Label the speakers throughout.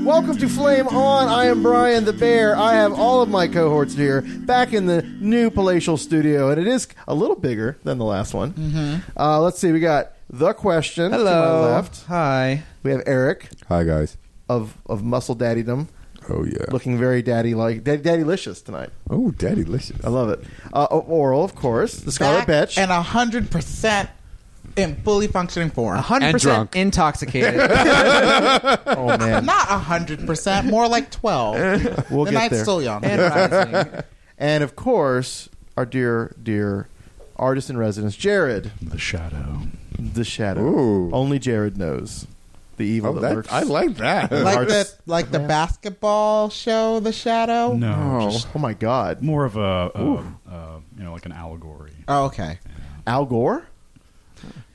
Speaker 1: Welcome to Flame On. I am Brian the Bear. I have all of my cohorts here back in the new palatial studio, and it is a little bigger than the last one. Mm-hmm. Uh, let's see. We got the question to my left.
Speaker 2: Hi.
Speaker 1: We have Eric
Speaker 3: Hi guys.
Speaker 1: of of Muscle Daddydom,
Speaker 3: Oh yeah.
Speaker 1: looking very daddy like, daddy licious tonight.
Speaker 3: Oh, daddy licious.
Speaker 1: I love it. Uh, Oral, of course, the Scarlet Bitch.
Speaker 2: And 100% in fully functioning form.
Speaker 4: 100%
Speaker 2: intoxicated.
Speaker 1: oh man,
Speaker 2: Not 100%, more like 12.
Speaker 1: we'll
Speaker 2: the
Speaker 1: get
Speaker 2: night's
Speaker 1: there.
Speaker 2: still young. And rising.
Speaker 1: And of course, our dear, dear artist in residence, Jared,
Speaker 5: The shadow.
Speaker 1: the Shadow.
Speaker 3: Ooh.
Speaker 1: Only Jared knows the evil
Speaker 3: Oh,
Speaker 1: that,
Speaker 3: that-
Speaker 1: lurks.
Speaker 3: I like that.
Speaker 2: Like
Speaker 1: Arts.
Speaker 2: the, like the basketball show, The Shadow?
Speaker 5: No,
Speaker 1: Oh,
Speaker 5: just
Speaker 1: oh my God,
Speaker 5: more of a, a, a you know like an allegory.
Speaker 2: Oh, okay.
Speaker 1: Al Gore.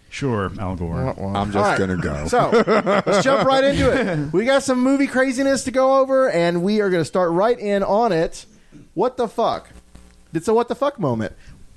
Speaker 5: Sure, allegory.
Speaker 3: I'm just
Speaker 1: All right.
Speaker 3: gonna go.
Speaker 1: So let's jump right into it. We got some movie craziness to go over, and we are going to start right in on it. What the fuck? It's a what the fuck moment.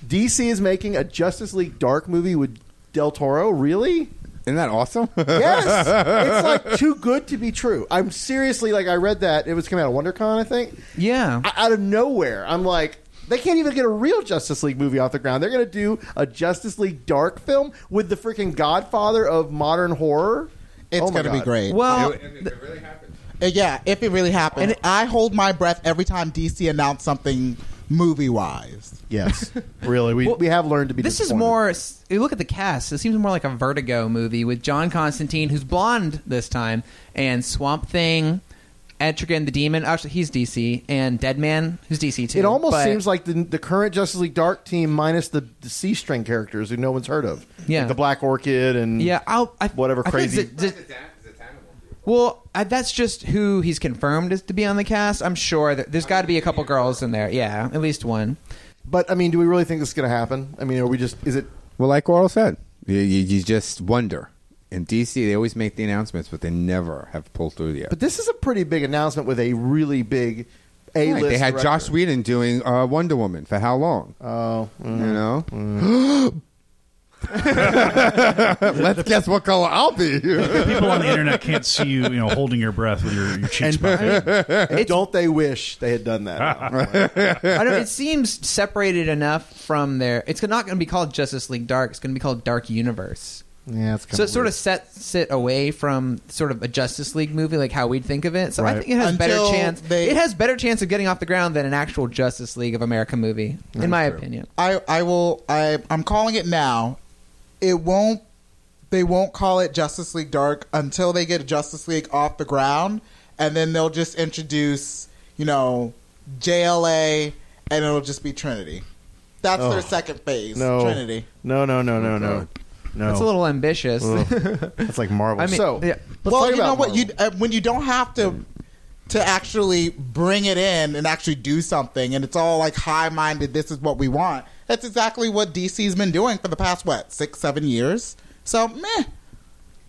Speaker 1: DC is making a Justice League Dark movie with Del Toro. Really?
Speaker 3: Isn't that awesome?
Speaker 1: Yes. it's like too good to be true. I'm seriously like I read that it was coming out of WonderCon, I think.
Speaker 2: Yeah.
Speaker 1: I- out of nowhere, I'm like, they can't even get a real Justice League movie off the ground. They're going to do a Justice League Dark film with the freaking Godfather of modern horror.
Speaker 2: It's
Speaker 1: Oh my
Speaker 2: going to be
Speaker 1: God.
Speaker 2: great. Well,
Speaker 3: really happened.
Speaker 2: Uh, Yeah, if it really happened. I hold my breath every time DC announced something movie wise.
Speaker 1: Yes, really, we, we have learned to be.
Speaker 6: This is
Speaker 1: disappointed.
Speaker 6: more. s- You look at the cast. It seems more like a Vertigo movie with John Constantine, who's blonde this time, and Swamp Thing, Etrigan the Demon. oh, Actually, he's DC, and Deadman, who's DC too.
Speaker 1: It almost
Speaker 6: but-
Speaker 1: seems like the, the current Justice League Dark team minus the, the C string characters who no one's heard of.
Speaker 6: Yeah.
Speaker 1: Like the Black Orchid and
Speaker 6: Yeah, I'll, I,
Speaker 1: whatever
Speaker 6: I think
Speaker 1: crazy-
Speaker 6: Z- Z- well, I, that's just who he's confirmed is to be on the cast. I'm sure that there's got to be a couple girls in there. Yeah, at least one.
Speaker 1: But I mean, do we really think this is going to happen? I mean, are we just? Is it?
Speaker 3: Well, like Oral said, you, you, you just wonder. In DC, they always make the announcements, but they never have pulled through yet.
Speaker 1: But this is a pretty big announcement with a really big A list.
Speaker 3: Right, they had Josh Whedon doing uh, Wonder Woman for how long?
Speaker 1: Oh, mm.
Speaker 3: you know. Let's guess what color I'll be.
Speaker 5: People on the internet can't see you, you know, holding your breath with your, your cheeks puffing.
Speaker 1: don't they wish they had done that?
Speaker 6: I don't, it seems separated enough from their. It's not going to be called Justice League Dark. It's going to be called Dark Universe.
Speaker 1: yeah, it's
Speaker 6: So it sort of sets it away from sort of a Justice League movie, like how we'd think of it. So I think it has
Speaker 2: Until
Speaker 6: better chance.
Speaker 2: they-
Speaker 6: it has better chance of getting off the ground than an actual Justice League of America movie, in my opinion.
Speaker 2: I, I will I I'm calling it now. It won't they won't call it Justice League Dark until they get Justice League off the ground and then they'll just introduce, you know, JLA, and it'll just be Trinity. That's
Speaker 1: Oh.
Speaker 2: their second phase,
Speaker 1: No.
Speaker 2: Trinity.
Speaker 1: No, no, no, no, no. No.
Speaker 6: That's a little ambitious.
Speaker 1: Ugh. That's like Marvel.
Speaker 6: I mean,
Speaker 1: so,
Speaker 6: yeah.
Speaker 1: let's
Speaker 2: well,
Speaker 1: talk
Speaker 2: you know
Speaker 1: about
Speaker 2: what? You uh, when you don't have to to actually bring it in and actually do something, and it's all like high minded. This is what we want. That's exactly what DC's been doing for the past what six, seven years. So meh,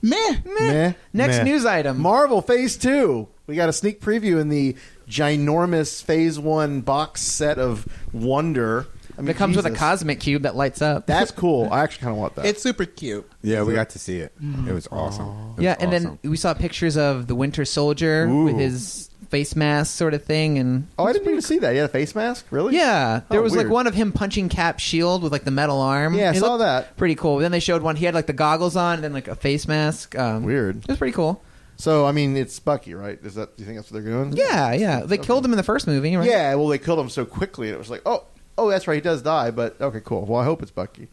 Speaker 2: meh,
Speaker 1: Meh.
Speaker 6: Next
Speaker 1: Meh.
Speaker 6: news item.
Speaker 1: Marvel Phase Two. We got a sneak preview in the ginormous Phase One box set of Wonder. I mean,
Speaker 6: it comes with a
Speaker 1: Jesus.
Speaker 6: cosmic cube that lights up.
Speaker 1: That's cool. I actually kind of want that.
Speaker 2: It's super cute.
Speaker 3: Yeah, we got to see it. It was awesome. It was
Speaker 6: yeah, and
Speaker 3: awesome.
Speaker 6: then we saw pictures of the Winter Soldier with
Speaker 3: Ooh.
Speaker 6: his face mask sort of thing, and
Speaker 1: oh, I didn't even see that. Yeah, face mask. Really?
Speaker 6: yeah, there
Speaker 1: Oh,
Speaker 6: was
Speaker 1: weird.
Speaker 6: like one of him punching Cap's shield with like the metal arm.
Speaker 1: Yeah, I
Speaker 6: It
Speaker 1: saw
Speaker 6: looked
Speaker 1: that.
Speaker 6: Pretty cool. Then they showed one. He had like the goggles on, and then like a face mask. Um,
Speaker 1: Weird.
Speaker 6: It was pretty cool.
Speaker 1: So I mean, it's Bucky, right? Is that? Do you think that's what they're doing?
Speaker 6: Yeah, yeah. They killed him in the first movie, right?
Speaker 1: Yeah. Well, they killed him so quickly, and it was like, oh, oh, that's right. He does die, but okay, cool. Well, I hope it's Bucky.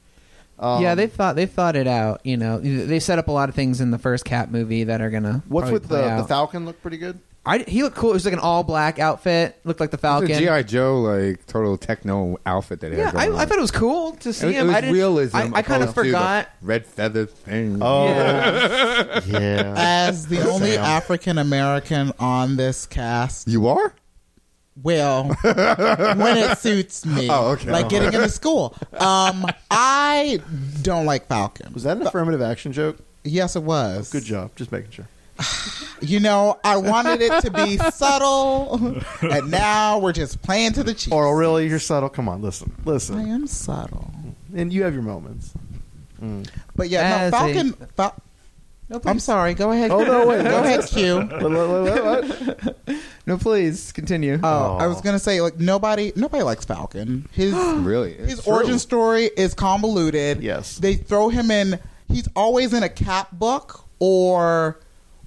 Speaker 1: Um,
Speaker 6: yeah, they thought they thought it out. You know, they set up a lot of things in the first Cap movie that are gonna.
Speaker 1: What's
Speaker 6: probably
Speaker 1: with
Speaker 6: play
Speaker 1: the the
Speaker 6: out.
Speaker 1: Falcon? Look pretty good.
Speaker 6: I, he looked cool. It was like an all black outfit. Looked like the
Speaker 3: It's
Speaker 6: Falcon.
Speaker 3: a GI Joe like total techno outfit that he
Speaker 6: Yeah,
Speaker 3: had
Speaker 6: I,
Speaker 3: going
Speaker 6: I
Speaker 3: on.
Speaker 6: thought it was cool to see
Speaker 3: it,
Speaker 6: him.
Speaker 3: was
Speaker 6: I didn't,
Speaker 3: realism.
Speaker 6: I, I kind
Speaker 3: opposed
Speaker 6: of
Speaker 3: to the
Speaker 6: forgot.
Speaker 3: red feather thing.
Speaker 1: Uh, Oh, yeah.
Speaker 2: As the only
Speaker 1: Sam.
Speaker 2: African American on this cast,
Speaker 3: you are.
Speaker 2: Well, when it suits me.
Speaker 3: Oh, okay.
Speaker 2: Like getting into school. Um, I don't like Falcon.
Speaker 1: Was that an affirmative action joke?
Speaker 2: Yes, it was.
Speaker 1: Good job. Just making sure.
Speaker 2: You know, I wanted it to be subtle, and now we're just playing to the cheeks.
Speaker 1: Oral, really? You're subtle. Come on, listen,
Speaker 2: I
Speaker 1: listen.
Speaker 2: am subtle.
Speaker 1: And you have your moments.
Speaker 2: But yeah,
Speaker 6: As a-
Speaker 2: no, Falcon. Fal-
Speaker 6: No, please.
Speaker 2: I'm sorry. Go ahead.
Speaker 1: Oh, no, wait.
Speaker 2: Go ahead, Q.
Speaker 1: What, what, what, what?
Speaker 6: No, please continue.
Speaker 2: Oh, I was gonna say like nobody, nobody likes Falcon. His
Speaker 3: Really?
Speaker 2: his
Speaker 3: It's
Speaker 2: origin story is convoluted.
Speaker 1: Yes.
Speaker 2: they throw him in. He's always in a Cap book or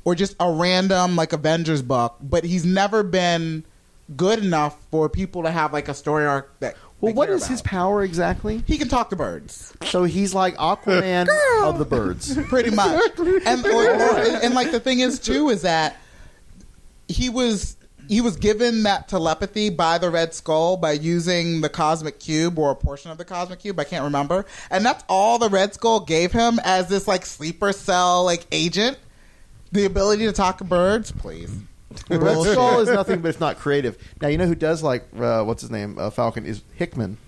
Speaker 2: or just a random like Avengers book, but he's never been good enough for people to have like a story arc that.
Speaker 1: Well,
Speaker 2: they
Speaker 1: what
Speaker 2: care
Speaker 1: is his
Speaker 2: about.
Speaker 1: power exactly?
Speaker 2: He can talk to birds,
Speaker 1: So he's like Aquaman of the birds.
Speaker 2: pretty much, and, or, or, and like the thing is too is that he was he was given that telepathy by the Red Skull by using the cosmic cube or a portion of the cosmic cube. I can't remember, and that's all the Red Skull gave him as this like sleeper cell like agent. The ability to talk to birds, please.
Speaker 1: Red Skull is nothing, but it's not creative. Now you know who does like uh, what's his name? Uh, Falcon is Hickman.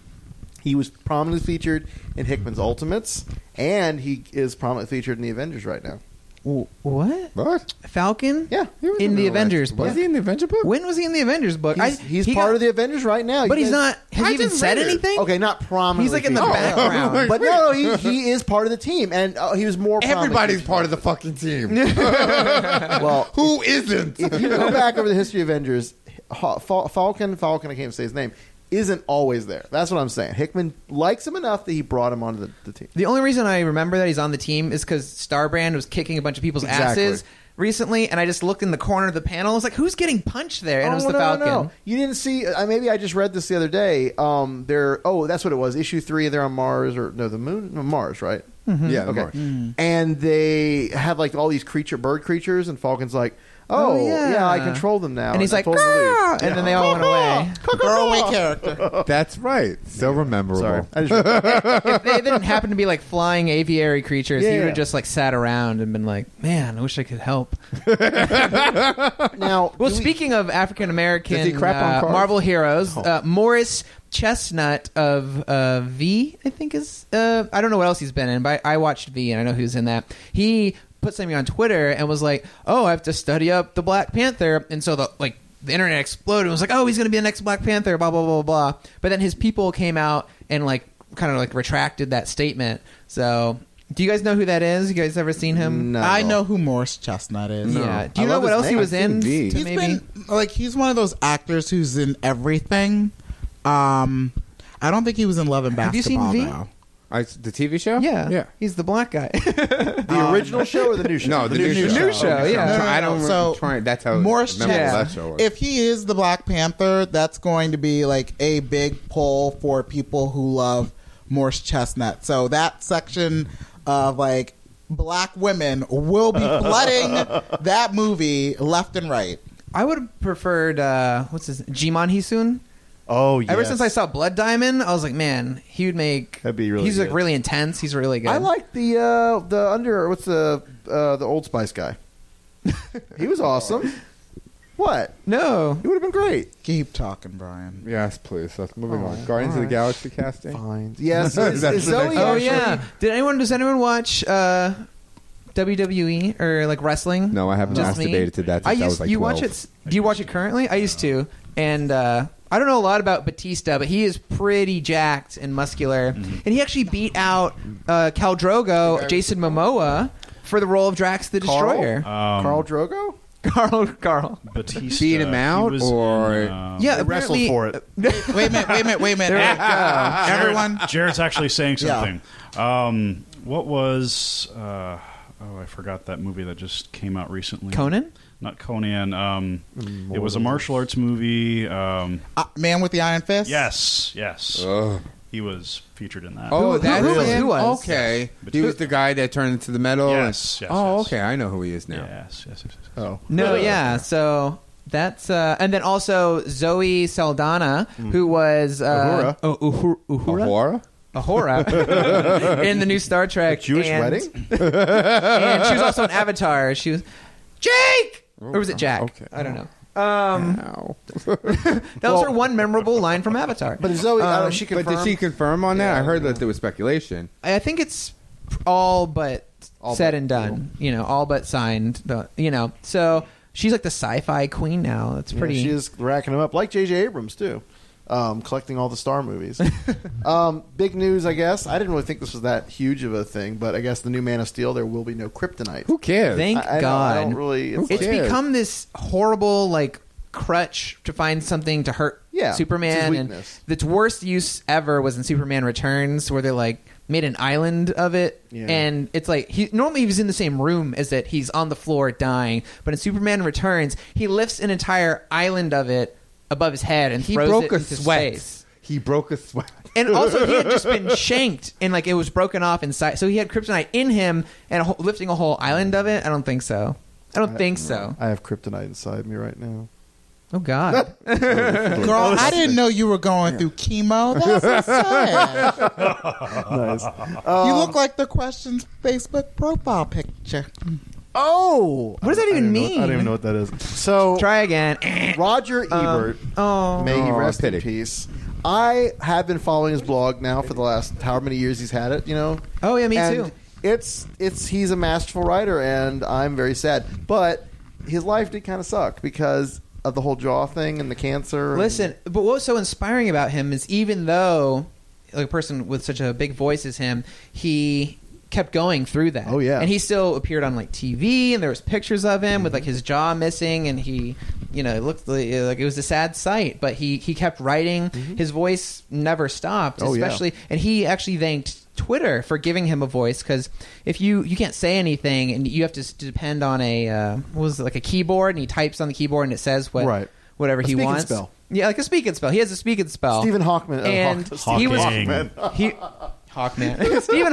Speaker 1: He was prominently featured in Hickman's Ultimates, and he is prominently featured in the Avengers right now.
Speaker 6: W- what?
Speaker 3: What?
Speaker 6: Falcon?
Speaker 1: Yeah,
Speaker 3: He was
Speaker 6: in the
Speaker 3: real life.
Speaker 6: Avengers book.
Speaker 3: Was he in the Avenger book?
Speaker 6: When was he in the Avengers book?
Speaker 1: He's,
Speaker 6: I-
Speaker 1: he's
Speaker 6: he
Speaker 1: part
Speaker 6: got-
Speaker 1: of the Avengers right now,
Speaker 6: But
Speaker 1: You
Speaker 6: he's
Speaker 1: guys-
Speaker 6: not. Has he even said anything?
Speaker 1: Okay, not prominently.
Speaker 6: He's like in the
Speaker 1: featured. Oh,
Speaker 6: background.
Speaker 1: But no, he, he is part of the team, and uh, he was more. prominently
Speaker 3: Everybody's
Speaker 1: featured.
Speaker 3: part of the fucking team. Oh.
Speaker 1: Well,
Speaker 3: Who isn't?
Speaker 1: if you go back over the history of Avengers, Ha- Fal- Falcon, Falcon, I can't say his name, isn't always there. That's what I'm saying. Hickman likes him enough that he brought him onto the, the team.
Speaker 6: The only reason I remember that he's on the team is because Starbrand was kicking a bunch of people's
Speaker 1: Exactly.
Speaker 6: asses recently, and I just looked in the corner of the panel. I was like, "Who's getting punched there?" And it was
Speaker 1: Oh, no,
Speaker 6: the
Speaker 1: no,
Speaker 6: Falcon.
Speaker 1: no. You didn't see. Uh, maybe I just read this the other day. Um, they're oh, that's what it was. Issue three. They're on Mars or no, the moon, no, Mars, right?
Speaker 6: Mm-hmm.
Speaker 3: yeah,
Speaker 1: Okay.
Speaker 3: okay.
Speaker 1: And they have like all these creature, bird creatures, and Falcon's like, oh,
Speaker 6: Oh,
Speaker 1: yeah.
Speaker 6: yeah.
Speaker 1: I control them now.
Speaker 6: And he's
Speaker 1: I
Speaker 6: like,
Speaker 1: told them to leave.
Speaker 6: "Grr!" and then they all went away.
Speaker 2: Throwaway character.
Speaker 3: That's right. So rememberable.
Speaker 1: Sorry, I just read that.
Speaker 6: if they didn't happen to be like flying aviary creatures,
Speaker 1: Yeah,
Speaker 6: he would
Speaker 1: yeah.
Speaker 6: have just like sat around and been like, "Man, I wish I could help."
Speaker 1: now.
Speaker 6: Well,
Speaker 1: do we-
Speaker 6: speaking of African
Speaker 3: Does he
Speaker 6: American
Speaker 3: crap on
Speaker 6: uh,
Speaker 3: cars? Oh.
Speaker 6: Marvel heroes, uh, Morris Chestnut of uh, V, I think is uh, I don't know what else he's been in, but I, I watched V and I know who's in that. He put something on Twitter and was like, "Oh, I have to study up the Black Panther," and so the like the internet exploded. It was like, "Oh, he's going to be the next Black Panther," blah blah blah blah. blah. But then his people came out and like kind of like retracted that statement. So. Do you guys know who that is? You guys ever seen him?
Speaker 1: No.
Speaker 6: Uh,
Speaker 2: I know who Morris Chestnut is.
Speaker 6: Yeah. Do you
Speaker 1: I
Speaker 6: know
Speaker 1: love
Speaker 6: what
Speaker 1: his
Speaker 6: else he
Speaker 1: name.
Speaker 6: was
Speaker 3: I've seen
Speaker 6: in?
Speaker 3: V.
Speaker 6: to
Speaker 2: He's
Speaker 6: maybe?
Speaker 2: been like he's one of those actors who's in everything. Um, I don't think he was in Love and
Speaker 6: Have you seen
Speaker 2: Basketball.
Speaker 6: V?
Speaker 2: Though.
Speaker 3: I, the TV show?
Speaker 6: Yeah.
Speaker 3: Yeah.
Speaker 6: He's the black guy.
Speaker 1: the original show or the new show?
Speaker 3: Um, No, the, new, show.
Speaker 6: new show, yeah.
Speaker 2: No, no, no,
Speaker 3: I don't
Speaker 2: no.
Speaker 3: so,
Speaker 2: So,
Speaker 3: try That's how
Speaker 2: Morris
Speaker 3: memorable
Speaker 2: Chestnut.
Speaker 3: that show was.
Speaker 2: If he is the Black Panther, that's going to be like a big pull for people who love Morse Chestnut. So that section of like black women will be flooding that movie left and right.
Speaker 6: I would have preferred uh, what's his Jimon Hisun.
Speaker 1: Oh,
Speaker 6: Ever
Speaker 1: yes.
Speaker 6: since I saw Blood Diamond, I was like, man, he would make. That'd
Speaker 1: be really
Speaker 6: He's
Speaker 1: good.
Speaker 6: like really intense. He's really good.
Speaker 1: I like the uh, the under what's the uh, the Old Spice guy. he was awesome. What?
Speaker 6: No,
Speaker 1: it would have been great.
Speaker 2: Keep talking, Brian.
Speaker 3: Yes, please. Let's moving
Speaker 1: Oh,
Speaker 3: on. Guardians of the
Speaker 1: alright.
Speaker 3: Galaxy casting.
Speaker 1: Fine. Yes, is- is Zoe
Speaker 6: Oh yeah. Did anyone? Does anyone watch uh, WWE or like wrestling?
Speaker 3: No, I haven't
Speaker 6: Just me?
Speaker 3: masturbated to that since
Speaker 6: I
Speaker 3: I
Speaker 6: used
Speaker 3: was, like,
Speaker 6: you
Speaker 3: 12.
Speaker 6: watch it. s- Do you watch it currently? I used to, and uh, I don't know a lot about Batista, but he is pretty jacked and muscular, and he actually beat out uh, Cal Drogo, Jason Momoa, for the role of Drax the Destroyer.
Speaker 1: Carl Drogo.
Speaker 5: Uh,
Speaker 6: Carl, Carl,
Speaker 5: Batista.
Speaker 3: Beat him out, or
Speaker 6: yeah,
Speaker 5: They um, wrestled
Speaker 6: apparently-
Speaker 1: uh,
Speaker 5: for it.
Speaker 2: Wait a minute, wait a minute, wait a minute.
Speaker 6: There we go.
Speaker 5: Jared-
Speaker 2: Everyone,
Speaker 5: Jared's actually saying something. Um, what was? Uh, oh, I forgot that movie that just came out recently.
Speaker 6: Conan?
Speaker 5: Not Conan. Um, it was a martial arts movie. Um,
Speaker 2: uh, man with the iron fist.
Speaker 5: yes, yes.
Speaker 3: Ugh.
Speaker 5: He was featured in that.
Speaker 3: Oh,
Speaker 6: Who-
Speaker 3: that's
Speaker 6: who was-
Speaker 3: him?
Speaker 6: who was?
Speaker 3: Okay,
Speaker 5: Yes.
Speaker 3: he was the guy that turned into the metal. and-
Speaker 5: Yes, yes,
Speaker 3: oh,
Speaker 5: yes.
Speaker 3: okay. I know who he is now.
Speaker 5: Yes, yes, yes. yes.
Speaker 1: Oh,
Speaker 6: No, yeah. So that's uh, and then also Zoe Saldana, who was uh,
Speaker 1: Uhura.
Speaker 6: Oh, Uhura. Uhura?
Speaker 3: Ahura?
Speaker 6: Ahura in the new Star Trek
Speaker 1: Jewish
Speaker 6: and,
Speaker 1: wedding?
Speaker 6: and she was also an Avatar. She was Jake, or was it Jack?
Speaker 3: okay.
Speaker 6: I don't know. Um,
Speaker 3: Ow.
Speaker 6: that was her one memorable line from Avatar.
Speaker 1: But Zoe, I don't-
Speaker 6: Um,
Speaker 1: she
Speaker 3: But
Speaker 1: confirmed.
Speaker 3: did she confirm on that? I heard that there was speculation.
Speaker 6: I think it's all but
Speaker 1: All
Speaker 6: said
Speaker 1: but
Speaker 6: and done. You know, all but signed. The you know, so she's like the sci-fi queen now. It's
Speaker 1: Yeah,
Speaker 6: pretty.
Speaker 1: she is racking them up, like J.J. Abrams too, um, collecting all the Star movies. um, big news, I guess. I didn't really think this was that huge of a thing, but I guess the new Man of Steel, there will be no kryptonite.
Speaker 3: Who cares?
Speaker 6: Thank
Speaker 1: I- I don't-
Speaker 6: God.
Speaker 1: I don't really- it's
Speaker 6: It's,
Speaker 3: like-
Speaker 6: become this horrible like crutch to find something to hurt
Speaker 1: Yeah, it's
Speaker 6: Superman.
Speaker 1: his
Speaker 6: And
Speaker 1: weakness.
Speaker 6: its worst use ever was in Superman Returns, where they like made an island of it,
Speaker 1: Yeah.
Speaker 6: and it's like he normally he was in the same room as it. He's on the floor dying, but in Superman Returns, he lifts an entire island of it above his head and
Speaker 3: He
Speaker 6: throws
Speaker 3: broke
Speaker 6: it
Speaker 3: a
Speaker 6: into
Speaker 3: sweat.
Speaker 6: space.
Speaker 3: He broke a sweat.
Speaker 6: And also, he had just been shanked, and like it was broken off inside. So he had kryptonite in him, and a whole, lifting a whole island of it. I don't think so. I don't think so.
Speaker 1: I have kryptonite inside me right now.
Speaker 6: Oh God!
Speaker 2: Girl, I didn't know you were going through chemo. That's insane.
Speaker 1: nice.
Speaker 2: you look like the question's Facebook profile picture.
Speaker 6: oh, what does that
Speaker 1: I
Speaker 6: even
Speaker 1: don't even know-
Speaker 6: mean?
Speaker 1: I don't even know what that is. So
Speaker 6: Try Um, again.
Speaker 1: Roger Ebert,
Speaker 6: oh,
Speaker 1: may he
Speaker 3: Oh,
Speaker 1: rest
Speaker 3: pity.
Speaker 1: in peace. I have been following his blog now for the last however many years he's had it. You know.
Speaker 6: Oh, yeah, me
Speaker 1: And
Speaker 6: too.
Speaker 1: It's it's he's a masterful writer, and I'm very sad. But his life did kind of suck because of the whole jaw thing and the cancer. and-
Speaker 6: Listen, but what was so inspiring about him is even though like a person with such a big voice as him, he kept going through that.
Speaker 1: Oh, yeah.
Speaker 6: and he still appeared on like TV, and there was pictures of him with like his jaw missing, and he, you know, it looked like like it was a sad sight. But he he kept writing. His voice never stopped,
Speaker 1: Mm-hmm. Oh, yeah.
Speaker 6: especially and he actually thanked Twitter for giving him a voice because if you you can't say anything and you have to s- depend on a uh, what was it like a keyboard and he types on the keyboard and it says what
Speaker 1: Right.
Speaker 6: whatever
Speaker 1: A
Speaker 6: he
Speaker 1: speak and
Speaker 6: wants
Speaker 1: spell.
Speaker 6: yeah like a speak and spell he has a speak and spell
Speaker 1: Stephen Hawkman. uh,
Speaker 6: and
Speaker 1: Hawk-
Speaker 5: Hawking.
Speaker 6: he was
Speaker 5: Hawking.
Speaker 6: he Hawkman Stephen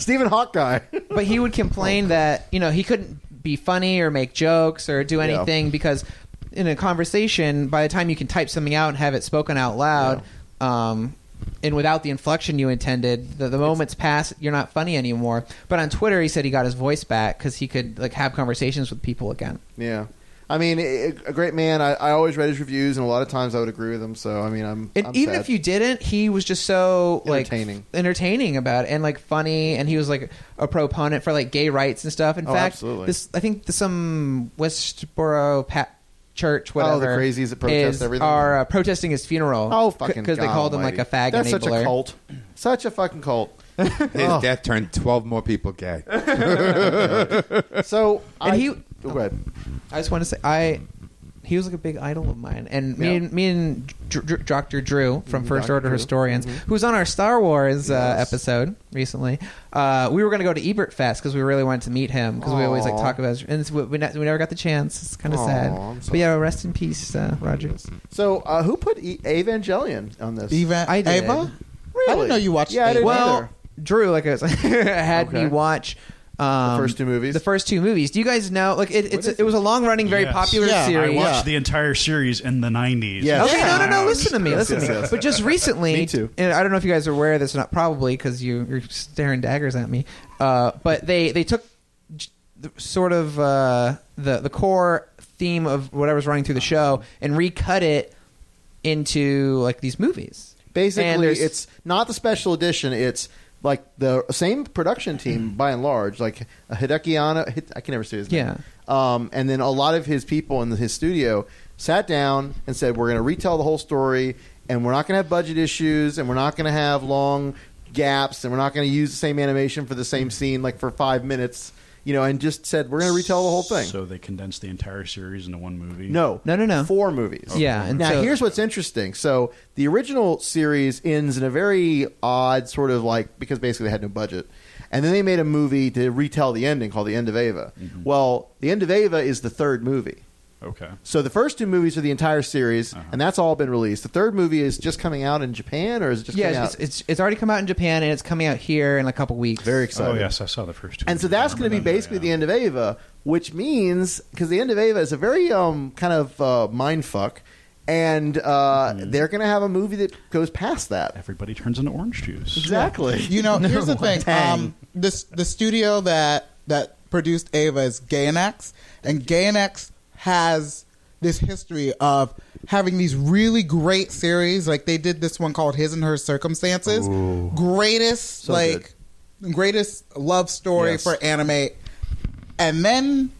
Speaker 1: Stephen Hawk guy.
Speaker 6: but he would
Speaker 1: Oh,
Speaker 6: complain that you know he couldn't be funny or make jokes or do anything because in a conversation by the time you can type something out and have it spoken out loud um, and without the inflection you intended the, the moments pass you're not funny anymore but on twitter he said he got his voice back because he could like have conversations with people again
Speaker 1: yeah. I mean, a a great man. I, I always read his reviews, and a lot of times I would agree with him. So, I mean, I'm.
Speaker 6: and
Speaker 1: I'm
Speaker 6: even
Speaker 1: sad.
Speaker 6: if you didn't he was just so like
Speaker 1: Entertaining.
Speaker 6: entertaining about it and like funny and he was like a proponent for like gay rights and stuff in
Speaker 1: Oh,
Speaker 6: fact
Speaker 1: absolutely.
Speaker 6: this i think there's some westboro pat church whatever
Speaker 1: Oh, crazies that protest
Speaker 6: is-
Speaker 1: everything?
Speaker 6: are uh, protesting his funeral
Speaker 1: Oh fucking!
Speaker 6: because they
Speaker 1: God
Speaker 6: called him like
Speaker 1: almighty.
Speaker 6: a fag
Speaker 1: That's
Speaker 6: enabler
Speaker 1: such a cult. Such a fucking cult.
Speaker 3: His death turned twelve more people gay.
Speaker 1: So
Speaker 6: And
Speaker 1: I,
Speaker 6: he-
Speaker 1: go ahead.
Speaker 6: i just want to say i he was like a big idol of mine, and me
Speaker 1: Yeah.
Speaker 6: and me and Dr- Dr- Dr. Drew from First
Speaker 1: Dr.
Speaker 6: Order
Speaker 1: Drew. Mm-hmm.
Speaker 6: Historians, who was on our Star Wars uh,
Speaker 1: Yes.
Speaker 6: episode recently, uh, we were going to go to Ebert Fest because we really wanted to meet him because we always like
Speaker 1: Aw.
Speaker 6: talk about his, and it's, we, we ne- we never got the chance. It's kind of
Speaker 1: Aw,
Speaker 6: sad.
Speaker 1: I'm
Speaker 6: But yeah, rest in peace, uh, Roger.
Speaker 1: So uh, who put e- Evangelion on this?
Speaker 2: Eva,
Speaker 6: I did.
Speaker 2: Ava?
Speaker 1: Really?
Speaker 2: I didn't know you watched
Speaker 1: Yeah, I
Speaker 2: Ava.
Speaker 1: didn't
Speaker 6: Well,
Speaker 1: either.
Speaker 6: Drew, like I was, had
Speaker 1: Okay.
Speaker 6: me watch Um,
Speaker 1: The first two movies?
Speaker 6: The first two movies. Do you guys know? Like it, it's, it was a long running, very
Speaker 5: Yes.
Speaker 6: popular series.
Speaker 5: I watched the entire series in the 90s.
Speaker 6: Yes. Okay, no, no, no.
Speaker 5: Ouch.
Speaker 6: Listen to me.
Speaker 5: Yes,
Speaker 6: Listen
Speaker 5: yes,
Speaker 6: to me.
Speaker 5: yes.
Speaker 6: But just recently, And I don't know if you guys are aware of this or not, probably because you, you're staring daggers at me. Uh, but they they took j- the- sort of uh, the the core theme of whatever's running through the show and recut it into like these movies. And
Speaker 1: Basically,
Speaker 6: there's-
Speaker 1: it's not the special edition. It's like the same production team
Speaker 6: Mm-hmm.
Speaker 1: by and large, like uh, Hideki Anno. Hid- I can never say his name. Yeah. Um, and then a lot of his people in his studio sat down and said, "We're going to retell the whole story, and we're not going to have budget issues, and we're not going to have long gaps, and we're not going to use the same animation for the
Speaker 6: Mm.
Speaker 1: same scene, like for five minutes." You know, and just said we're going to retell the whole thing.
Speaker 5: So they condensed the entire series into one movie.
Speaker 1: No,
Speaker 6: no, no, no.
Speaker 1: Four movies.
Speaker 5: Okay. Yeah, and
Speaker 1: now
Speaker 5: so-
Speaker 1: here's what's interesting. So the original series ends in a very odd sort of like because basically they had no budget, and then they made a movie to retell the ending called The End of Ava.
Speaker 5: Mm-hmm.
Speaker 1: Well, The End of Ava is the third movie.
Speaker 5: Okay.
Speaker 1: So the first two movies are the entire series,
Speaker 5: Uh-huh.
Speaker 1: and that's all been released. The third movie is just coming out in Japan, or is it just
Speaker 6: yeah,
Speaker 1: coming
Speaker 6: it's,
Speaker 1: out?
Speaker 6: it's it's already come out in Japan and it's coming out here in a couple weeks. Very
Speaker 1: excited.
Speaker 5: Oh, yes, I saw the first two.
Speaker 1: And so that's going to be basically the end of Ava, which means because the end of Ava is a very um, kind of uh, mind fuck, and uh, they're going to have a movie that goes past that.
Speaker 5: Mm-hmm. Everybody turns into orange juice.
Speaker 1: Exactly.
Speaker 2: You know, here's the thing.
Speaker 1: Tang.
Speaker 2: Um, this the studio that that produced Ava is Gainax, and Gainax has this history of having these really great series. Like they did this one called His and Her Circumstances. Greatest
Speaker 7: So
Speaker 2: like greatest love story
Speaker 7: Yes.
Speaker 2: for anime. And then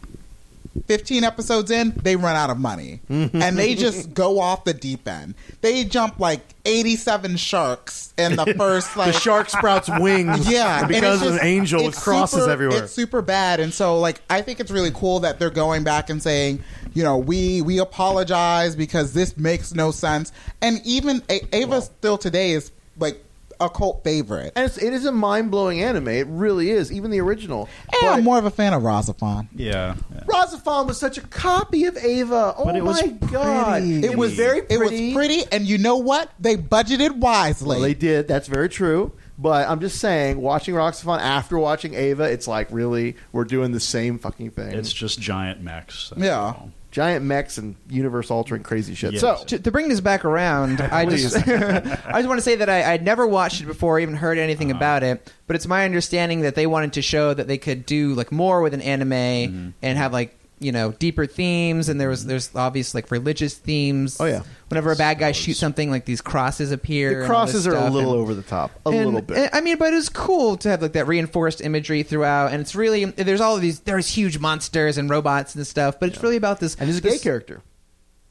Speaker 2: 15 episodes in, they run out of money. and they just go off the deep end. They jump like 87 sharks in the first like
Speaker 7: The shark sprouts wings
Speaker 2: Yeah,
Speaker 7: and
Speaker 2: it's
Speaker 7: becomes an angel with
Speaker 2: it's
Speaker 7: crosses
Speaker 2: super-
Speaker 7: everywhere.
Speaker 2: It's super bad. And so like I think it's really cool that they're going back and saying, you know, we we apologize because this makes no sense. And even A- Ava still today is like a cult favorite.
Speaker 1: And it's, it is a mind blowing anime. It really is. Even the original.
Speaker 2: And I'm more of a fan of Razafon.
Speaker 5: Yeah.
Speaker 1: Razafon was such a copy of Ava. Oh
Speaker 2: it
Speaker 1: my
Speaker 2: was
Speaker 1: god! It was very
Speaker 2: It was
Speaker 1: pretty.
Speaker 2: pretty, and you know what? They budgeted wisely.
Speaker 1: Well, they did. That's very true. But I'm just saying, watching Roxafon after watching Ava, it's like really we're doing the same fucking thing.
Speaker 5: It's just giant mechs.
Speaker 1: yeah, giant mechs and universe altering crazy shit.
Speaker 5: Yes.
Speaker 1: So
Speaker 6: to, to bring this back around, I just I just want to say that I, I'd never watched it before, even heard anything
Speaker 1: Uh-huh.
Speaker 6: about it. But it's my understanding that they wanted to show that they could do like more with an anime
Speaker 1: Mm-hmm.
Speaker 6: and have like you know deeper themes. And there was there's obvious like religious themes. Oh yeah, whenever a bad guy shoots something, like these crosses appear.
Speaker 1: the
Speaker 6: and all this
Speaker 1: crosses are a
Speaker 6: stuff,
Speaker 1: little
Speaker 6: and-
Speaker 1: over the top, a
Speaker 6: and- eh,
Speaker 1: little bit.
Speaker 6: and- I mean, but it was cool to have like that reinforced imagery throughout, and it's really there's all of these there's huge monsters and robots and stuff, but it's really about this. And
Speaker 1: there's a gay character.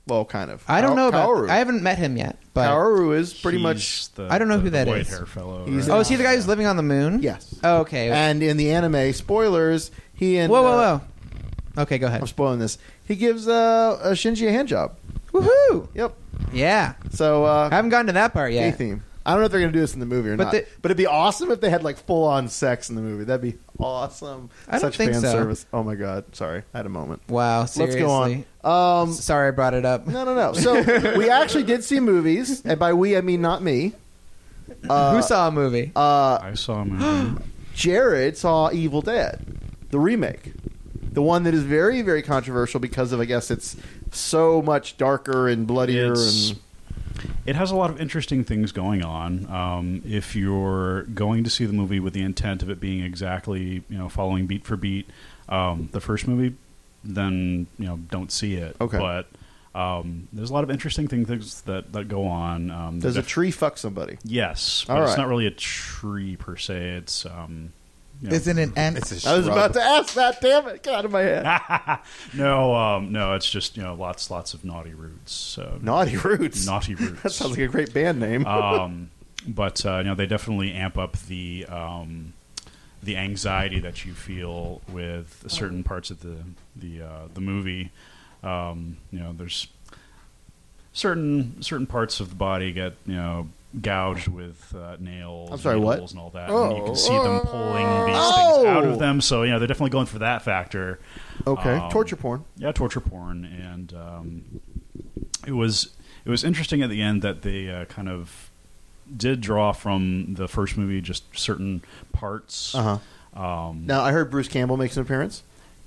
Speaker 1: well, kind of.
Speaker 6: I don't know about.
Speaker 1: Kaoru.
Speaker 6: I haven't met him yet, but
Speaker 1: Kaoru is pretty much.
Speaker 6: I don't know who that is.
Speaker 1: He's
Speaker 6: oh,
Speaker 1: an-
Speaker 6: is he the guy who's living on the moon?
Speaker 1: Yes.
Speaker 6: Oh, okay.
Speaker 1: And in the anime, spoilers, he and
Speaker 6: Whoa, whoa,
Speaker 1: uh,
Speaker 6: okay, go ahead.
Speaker 1: I'm spoiling this. He gives uh, uh, Shinji a hand job.
Speaker 6: Woohoo!
Speaker 1: Oh, Yep.
Speaker 6: Yeah.
Speaker 1: So uh,
Speaker 6: I haven't gotten to that part
Speaker 1: Gay
Speaker 6: yet.
Speaker 1: theme. I don't know if they're going to do this in the movie or
Speaker 6: But
Speaker 1: not.
Speaker 6: the-
Speaker 1: but it'd be awesome if they had like full on sex in the movie. That'd be awesome.
Speaker 6: I don't
Speaker 1: Such
Speaker 6: think
Speaker 1: fan
Speaker 6: so.
Speaker 1: service. Oh my god. Sorry, I had a moment.
Speaker 6: Wow.
Speaker 1: Let's go on.
Speaker 6: seriously.
Speaker 1: Um,
Speaker 6: Sorry, I brought it up.
Speaker 1: No, no, no. So we actually did see movies, and by we I mean not me.
Speaker 6: Who saw a movie?
Speaker 1: Uh,
Speaker 5: I saw a movie.
Speaker 1: Jared saw Evil Dead, the remake, the one that is very, very controversial because of I guess it's so much darker and bloodier
Speaker 5: It's-
Speaker 1: and
Speaker 5: It has a lot of interesting things going on. Um, if you're going to see the movie with the intent of it being exactly, you know, following beat for beat um, the first movie, then you know, don't see it. Okay. But um, there's a lot of interesting thing- things that that go on. Um,
Speaker 1: does a
Speaker 5: def-
Speaker 1: tree fuck somebody?
Speaker 5: Yes, but
Speaker 1: All
Speaker 5: it's
Speaker 1: right.
Speaker 5: not really a tree per se. It's um, you know-
Speaker 2: Is it an ant? It's
Speaker 1: I was about to ask that. Damn it! Get out of my head.
Speaker 5: No, um, no, it's just you know lots, lots of naughty roots. So
Speaker 1: Naughty Roots?
Speaker 5: naughty roots.
Speaker 1: That sounds like a great band name.
Speaker 5: um, but uh, you know they definitely amp up the um, the anxiety that you feel with certain parts of the the uh, the movie. Um, you know, there's certain certain parts of the body get you know gouged with uh, nails.
Speaker 1: I'm sorry, what? Oh.
Speaker 5: needles And all that, and you can see them pulling these things out of them. Um, So you know they're definitely going for that factor.
Speaker 1: Okay, torture porn.
Speaker 5: Yeah, torture porn, and um, it was it was interesting at the end that they uh, kind of did draw from the first movie just certain parts.
Speaker 1: Uh-huh.
Speaker 5: Um,
Speaker 1: Now I heard Bruce Campbell makes an appearance.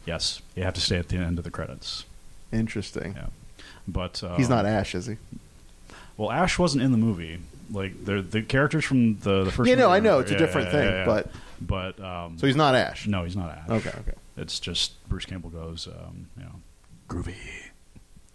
Speaker 5: Yes, you have to stay at the end of the credits.
Speaker 1: Interesting.
Speaker 5: Yeah, but uh,
Speaker 1: He's not Ash, is he?
Speaker 5: Well, Ash wasn't in the movie. Like they're the characters from the, the first.
Speaker 1: Yeah, no,
Speaker 5: movie
Speaker 1: I know,
Speaker 5: are-
Speaker 1: it's a different thing, but-
Speaker 5: but um,
Speaker 1: So he's not Ash?
Speaker 5: No, he's not Ash.
Speaker 1: Okay, okay.
Speaker 5: It's just Bruce Campbell goes, um, you know, groovy.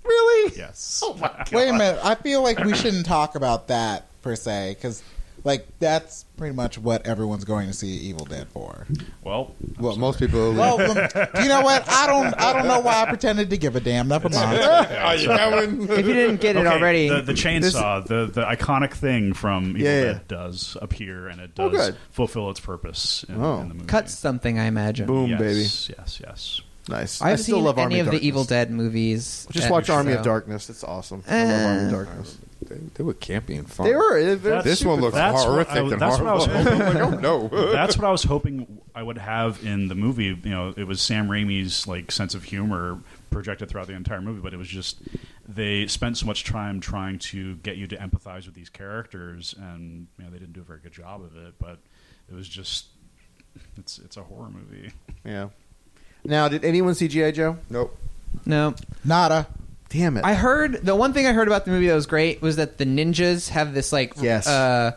Speaker 1: Really?
Speaker 5: Yes.
Speaker 2: Wait a minute. I feel like we shouldn't talk about that per se because, like, that's pretty much what everyone's going to see Evil Dead for.
Speaker 5: Well,
Speaker 3: well, most people.
Speaker 2: Well, um, you know what? I don't. I don't know why I pretended to give a damn. Never mind.
Speaker 5: Are you
Speaker 6: going? If you didn't get it
Speaker 5: Okay,
Speaker 6: already,
Speaker 5: the, the chainsaw, uh, the, the iconic thing from Evil
Speaker 6: Yeah,
Speaker 5: Dead does appear and it
Speaker 6: Oh,
Speaker 5: does
Speaker 6: good.
Speaker 5: fulfill its purpose in,
Speaker 1: Oh,
Speaker 5: in the movie.
Speaker 6: cut something, I imagine.
Speaker 5: Boom, Yes, baby. yes, yes.
Speaker 1: Nice.
Speaker 6: I,
Speaker 1: I
Speaker 6: have
Speaker 1: still
Speaker 6: seen
Speaker 1: love
Speaker 6: any
Speaker 1: Army
Speaker 6: of
Speaker 1: of
Speaker 6: the Evil Dead movies.
Speaker 1: Just
Speaker 6: uh,
Speaker 1: watch Army of
Speaker 6: so- Eh.
Speaker 1: Darkness. It's awesome. I love Army of Darkness.
Speaker 3: They, they were campy and fun.
Speaker 1: They were.
Speaker 3: this one looks horrific
Speaker 5: What I,
Speaker 3: and
Speaker 5: that's
Speaker 3: horrible.
Speaker 5: What I was hoping,
Speaker 3: I'm like, oh, no.
Speaker 5: that's what I was hoping I would have in the movie. You know, it was Sam Raimi's like sense of humor projected throughout the entire movie, but it was just they spent so much time trying to get you to empathize with these characters, and you know, they didn't do a very good job of it. But it was just it's it's a horror movie.
Speaker 1: Yeah. Now, did anyone see GI Joe?
Speaker 3: Nope.
Speaker 6: No,
Speaker 2: nada.
Speaker 1: Damn it!
Speaker 6: I heard the one thing I heard about the movie that was great was that the ninjas have this like
Speaker 1: Yes.
Speaker 6: Uh,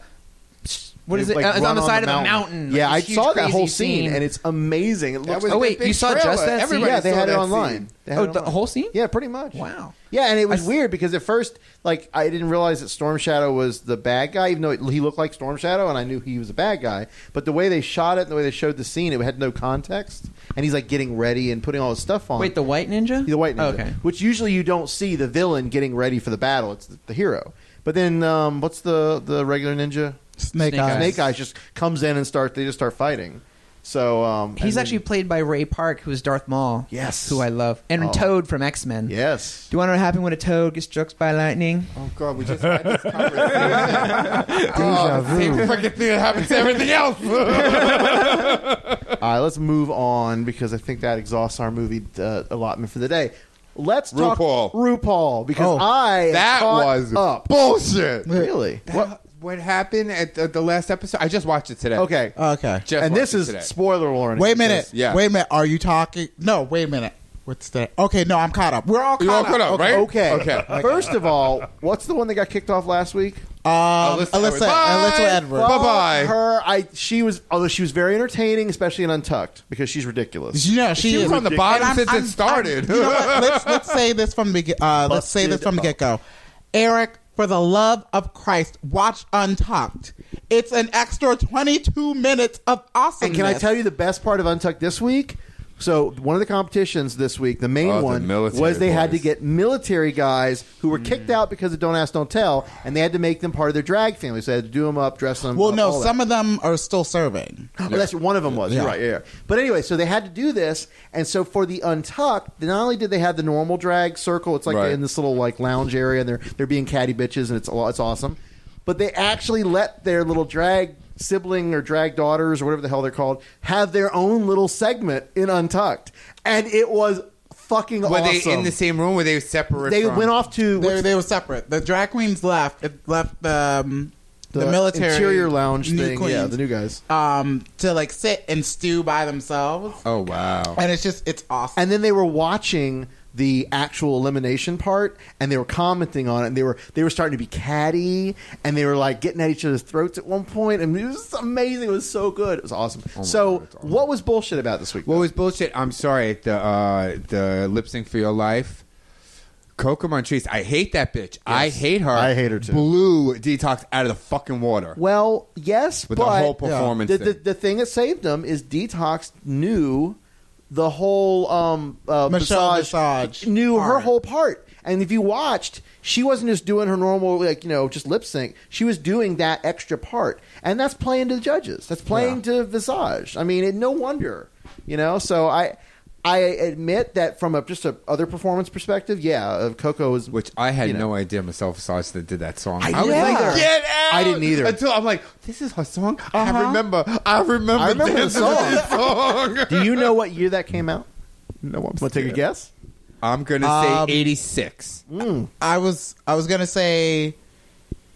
Speaker 6: s- what is
Speaker 1: They,
Speaker 6: it?
Speaker 1: like,
Speaker 6: Uh, it's
Speaker 1: run
Speaker 6: on the side of a
Speaker 1: mountain.
Speaker 6: mountain. like
Speaker 1: Yeah,
Speaker 6: this
Speaker 1: I
Speaker 6: huge
Speaker 1: saw that
Speaker 6: crazy
Speaker 1: whole scene, and it's amazing. It looks.
Speaker 6: was Oh, a wait, big you saw trailer. just that
Speaker 1: Everybody
Speaker 6: scene?
Speaker 1: Yeah, they
Speaker 6: saw
Speaker 1: had it
Speaker 6: that
Speaker 1: online.
Speaker 6: scene.
Speaker 1: They had
Speaker 6: Oh,
Speaker 1: it
Speaker 6: the
Speaker 1: online.
Speaker 6: whole scene?
Speaker 1: Yeah, pretty much.
Speaker 6: Wow.
Speaker 1: Yeah, and it was weird because at first, like, I didn't realize that Storm Shadow was the bad guy, even though it- he looked like Storm Shadow, and I knew he was a bad guy. But the way they shot it, and the way they showed the scene, it had no context, and he's like getting ready and putting all his stuff on.
Speaker 6: Wait, the white ninja?
Speaker 1: The white ninja.
Speaker 6: Okay.
Speaker 1: Which usually you don't see the villain getting ready for the battle; it's the, the hero. But then, um, what's the the regular ninja?
Speaker 2: Snake Eyes.
Speaker 1: Snake Eyes just comes in and start. They just start fighting. So um,
Speaker 6: He's
Speaker 1: and then-
Speaker 6: actually played by Ray Park, who is Darth Maul.
Speaker 1: Yes.
Speaker 6: who I love, and
Speaker 1: Oh.
Speaker 6: Toad from X Men.
Speaker 1: Yes.
Speaker 6: Do you want to know what happened when a Toad gets struck by lightning?
Speaker 3: Oh God, we just had this conversation.
Speaker 1: Deja vu.
Speaker 3: Same fucking thing that happens to everything else.
Speaker 1: All right, let's move on because I think that exhausts our movie uh, allotment for the day. Let's talk
Speaker 3: RuPaul.
Speaker 1: RuPaul because
Speaker 3: Oh,
Speaker 1: I am
Speaker 3: that
Speaker 1: caught
Speaker 3: was
Speaker 1: up.
Speaker 3: bullshit.
Speaker 1: Really?
Speaker 3: What what happened at the, the last episode? I just watched it today.
Speaker 1: Okay.
Speaker 2: Okay.
Speaker 3: Just
Speaker 1: and this
Speaker 3: watched it
Speaker 1: is
Speaker 3: today.
Speaker 1: spoiler warning.
Speaker 2: Wait a minute.
Speaker 3: Yeah.
Speaker 2: Wait a minute. Are you talking? No. Wait a minute. What's that? Okay. No, I'm caught up. We're all caught
Speaker 3: You're all caught up, right?
Speaker 1: Okay.
Speaker 3: Okay.
Speaker 1: First of all, what's the one that got kicked off last week?
Speaker 2: Um, Alyssa, Alyssa, Alyssa Edwards.
Speaker 1: Fuck
Speaker 3: Bye-bye.
Speaker 1: Her, I. She was. Although she was very entertaining, especially in Untucked, because she's ridiculous.
Speaker 2: You know, she,
Speaker 3: She was
Speaker 2: is
Speaker 3: on the bottom
Speaker 2: And I'm-
Speaker 3: since it
Speaker 2: I'm- I'm-
Speaker 3: started.
Speaker 2: you know what? Let's let's say this from the get- uh, let's say this from the get go. Eric, for the love of Christ, watch Untucked. It's an extra twenty two minutes of
Speaker 1: And
Speaker 2: awesomeness.
Speaker 1: can I tell you the best part of Untucked this week? So one of the competitions this week, the main
Speaker 3: Oh,
Speaker 1: one
Speaker 3: the military
Speaker 1: was they had to
Speaker 3: boys. Mm.
Speaker 1: get military guys who were kicked out because of Don't Ask, Don't Tell, and they had to make them part of their drag family. So they had to do them up, dress them.
Speaker 2: Well,
Speaker 1: up,
Speaker 2: no,
Speaker 1: all that.
Speaker 2: some of them are still serving.
Speaker 1: Oh, that's one of them was. You're
Speaker 2: Yeah.
Speaker 1: right. Yeah, yeah. But anyway, so they had to do this, and so for the untucked, not only did they have the normal drag circle, it's like
Speaker 3: Right.
Speaker 1: in this little like lounge area, and they're they're being catty bitches, and it's a lot, it's awesome. But they actually let their little drag sibling or drag daughters or whatever the hell they're called have their own little segment in Untucked, and it was fucking
Speaker 3: Were
Speaker 1: awesome.
Speaker 3: they in the same room? Were they separate?
Speaker 1: They
Speaker 3: from-
Speaker 1: went off to
Speaker 2: They, they were separate. The drag queens left. It left um, the,
Speaker 1: The
Speaker 2: military
Speaker 1: interior lounge
Speaker 2: new
Speaker 1: thing, yeah, the new guys.
Speaker 2: um, to like sit and stew by themselves.
Speaker 3: Oh wow!
Speaker 2: And it's just it's awesome.
Speaker 1: and then they were watching the actual elimination part and they were commenting on it and they were they were starting to be catty and they were like getting at each other's throats at one point and it was amazing it was so good it was awesome so what was bullshit about this week
Speaker 3: What was bullshit? I'm sorry. The uh, the lip sync for your life. Coco Montrese, I hate that bitch. I hate her.
Speaker 1: I hate her too.
Speaker 3: Blew detox out of the fucking water.
Speaker 1: well yes
Speaker 3: With the
Speaker 1: but
Speaker 3: whole performance
Speaker 1: the, the,
Speaker 3: thing.
Speaker 1: the thing that saved them is detox knew the whole um uh,
Speaker 2: Michelle
Speaker 1: massage,
Speaker 2: Visage
Speaker 1: knew her
Speaker 2: part.
Speaker 1: whole part and if you watched she wasn't just doing her normal like you know just lip sync she was doing that extra part and that's playing to the judges that's playing to visage i mean it, no wonder you know so i i admit that from a just a other performance perspective yeah uh, coco was
Speaker 3: Which I had
Speaker 1: You know.
Speaker 3: no idea myself Sarge that did that song.
Speaker 1: I
Speaker 3: was
Speaker 1: didn't
Speaker 3: like,
Speaker 1: either.
Speaker 3: get out!
Speaker 1: I didn't either. Uh-huh.
Speaker 3: Until I'm like, this is her song. I remember. I remember.
Speaker 1: I remember the
Speaker 3: dancing to
Speaker 1: song.
Speaker 3: this song.
Speaker 1: do you know what year that came out
Speaker 3: no, I'm
Speaker 1: want to take a
Speaker 3: scared.
Speaker 1: guess
Speaker 3: I'm gonna
Speaker 2: Um,
Speaker 3: say 86.
Speaker 2: I was I was gonna say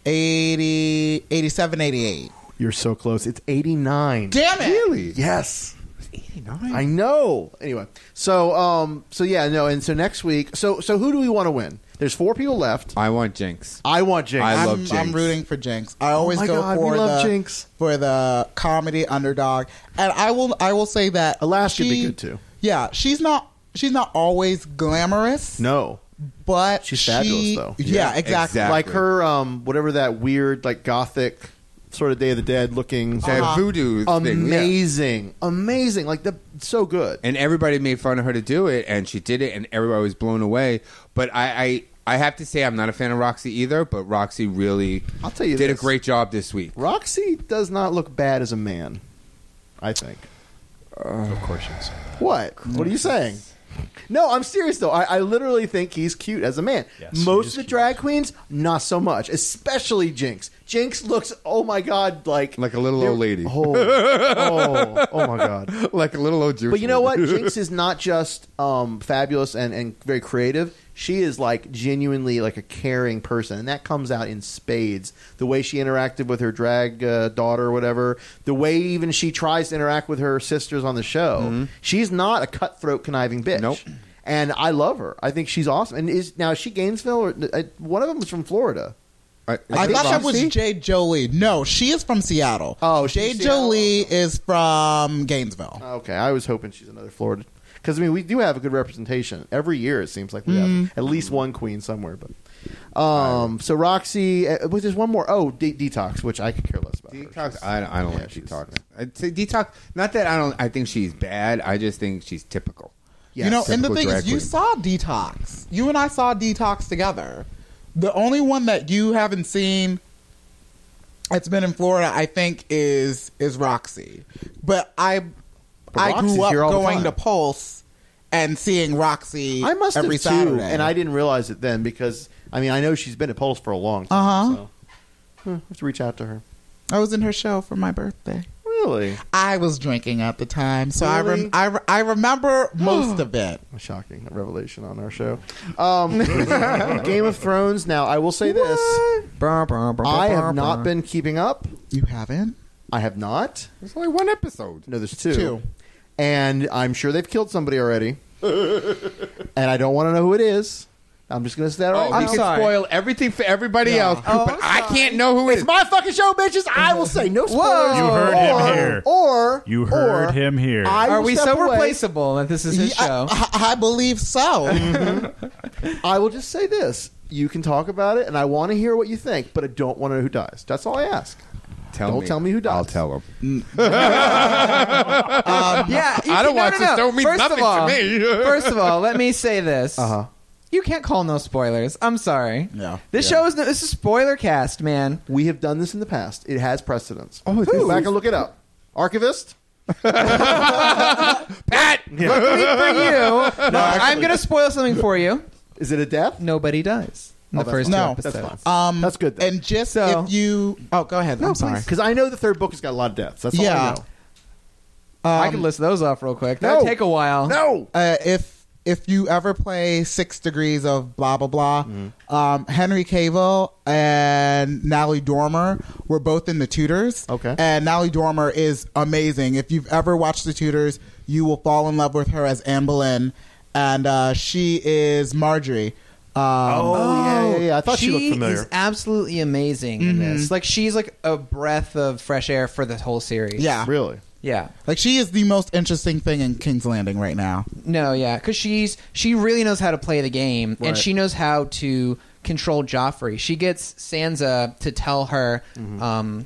Speaker 2: 80, 87, 88.
Speaker 1: you're so close it's 89
Speaker 2: Damn it!
Speaker 3: Really?
Speaker 1: yes 89. I know. Anyway, so um, so yeah, no, and so next week, so so who do we want to win? There's four people left.
Speaker 3: I want Jinx.
Speaker 1: I want Jinx.
Speaker 2: I'm, I'm rooting for Jinx. I always
Speaker 1: Oh my
Speaker 2: go
Speaker 1: God,
Speaker 2: for
Speaker 1: we love
Speaker 2: the
Speaker 1: Jinx.
Speaker 2: for the comedy underdog, and I will I will say that
Speaker 1: Alaska
Speaker 2: she'd
Speaker 1: be good, too.
Speaker 2: Yeah, she's not she's not always glamorous.
Speaker 1: No.
Speaker 2: but
Speaker 1: She's
Speaker 2: she-
Speaker 1: fabulous though.
Speaker 2: Yeah, exactly.
Speaker 1: Like her um whatever that weird like gothic sort of Day of the Dead looking
Speaker 3: That
Speaker 1: Uh-huh.
Speaker 3: voodoo thing, yeah.
Speaker 1: Amazing. Amazing. Like the so good.
Speaker 3: And everybody made fun of her to do it, and she did it, and everybody was blown away. But I, I, I have to say, I'm not a fan of Roxy either. But Roxy really,
Speaker 1: I'll tell you
Speaker 3: did
Speaker 1: this.
Speaker 3: a great job this week.
Speaker 1: Roxy does not look bad as a man, I think.
Speaker 5: of course you'd say that.
Speaker 1: What? What are you saying? No, I'm serious though. I, I literally think he's cute as a man. Most of the drag queens, not so much. Especially Jinx. Jinx looks, oh my god, like
Speaker 3: like a little old lady.
Speaker 1: Oh, oh, oh my god.
Speaker 3: like a little old Jewish.
Speaker 1: But you know what?
Speaker 3: lady.
Speaker 1: Jinx is not just um, fabulous and, and very creative. She is like genuinely like a caring person, and that comes out in spades. The way she interacted with her drag uh, daughter, or whatever. The way even she tries to interact with her sisters on the show. She's not a cutthroat, conniving bitch. Nope. And I love her. I think she's awesome. And is now is she Gainesville or uh, one of them is from Florida?
Speaker 3: I,
Speaker 2: I thought that was Jade Jolie. No, she is from Seattle. Oh, Jade Jolie is from Gainesville.
Speaker 1: Okay, I was hoping she's another Florida. Because I mean, we do have a good representation every year. It seems like we
Speaker 2: Mm.
Speaker 1: have at least one queen somewhere. But um, so Roxy, uh, well, there's one more. Oh, de- detox, which I could care less about.
Speaker 3: Detox. I, I don't like detox. I'd say detox. Not that I don't. I think she's bad. I just think she's typical.
Speaker 2: You know, and the
Speaker 3: Typical
Speaker 2: thing
Speaker 3: drag
Speaker 2: is, you
Speaker 3: queen.
Speaker 2: saw Detox. You and I saw Detox together. The only one that you haven't seen that's been in Florida, I think, is is Roxy. But I
Speaker 1: But
Speaker 2: I
Speaker 1: Roxy's
Speaker 2: grew up
Speaker 1: here all the
Speaker 2: going
Speaker 1: time.
Speaker 2: to Pulse and seeing Roxy.
Speaker 1: I must
Speaker 2: every
Speaker 1: have too,
Speaker 2: Saturday.
Speaker 1: and I didn't realize it then because I mean I know she's been at Pulse for a long time.
Speaker 2: Uh-huh.
Speaker 1: So. Hmm, I have to reach out to her.
Speaker 2: I was in her show for my birthday.
Speaker 1: Really?
Speaker 2: I was drinking at the time, so I rem-
Speaker 1: Really?
Speaker 2: I, re- I remember most of it.
Speaker 1: Shocking revelation on our show. Um, Game of Thrones. Now I will say this: I have not been keeping up.
Speaker 2: You haven't?
Speaker 1: I have not.
Speaker 3: There's only one episode.
Speaker 1: No, there's two.
Speaker 2: Two.
Speaker 1: And I'm sure they've killed somebody already. and I don't want to know who it is. I'm just going to say that
Speaker 3: Oh,
Speaker 1: right
Speaker 3: we
Speaker 1: now.
Speaker 3: can spoil everything for everybody else, but I can't know who it
Speaker 1: It's
Speaker 3: is.
Speaker 1: my fucking show, bitches. I will say no spoilers.
Speaker 5: You heard him
Speaker 3: Oh.
Speaker 1: or,
Speaker 5: here.
Speaker 1: Or
Speaker 5: You heard
Speaker 1: or
Speaker 5: him here.
Speaker 1: I
Speaker 6: Are
Speaker 1: will
Speaker 6: we
Speaker 1: step
Speaker 6: so
Speaker 1: away.
Speaker 6: replaceable that this is his
Speaker 2: Yeah,
Speaker 6: show?
Speaker 2: I, I believe so.
Speaker 1: I will just say this. You can talk about it, and I want to hear what you think, but I don't want to know who dies. That's all I ask.
Speaker 3: Tell
Speaker 1: don't
Speaker 3: me.
Speaker 1: tell me who dies.
Speaker 3: I'll tell him.
Speaker 6: Um, yeah, you
Speaker 3: I
Speaker 6: can-
Speaker 3: don't
Speaker 6: no,
Speaker 3: watch
Speaker 6: no,
Speaker 3: this.
Speaker 6: no.
Speaker 3: Don't mean
Speaker 6: First
Speaker 3: nothing
Speaker 6: of
Speaker 3: to
Speaker 6: all,
Speaker 3: me.
Speaker 6: first of all, let me say this.
Speaker 1: Uh-huh.
Speaker 6: You can't call no spoilers. I'm sorry.
Speaker 2: No.
Speaker 6: This show is no, this is spoiler cast, man.
Speaker 1: We have done this in the past. It has precedence.
Speaker 3: Oh,
Speaker 1: Go back and look it up. Archivist.
Speaker 3: Pat.
Speaker 6: Luckily for you, I'm going to spoil something for you.
Speaker 1: Is it a death?
Speaker 6: Nobody dies in
Speaker 1: Oh,
Speaker 6: the
Speaker 1: that's
Speaker 6: first two
Speaker 2: fine. No,
Speaker 6: episodes.
Speaker 1: That's fine.
Speaker 2: Um,
Speaker 1: That's good. Though.
Speaker 2: And just
Speaker 6: So-
Speaker 2: if you, oh, go ahead. I'm sorry.
Speaker 1: Because I know the third book has got a lot of deaths. That's all I
Speaker 2: Yeah.
Speaker 1: know.
Speaker 6: I
Speaker 1: Um,
Speaker 6: can list those off real quick. That'll
Speaker 1: No.
Speaker 6: take a while.
Speaker 1: No.
Speaker 2: Uh, if if you ever play Six Degrees of Blah Blah Blah,
Speaker 1: Mm-hmm.
Speaker 2: um, Henry Cavill and Natalie Dormer were both in The Tudors.
Speaker 1: Okay.
Speaker 2: and Natalie Dormer is amazing. If you've ever watched The Tudors, you will fall in love with her as Anne Boleyn, and uh, she is Marjorie. Um,
Speaker 1: Oh, yeah, yeah, yeah. I thought she,
Speaker 6: she
Speaker 1: looked
Speaker 6: is
Speaker 1: familiar.
Speaker 6: absolutely amazing in this.
Speaker 3: Mm-hmm.
Speaker 6: Like she's like a breath of fresh air for the whole series.
Speaker 2: Yeah,
Speaker 1: Really?
Speaker 6: Yeah.
Speaker 2: like she is the most interesting thing in King's Landing right now.
Speaker 6: No, yeah, because she's she really knows how to play the game,
Speaker 1: Right.
Speaker 6: and she knows how to control Joffrey. She gets Sansa to tell her, um,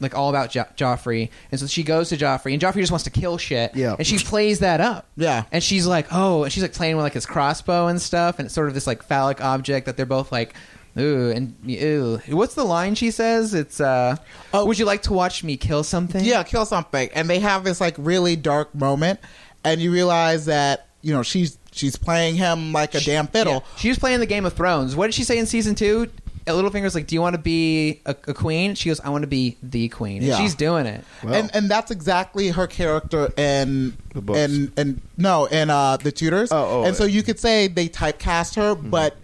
Speaker 6: like all about jo- Joffrey, and so she goes to Joffrey, and Joffrey just wants to kill shit,
Speaker 1: Yeah.
Speaker 6: and she plays that up,
Speaker 2: Yeah.
Speaker 6: and she's like, oh, and she's like playing with like his crossbow and stuff, and it's sort of this like phallic object that they're both like. Ooh, and ooh. What's the line she says? It's uh would you like to watch me kill something?
Speaker 2: Yeah, kill something. And they have this like really dark moment, and you realize that you know she's she's playing him like a damn fiddle.
Speaker 6: Yeah. She was playing the Game of Thrones. What did she say in season two? Uh, Littlefinger's like, "Do you want to be a, a queen?" She goes, "I want to be the queen." And
Speaker 2: Yeah.
Speaker 6: she's doing it.
Speaker 2: And and that's exactly her character in
Speaker 1: The books.
Speaker 2: and and no in uh the tutors.
Speaker 1: Oh, oh,
Speaker 2: and so
Speaker 1: yeah. Mm-hmm.
Speaker 2: you could say they typecast her, but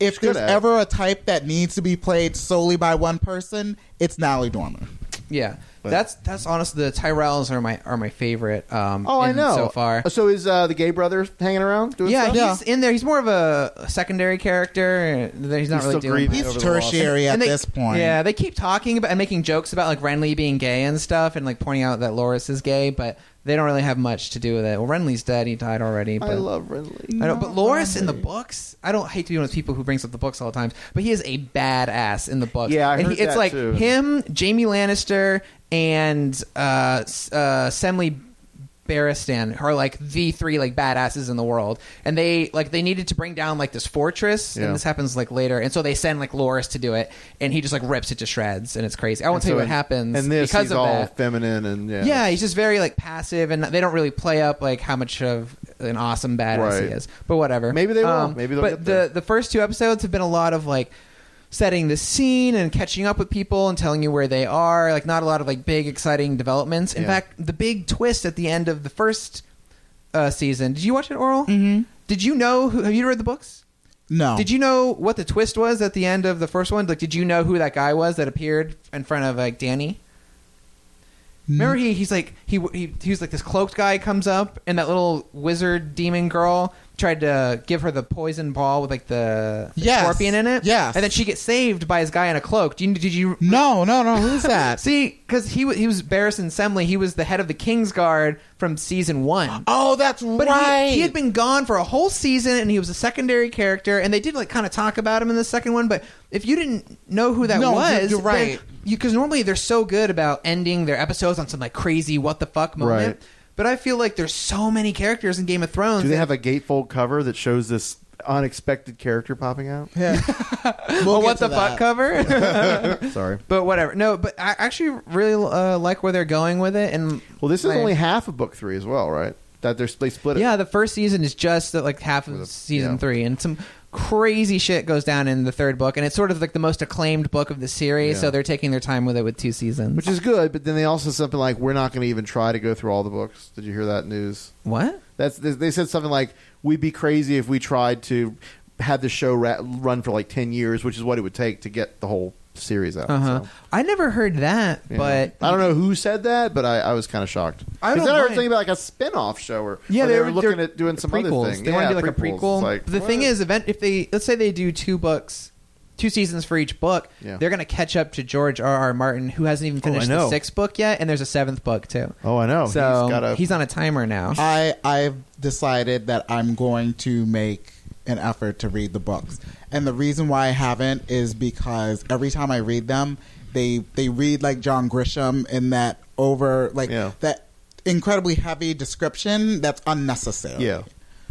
Speaker 2: if
Speaker 1: good
Speaker 2: there's
Speaker 1: at it.
Speaker 2: ever a type that needs to be played solely by one person, it's Natalie Dormer.
Speaker 6: Yeah.
Speaker 1: But-
Speaker 6: That's that's honestly the Tyrells are my are my favorite. Um,
Speaker 1: Oh, I
Speaker 6: in-
Speaker 1: know.
Speaker 6: so far.
Speaker 1: So is uh, the gay brother hanging around? Doing
Speaker 6: yeah,
Speaker 1: stuff?
Speaker 6: he's in there. He's more of a a secondary character. and He's
Speaker 1: He's
Speaker 6: not
Speaker 1: still
Speaker 6: really doing
Speaker 1: grieving
Speaker 6: much.
Speaker 1: over He's the loss. tertiary
Speaker 6: And
Speaker 1: at this point.
Speaker 6: Yeah, they keep talking about and making jokes about like Renly being gay and stuff, and like pointing out that Loris is gay, but they don't really have much to do with it. Well, Renly's dead; he died already. But
Speaker 1: I love Renly.
Speaker 6: I don't. But Loris in the books, I don't hate to be one of those people who brings up the books all the time, but he is a badass in the books.
Speaker 1: Yeah, I
Speaker 6: and
Speaker 1: heard
Speaker 6: he, it's
Speaker 1: that
Speaker 6: like
Speaker 1: too.
Speaker 6: him, Jamie Lannister, and uh, S- uh, Semley Barristan are like the three like badasses in the world, and they like they needed to bring down like this fortress,
Speaker 1: Yeah.
Speaker 6: and this happens like later, and so they send like Loris to do it, and he just like rips it to shreds, and it's crazy. I won't
Speaker 1: And
Speaker 6: tell you
Speaker 1: so
Speaker 6: what
Speaker 1: in-
Speaker 6: happens
Speaker 1: And this,
Speaker 6: because
Speaker 1: he's
Speaker 6: of
Speaker 1: all
Speaker 6: that.
Speaker 1: feminine and yeah.
Speaker 6: Yeah. he's just very like passive, and they don't really play up like how much of an awesome badass
Speaker 1: Right.
Speaker 6: he is. But whatever, Um,
Speaker 1: Maybe they will. Maybe they'll get
Speaker 6: but the the first two episodes have been a lot of like setting the scene and catching up with people and telling you where they are. Like not a lot of like big exciting developments. In
Speaker 1: Yeah.
Speaker 6: fact, the big twist at the end of the first uh, season. Did you watch it, Oral? Mm-hmm. Did you know? Who, have you read the books?
Speaker 2: No.
Speaker 6: Did you know what the twist was at the end of the first one? Like, did you know who that guy was that appeared in front of like Danny? Remember, he he's like he he he was like this cloaked guy comes up, and that little wizard demon girl tried to give her the poison ball with like the, the
Speaker 2: Yes.
Speaker 6: scorpion in it.
Speaker 2: Yes.
Speaker 6: and then she gets saved by his guy in a cloak. Did you? Did you
Speaker 2: no, no, no. Who's that?
Speaker 6: See, because he wa- he was Barristan Semley. He was the head of the King's Guard from season one.
Speaker 2: Oh, that's
Speaker 6: but
Speaker 2: right.
Speaker 6: He, he had been gone for a whole season, and he was a secondary character. And they did like kind of talk about him in the second one. But if you didn't know who that
Speaker 2: No, you're-
Speaker 6: was,
Speaker 2: you're
Speaker 6: then
Speaker 2: right.
Speaker 6: you because normally they're so good about ending their episodes on some like crazy what the fuck moment.
Speaker 1: Right.
Speaker 6: But I feel like there's so many characters in Game of Thrones.
Speaker 1: Do they
Speaker 6: that-
Speaker 1: have a gatefold cover that shows this unexpected character popping out?
Speaker 2: Yeah.
Speaker 6: well, Oh, what the fuck cover?
Speaker 1: Sorry.
Speaker 6: but whatever. No, but I actually really uh, like where they're going with it. And
Speaker 1: Well, this is
Speaker 6: my-
Speaker 1: only half of book three as well, right? That they're, they split it.
Speaker 6: Yeah, the first season is just the, like half of season
Speaker 1: yeah.
Speaker 6: three, and some crazy shit goes down in the third book, and it's sort of like the most acclaimed book of the series.
Speaker 1: Yeah.
Speaker 6: So they're taking their time with it with two seasons.
Speaker 1: which is good. But then they also said something like, "We're not going to even try to go through all the books." Did you hear that news?
Speaker 6: What?
Speaker 1: That's they, they said something like, "We'd be crazy if we tried to have the show ra- run for like ten years, which is what it would take to get the whole series out."
Speaker 6: uh huh.
Speaker 1: So,
Speaker 6: I never heard that,
Speaker 1: yeah.
Speaker 6: but
Speaker 1: I don't know who said that, but I, I was kind of shocked.
Speaker 6: I
Speaker 1: Because
Speaker 6: don't
Speaker 1: then I heard
Speaker 6: blame-
Speaker 1: something about like a spin-off show or
Speaker 6: Yeah,
Speaker 1: or they
Speaker 6: they're-
Speaker 1: were looking
Speaker 6: they're
Speaker 1: at doing some
Speaker 6: prequels.
Speaker 1: other thing.
Speaker 6: They
Speaker 1: yeah,
Speaker 6: want to do like
Speaker 1: prequels.
Speaker 6: a prequel.
Speaker 1: It's like,
Speaker 6: the thing
Speaker 1: what?
Speaker 6: is, event if they let's say they do two books, two seasons for each book,
Speaker 1: Yeah.
Speaker 6: they're going to catch up to George R. R. Martin, who hasn't even
Speaker 1: Oh, I
Speaker 6: finished
Speaker 1: know.
Speaker 6: the sixth book yet, and there's a seventh book too.
Speaker 1: oh, I know.
Speaker 6: so
Speaker 1: he's got a
Speaker 6: he's on a timer now.
Speaker 2: I I've decided that I'm going to make an effort to read the books, and the reason why I haven't is because every time I read them, they they read like John Grisham in that over like that incredibly heavy description that's unnecessary.
Speaker 1: Yeah.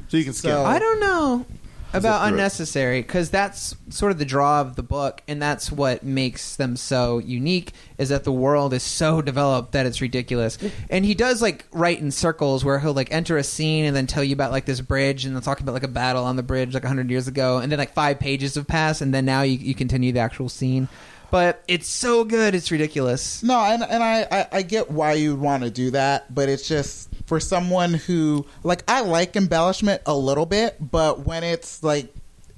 Speaker 1: So you can skip.
Speaker 2: So-
Speaker 6: I don't know
Speaker 2: Zip
Speaker 6: about
Speaker 2: through it.
Speaker 6: unnecessary because that's sort of the draw of the book, and that's what makes them so unique is that the world is so developed that it's ridiculous. And he does like write in circles where he'll like enter a scene and then tell you about like this bridge and they'll talk about like a battle on the bridge like hundred years ago, and then like five pages have passed, and then now you, you continue the actual scene. But it's so good, it's ridiculous.
Speaker 2: No, and and I, I I get why you'd want to do that, but it's just for someone who like I like embellishment a little bit, but when it's like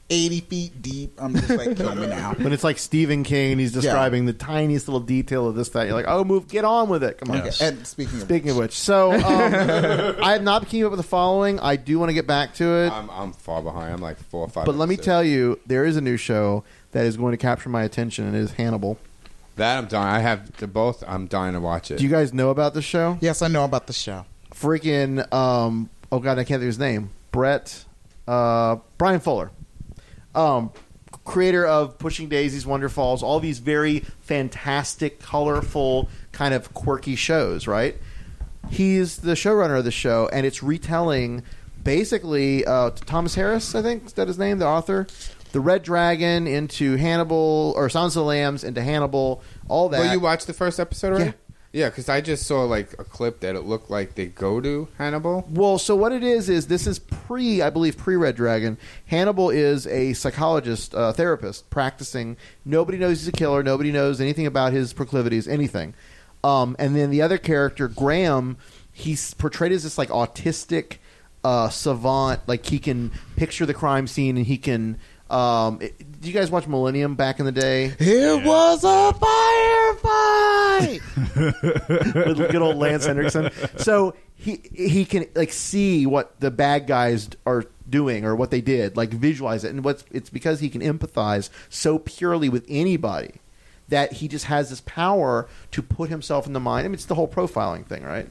Speaker 2: eighty feet deep, I'm just like kill me now.
Speaker 1: When it's like Stephen King and he's describing the tiniest little detail of this, that, you're like, oh, move, get on with it. Come on.
Speaker 2: Okay, And speaking of
Speaker 1: Speaking of which, so um, I have not been keeping up with the following. I do want to get back to it,
Speaker 3: I'm, I'm far behind. I'm like four or five.
Speaker 1: but let me
Speaker 3: episodes.
Speaker 1: tell you, there is a new show that is going to capture my attention, and it is Hannibal.
Speaker 3: that I'm dying. I have the both. I'm dying to watch it.
Speaker 1: Do you guys know about the show?
Speaker 2: yes, I know about the show.
Speaker 1: Freaking, um, oh god, I can't think of his name. Brett, uh, Brian Fuller, um, creator of Pushing Daisies, Wonder Falls, all these very fantastic, colorful, kind of quirky shows, right? he's the showrunner of the show, and it's retelling basically uh, Thomas Harris, I think is that his name, the author, the Red Dragon into Hannibal or Silence of the Lambs into Hannibal, all that.
Speaker 3: Well, you watched the first episode already. Yeah, because I just saw like a clip that it looked like they go to Hannibal.
Speaker 1: Well, so what it is is this is pre, I believe, pre Red Dragon. Hannibal is a psychologist, uh, therapist, practicing. Nobody knows he's a killer. Nobody knows anything about his proclivities, anything. Um, and then the other character, Graham, he's portrayed as this like autistic uh, savant. Like he can picture the crime scene and he can. Um, it- do you guys watch Millennium back in the day?
Speaker 2: It was a firefly. right.
Speaker 1: with good old Lance Hendrickson. So he he can like see what the bad guys are doing or what they did, like visualize it. And what's it's because he can empathize so purely with anybody that he just has this power to put himself in the mind. I mean, it's the whole profiling thing, right?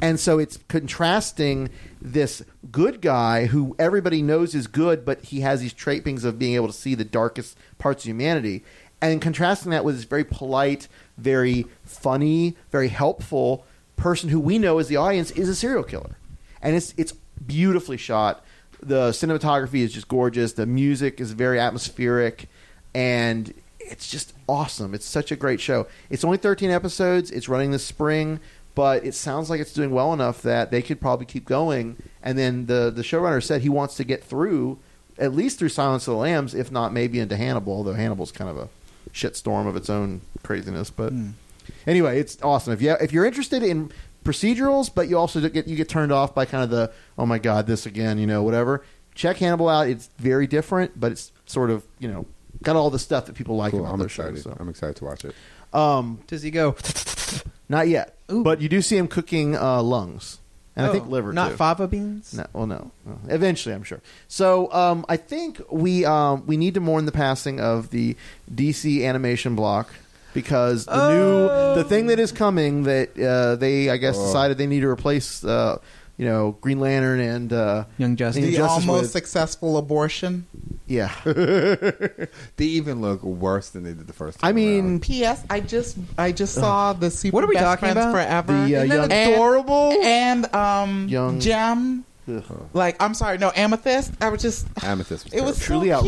Speaker 1: And so it's contrasting this good guy who everybody knows is good, but he has these trappings of being able to see the darkest parts of humanity, and contrasting that with this very polite, very funny, very helpful person who we know as the audience is a serial killer, and it's it's beautifully shot. The cinematography is just gorgeous. The music is very atmospheric, and it's just awesome. It's such a great show. It's only 13 episodes. It's running this spring, but it sounds like it's doing well enough that they could probably keep going. And then the the showrunner said he wants to get through at least through Silence of the Lambs, if not maybe into Hannibal. Although Hannibal's kind of a shitstorm of its own craziness, but anyway, it's awesome. If you if you're interested in procedurals, but you also get you get turned off by kind of the oh my god this again, you know whatever. Check Hannibal out. It's very different, but it's sort of you know got all the stuff that people like
Speaker 3: Cool,
Speaker 1: about
Speaker 3: I'm
Speaker 1: those
Speaker 3: excited.
Speaker 1: shows. So.
Speaker 3: I'm excited to watch it.
Speaker 1: Um,
Speaker 6: Does he go?
Speaker 1: Not yet, but you do see him cooking uh, lungs, and I
Speaker 6: Oh,
Speaker 1: think liver.
Speaker 6: not
Speaker 1: too.
Speaker 6: fava beans.
Speaker 1: No, well, no. No. Eventually, I'm sure. So um, I think we um, we need to mourn the passing of the DC animation block because the new the thing that is coming that uh, they I guess
Speaker 2: Oh.
Speaker 1: decided they need to replace uh, you know Green Lantern and uh,
Speaker 6: Young Justice.
Speaker 2: The almost
Speaker 1: with-
Speaker 2: successful abortion.
Speaker 1: yeah.
Speaker 3: they even look worse than they did the first time.
Speaker 1: I mean,
Speaker 2: P.S. I just I just saw the super
Speaker 6: What are we
Speaker 2: best
Speaker 6: talking
Speaker 2: friends
Speaker 6: about?
Speaker 2: forever.
Speaker 1: The, uh,
Speaker 2: Isn't that
Speaker 1: young-
Speaker 2: adorable and um
Speaker 1: Young-
Speaker 2: gem. Like I'm sorry, no amethyst. I was just
Speaker 3: Amethyst was
Speaker 2: it was
Speaker 3: terrible.
Speaker 2: so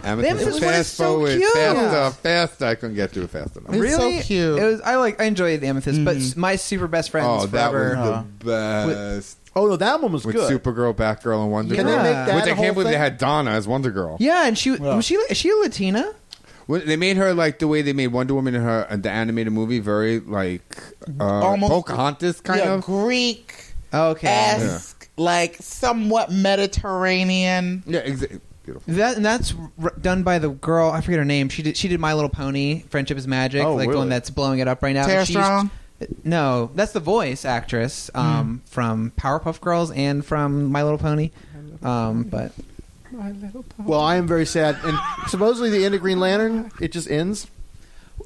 Speaker 2: cute.
Speaker 3: Amethyst
Speaker 6: Them
Speaker 3: was
Speaker 6: is why it's
Speaker 3: fast
Speaker 6: so
Speaker 3: forward,
Speaker 6: cute.
Speaker 3: faster, faster. I couldn't get through it fast enough.
Speaker 2: It's so
Speaker 6: really
Speaker 2: cute. Mm-hmm.
Speaker 6: It was. I like. I enjoyed the amethyst, but s- my super best friends
Speaker 3: Oh, that
Speaker 6: forever.
Speaker 3: was the best.
Speaker 1: Oh no, that one was
Speaker 3: With
Speaker 1: good.
Speaker 3: Supergirl, Batgirl, and Wonder
Speaker 1: Can
Speaker 3: Girl.
Speaker 1: they make that
Speaker 3: Which I
Speaker 1: whole
Speaker 3: can't believe they
Speaker 1: thing?
Speaker 3: had Donna as Wonder Girl.
Speaker 6: yeah, and she was she is she a Latina?
Speaker 3: When they made her like the way they made Wonder Woman in her in the animated movie, very like uh,
Speaker 2: Almost-
Speaker 3: Pocahontas kind
Speaker 2: yeah,
Speaker 3: of.
Speaker 2: Greek
Speaker 6: Okay.
Speaker 2: esque, like somewhat Mediterranean.
Speaker 3: Yeah, exactly. Beautiful.
Speaker 6: That and that's r- done by the girl. I forget her name. She did. She did My Little Pony, Friendship is Magic,
Speaker 1: Oh,
Speaker 6: like the
Speaker 1: really?
Speaker 6: one that's blowing it up right now.
Speaker 2: Tara
Speaker 6: And she's-
Speaker 2: Strong? Hmm.
Speaker 6: No, that's the voice actress um, from Powerpuff Girls and from My Little Pony. Um, but
Speaker 1: Well, I am very sad, and supposedly the end of Green Lantern it just ends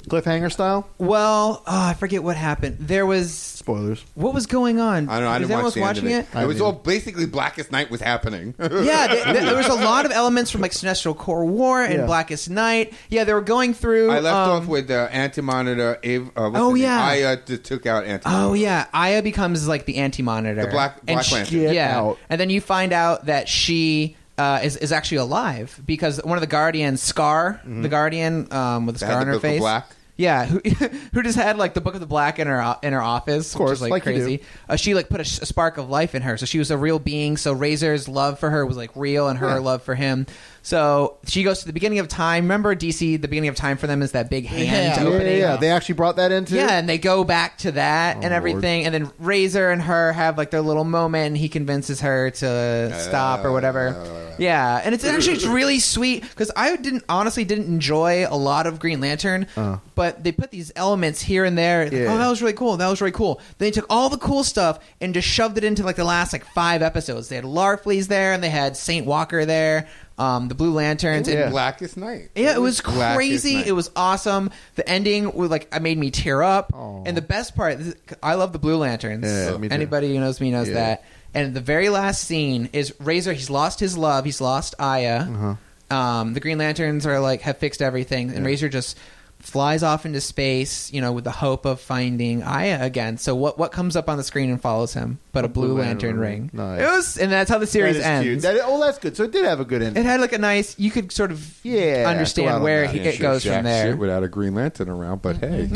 Speaker 1: cliffhanger style.
Speaker 6: well, oh, I forget what happened. There was
Speaker 1: Spoilers.
Speaker 6: what was going on.
Speaker 3: I don't know. I
Speaker 6: Was
Speaker 3: didn't
Speaker 6: anyone
Speaker 3: watch
Speaker 6: else
Speaker 3: the end of
Speaker 6: watching
Speaker 3: it.
Speaker 6: it?
Speaker 3: It was all basically Blackest Night was happening.
Speaker 6: yeah, th- th- there was a lot of elements from like Sinestro Core War and
Speaker 1: Yeah.
Speaker 6: Blackest Night. Yeah, they were going through.
Speaker 3: I left
Speaker 6: um,
Speaker 3: off with uh, Anti Monitor. Uh,
Speaker 6: Oh, yeah.
Speaker 3: I uh, t- took out Anti.
Speaker 6: Oh yeah, Aya becomes like the anti-monitor,
Speaker 3: The Black-
Speaker 6: and
Speaker 3: Black
Speaker 6: she-
Speaker 3: Lantern.
Speaker 1: Get
Speaker 6: yeah,
Speaker 1: out.
Speaker 6: and then you find out that she uh, is is actually alive because one of the Guardians, Scar, the Guardian um, with the
Speaker 3: That
Speaker 6: scar
Speaker 3: had
Speaker 6: on her
Speaker 3: Mm-hmm. the Book of
Speaker 6: face,
Speaker 3: Black.
Speaker 6: yeah, who who just had like the Book of the Black in her uh, in her office, of
Speaker 1: course,
Speaker 6: which is, like,
Speaker 1: like you do.
Speaker 6: crazy. Uh, she like put a, sh- a spark of life in her, so she was a real being. So Razor's love for her was like real, and her love for him. So she goes to the beginning of time. Remember DC? The beginning of time for them is that big hand
Speaker 2: Yeah.
Speaker 1: Yeah, yeah,
Speaker 6: opening.
Speaker 1: yeah. They actually brought that into Oh,
Speaker 6: Yeah, and they go back to that and everything, and then Razor and her have like their little moment, and he convinces her to stop or
Speaker 1: Uh.
Speaker 6: whatever. Yeah, and it's actually it's really sweet because I didn't honestly didn't enjoy a lot of Green Lantern, but they put these elements here and there. Like,
Speaker 1: Uh. Yeah.
Speaker 6: Oh, that was really cool. That was really cool. Then they took all the cool stuff and just shoved it into like the last like five episodes. They had Larfleeze there, and they had Saint Walker there, um, the Blue Lanterns, and
Speaker 1: Yeah.
Speaker 3: Blackest Night.
Speaker 6: yeah, it was
Speaker 3: Blackest
Speaker 6: crazy.
Speaker 3: Night.
Speaker 6: It was awesome. The ending was like it made me tear up. And the best part, this- I love the Blue Lanterns.
Speaker 1: Yeah, me too.
Speaker 6: Anybody who knows me knows that. And the very last scene is Razor. He's lost his love. He's lost Aya.
Speaker 1: Uh-huh.
Speaker 6: Um, the Green Lanterns are like have fixed everything, and Razor just flies off into space. You know, with the hope of finding Aya again. So what what comes up on the screen and follows him? But a, blue, lantern, ring.
Speaker 1: Nice.
Speaker 6: It was, and that's how the
Speaker 1: That
Speaker 6: series
Speaker 1: is
Speaker 6: ends.
Speaker 1: cute. That- oh, that's good. So it did have a good ending.
Speaker 6: It had like a nice. You could sort of
Speaker 1: Yeah, go out
Speaker 6: understand
Speaker 1: on
Speaker 6: where
Speaker 1: that.
Speaker 6: he,
Speaker 3: Can't
Speaker 6: it
Speaker 3: shoot
Speaker 6: goes
Speaker 3: jack
Speaker 6: from there. Mm-hmm.
Speaker 3: shit without a Green Lantern around, but hey.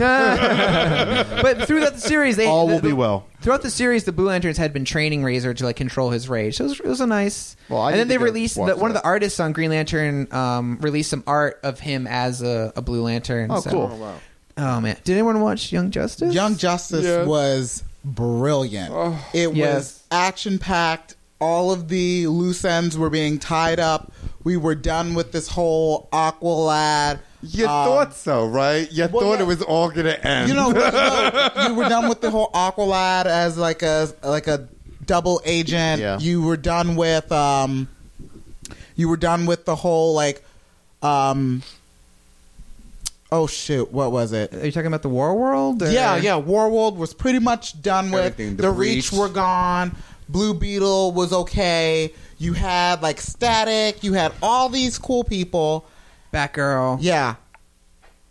Speaker 6: but throughout the series, they
Speaker 1: All will
Speaker 6: the-
Speaker 1: be well.
Speaker 6: Throughout the series, the Blue Lanterns had been training Razor to like control his rage. So it was, it was a nice.
Speaker 1: Well, I
Speaker 6: and then
Speaker 1: need
Speaker 6: they
Speaker 1: to go
Speaker 6: released the,
Speaker 1: watch
Speaker 6: one of
Speaker 1: that.
Speaker 6: the artists on Green Lantern um, released some art of him as a, a Blue Lantern.
Speaker 1: Oh,
Speaker 6: so-
Speaker 1: cool.
Speaker 6: Oh man, did anyone watch Young Justice?
Speaker 2: Young Justice was brilliant. It
Speaker 3: Oh.
Speaker 6: Yes.
Speaker 2: was action packed. All of the loose ends were being tied up we were done with this whole Aqualad. um,
Speaker 3: You
Speaker 6: Uh,
Speaker 3: thought so, right? You thought it was all gonna end.
Speaker 2: You know, you know, you were done with the whole Aqualad as like a like a double agent.
Speaker 3: Yeah.
Speaker 2: You were done with um, you were done with the whole like um. Oh shoot! What was it? Are
Speaker 6: you talking about the War World? or-
Speaker 2: Yeah, yeah. War World was pretty much done with.
Speaker 6: Everything,
Speaker 2: the
Speaker 6: the
Speaker 2: Reach
Speaker 6: Breach.
Speaker 2: were gone. Blue Beetle was okay. You had like Static. You had all these cool people.
Speaker 6: Batgirl.
Speaker 2: Yeah,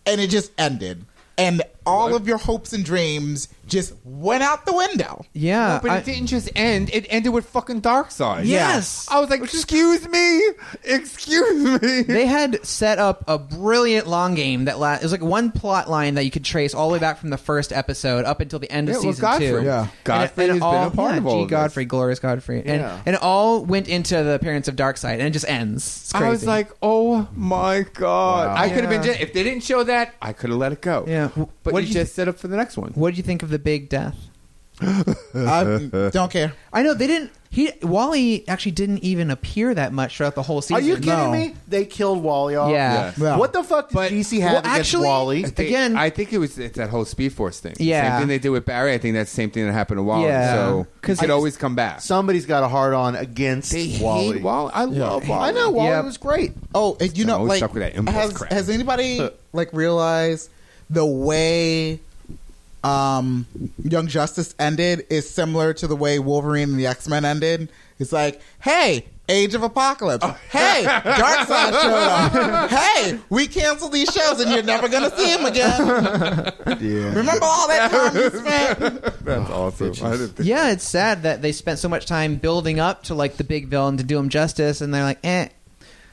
Speaker 2: and it just ended, and all of your hopes and dreams just went out the window.
Speaker 6: Yeah,
Speaker 3: No, but it didn't just end. It ended with fucking Darkseid.
Speaker 6: Yes.
Speaker 3: I was like, excuse me, excuse me.
Speaker 6: they had set up a brilliant long game that la- it was like one plot line that you could trace all the way back from the first episode up until the end of
Speaker 3: Yeah, well,
Speaker 6: season two.
Speaker 3: Godfrey. Yeah.
Speaker 6: And it-
Speaker 3: Godfrey
Speaker 6: and it
Speaker 3: has been
Speaker 6: all-
Speaker 3: a part
Speaker 6: yeah,
Speaker 3: of all
Speaker 6: G.
Speaker 3: of this.
Speaker 6: Godfrey, glorious Godfrey, and
Speaker 3: Yeah.
Speaker 6: and it all went into the appearance of Darkseid, and it just ends. It's crazy.
Speaker 3: I was like, oh my god!
Speaker 6: Wow.
Speaker 3: I could have been
Speaker 6: Yeah.
Speaker 3: just, if they didn't show that, I could have let it go.
Speaker 6: Yeah. What
Speaker 3: but
Speaker 6: did
Speaker 3: you
Speaker 6: you
Speaker 3: just set up for the next one.
Speaker 6: What did you think of the big death?
Speaker 2: I don't care.
Speaker 6: I know they didn't. He Wally actually didn't even appear that much throughout the whole season.
Speaker 1: Are you kidding me? They killed Wally off.
Speaker 6: Yeah. Yeah.
Speaker 1: What the fuck did DC have
Speaker 6: well,
Speaker 1: against
Speaker 6: actually-
Speaker 1: Wally?
Speaker 3: They-
Speaker 6: Again-
Speaker 3: I think it was it's that whole Speed Force thing.
Speaker 1: Yeah.
Speaker 3: same thing they did with Barry. I think that's the same thing that happened to Wally.
Speaker 1: Yeah.
Speaker 3: So
Speaker 1: Because-
Speaker 3: it could always come back.
Speaker 1: Somebody's got a hard on against Wally.
Speaker 3: Wally. I love Wally.
Speaker 1: I know Wally
Speaker 3: Yeah.
Speaker 1: was great.
Speaker 2: Oh, and you
Speaker 3: No,
Speaker 2: know,
Speaker 3: we're
Speaker 2: like,
Speaker 3: stuck with that impulse
Speaker 2: has,
Speaker 3: crap.
Speaker 2: has anybody like realized the way um, Young Justice ended is similar to the way Wolverine and the X Men ended? It's like, hey, Age of Apocalypse.
Speaker 3: Oh.
Speaker 2: Hey, Dark Side showed up. Hey, we canceled these shows and you're never gonna see him again. Remember all that time you spent?
Speaker 3: That's
Speaker 6: Oh,
Speaker 3: awesome. I didn't think-
Speaker 6: Yeah, it's sad that they spent so much time building up to like the big villain to do him justice, and they're like, eh.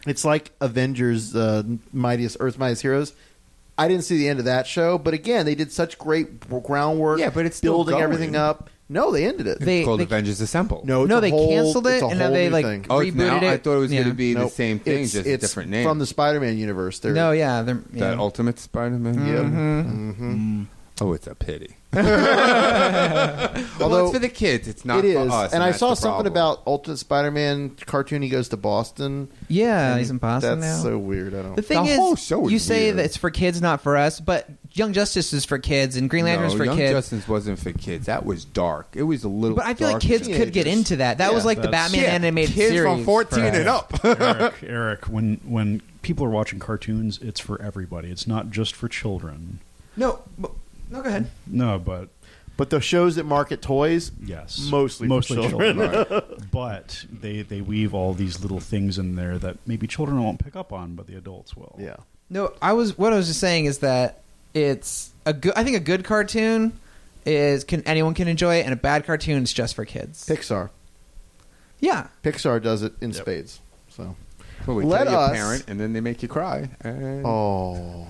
Speaker 1: It's like Avengers, uh, Mightiest Earth's Mightiest Heroes. I didn't see the end of that show, but again, they did such great groundwork.
Speaker 3: Yeah, but it's still
Speaker 1: building
Speaker 3: going.
Speaker 1: everything up. No, they ended it.
Speaker 3: It's called Avengers Assemble.
Speaker 1: No, it's
Speaker 6: No,
Speaker 1: a
Speaker 6: they
Speaker 1: whole-
Speaker 6: canceled it,
Speaker 1: it's a
Speaker 6: and now
Speaker 1: whole
Speaker 6: they,
Speaker 1: new
Speaker 6: like,
Speaker 1: thing.
Speaker 3: Oh, it's now?
Speaker 6: rebooted it.
Speaker 3: I thought it was
Speaker 6: Yeah.
Speaker 3: going to be the
Speaker 1: Nope.
Speaker 3: same thing,
Speaker 1: It's-
Speaker 3: just a
Speaker 1: it's
Speaker 3: different name.
Speaker 1: from the Spider-Man universe. They're-
Speaker 6: No, Mm-hmm. yeah, they're
Speaker 3: That
Speaker 6: yeah.
Speaker 3: Ultimate Spider-Man.
Speaker 1: Mhm.
Speaker 3: Mm. Oh, it's a pity.
Speaker 1: Although-
Speaker 3: Although it's for the kids, it's not
Speaker 1: It is,
Speaker 3: for us.
Speaker 1: and I
Speaker 3: that's
Speaker 1: saw
Speaker 3: the
Speaker 1: something
Speaker 3: problem.
Speaker 1: about Ultimate Spider-Man cartoon. He goes to Boston.
Speaker 6: Yeah,
Speaker 1: And
Speaker 6: he's in Boston
Speaker 1: That's
Speaker 6: now.
Speaker 1: so weird.
Speaker 3: Oh.
Speaker 1: I don't.
Speaker 6: The thing is, you say that it's for kids, not for us, but Young Justice is for kids, and Green Lantern's
Speaker 3: no,
Speaker 6: for
Speaker 3: Young
Speaker 6: kids.
Speaker 3: Justice wasn't for kids. That was dark. It was a little.
Speaker 6: But I feel like
Speaker 3: dark
Speaker 6: kids could get
Speaker 3: teenagers.
Speaker 6: into that. That was
Speaker 3: Yeah,
Speaker 6: like the
Speaker 3: that's-
Speaker 6: Batman
Speaker 3: Yeah,
Speaker 6: animated
Speaker 3: kids
Speaker 6: series.
Speaker 3: from 14
Speaker 6: for
Speaker 3: and
Speaker 6: us.
Speaker 3: up.
Speaker 5: Eric, Eric, when when people are watching cartoons, it's for everybody. It's not just for children.
Speaker 6: No, but- no, go ahead.
Speaker 5: No, but
Speaker 1: but the shows that market toys,
Speaker 5: yes,
Speaker 1: mostly for
Speaker 5: mostly
Speaker 1: children.
Speaker 5: but they they weave all these little things in there that maybe children won't pick up on, but the adults will.
Speaker 1: Yeah.
Speaker 6: No, I was what I was just saying is that it's a good. I think a good cartoon is can anyone can enjoy it, and a bad cartoon is just for kids.
Speaker 1: Pixar.
Speaker 6: Yeah,
Speaker 1: Pixar does it in spades. So
Speaker 3: Well, we
Speaker 1: Let
Speaker 3: tell you a
Speaker 1: us-
Speaker 3: parent, and then they make you cry. And
Speaker 1: oh,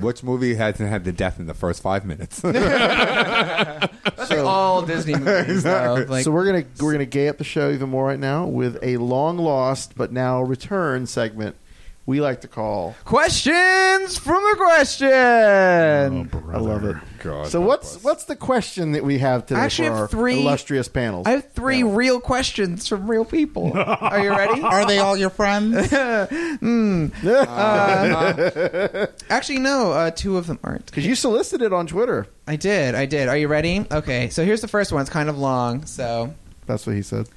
Speaker 3: which movie hasn't had the death in the first five minutes?
Speaker 6: That's
Speaker 3: Oh.
Speaker 6: like all Disney movies. Though. Like,
Speaker 1: so we're gonna we're gonna gay up the show even more right now with a long lost but now return segment we like to call
Speaker 6: questions from the question.
Speaker 1: I love it.
Speaker 3: God,
Speaker 1: so what's what's the question that we have today
Speaker 6: I actually
Speaker 1: for
Speaker 6: have
Speaker 1: our
Speaker 6: three-
Speaker 1: illustrious panels?
Speaker 6: I have three real questions from real people. Are you ready?
Speaker 2: Are they all your friends?
Speaker 6: Hmm. Uh, actually, no. Uh, two of them aren't.
Speaker 1: Because you solicited on Twitter.
Speaker 6: I did. I did. Are you ready? Okay. So here's the first one. It's kind of long. So.
Speaker 1: That's what he said.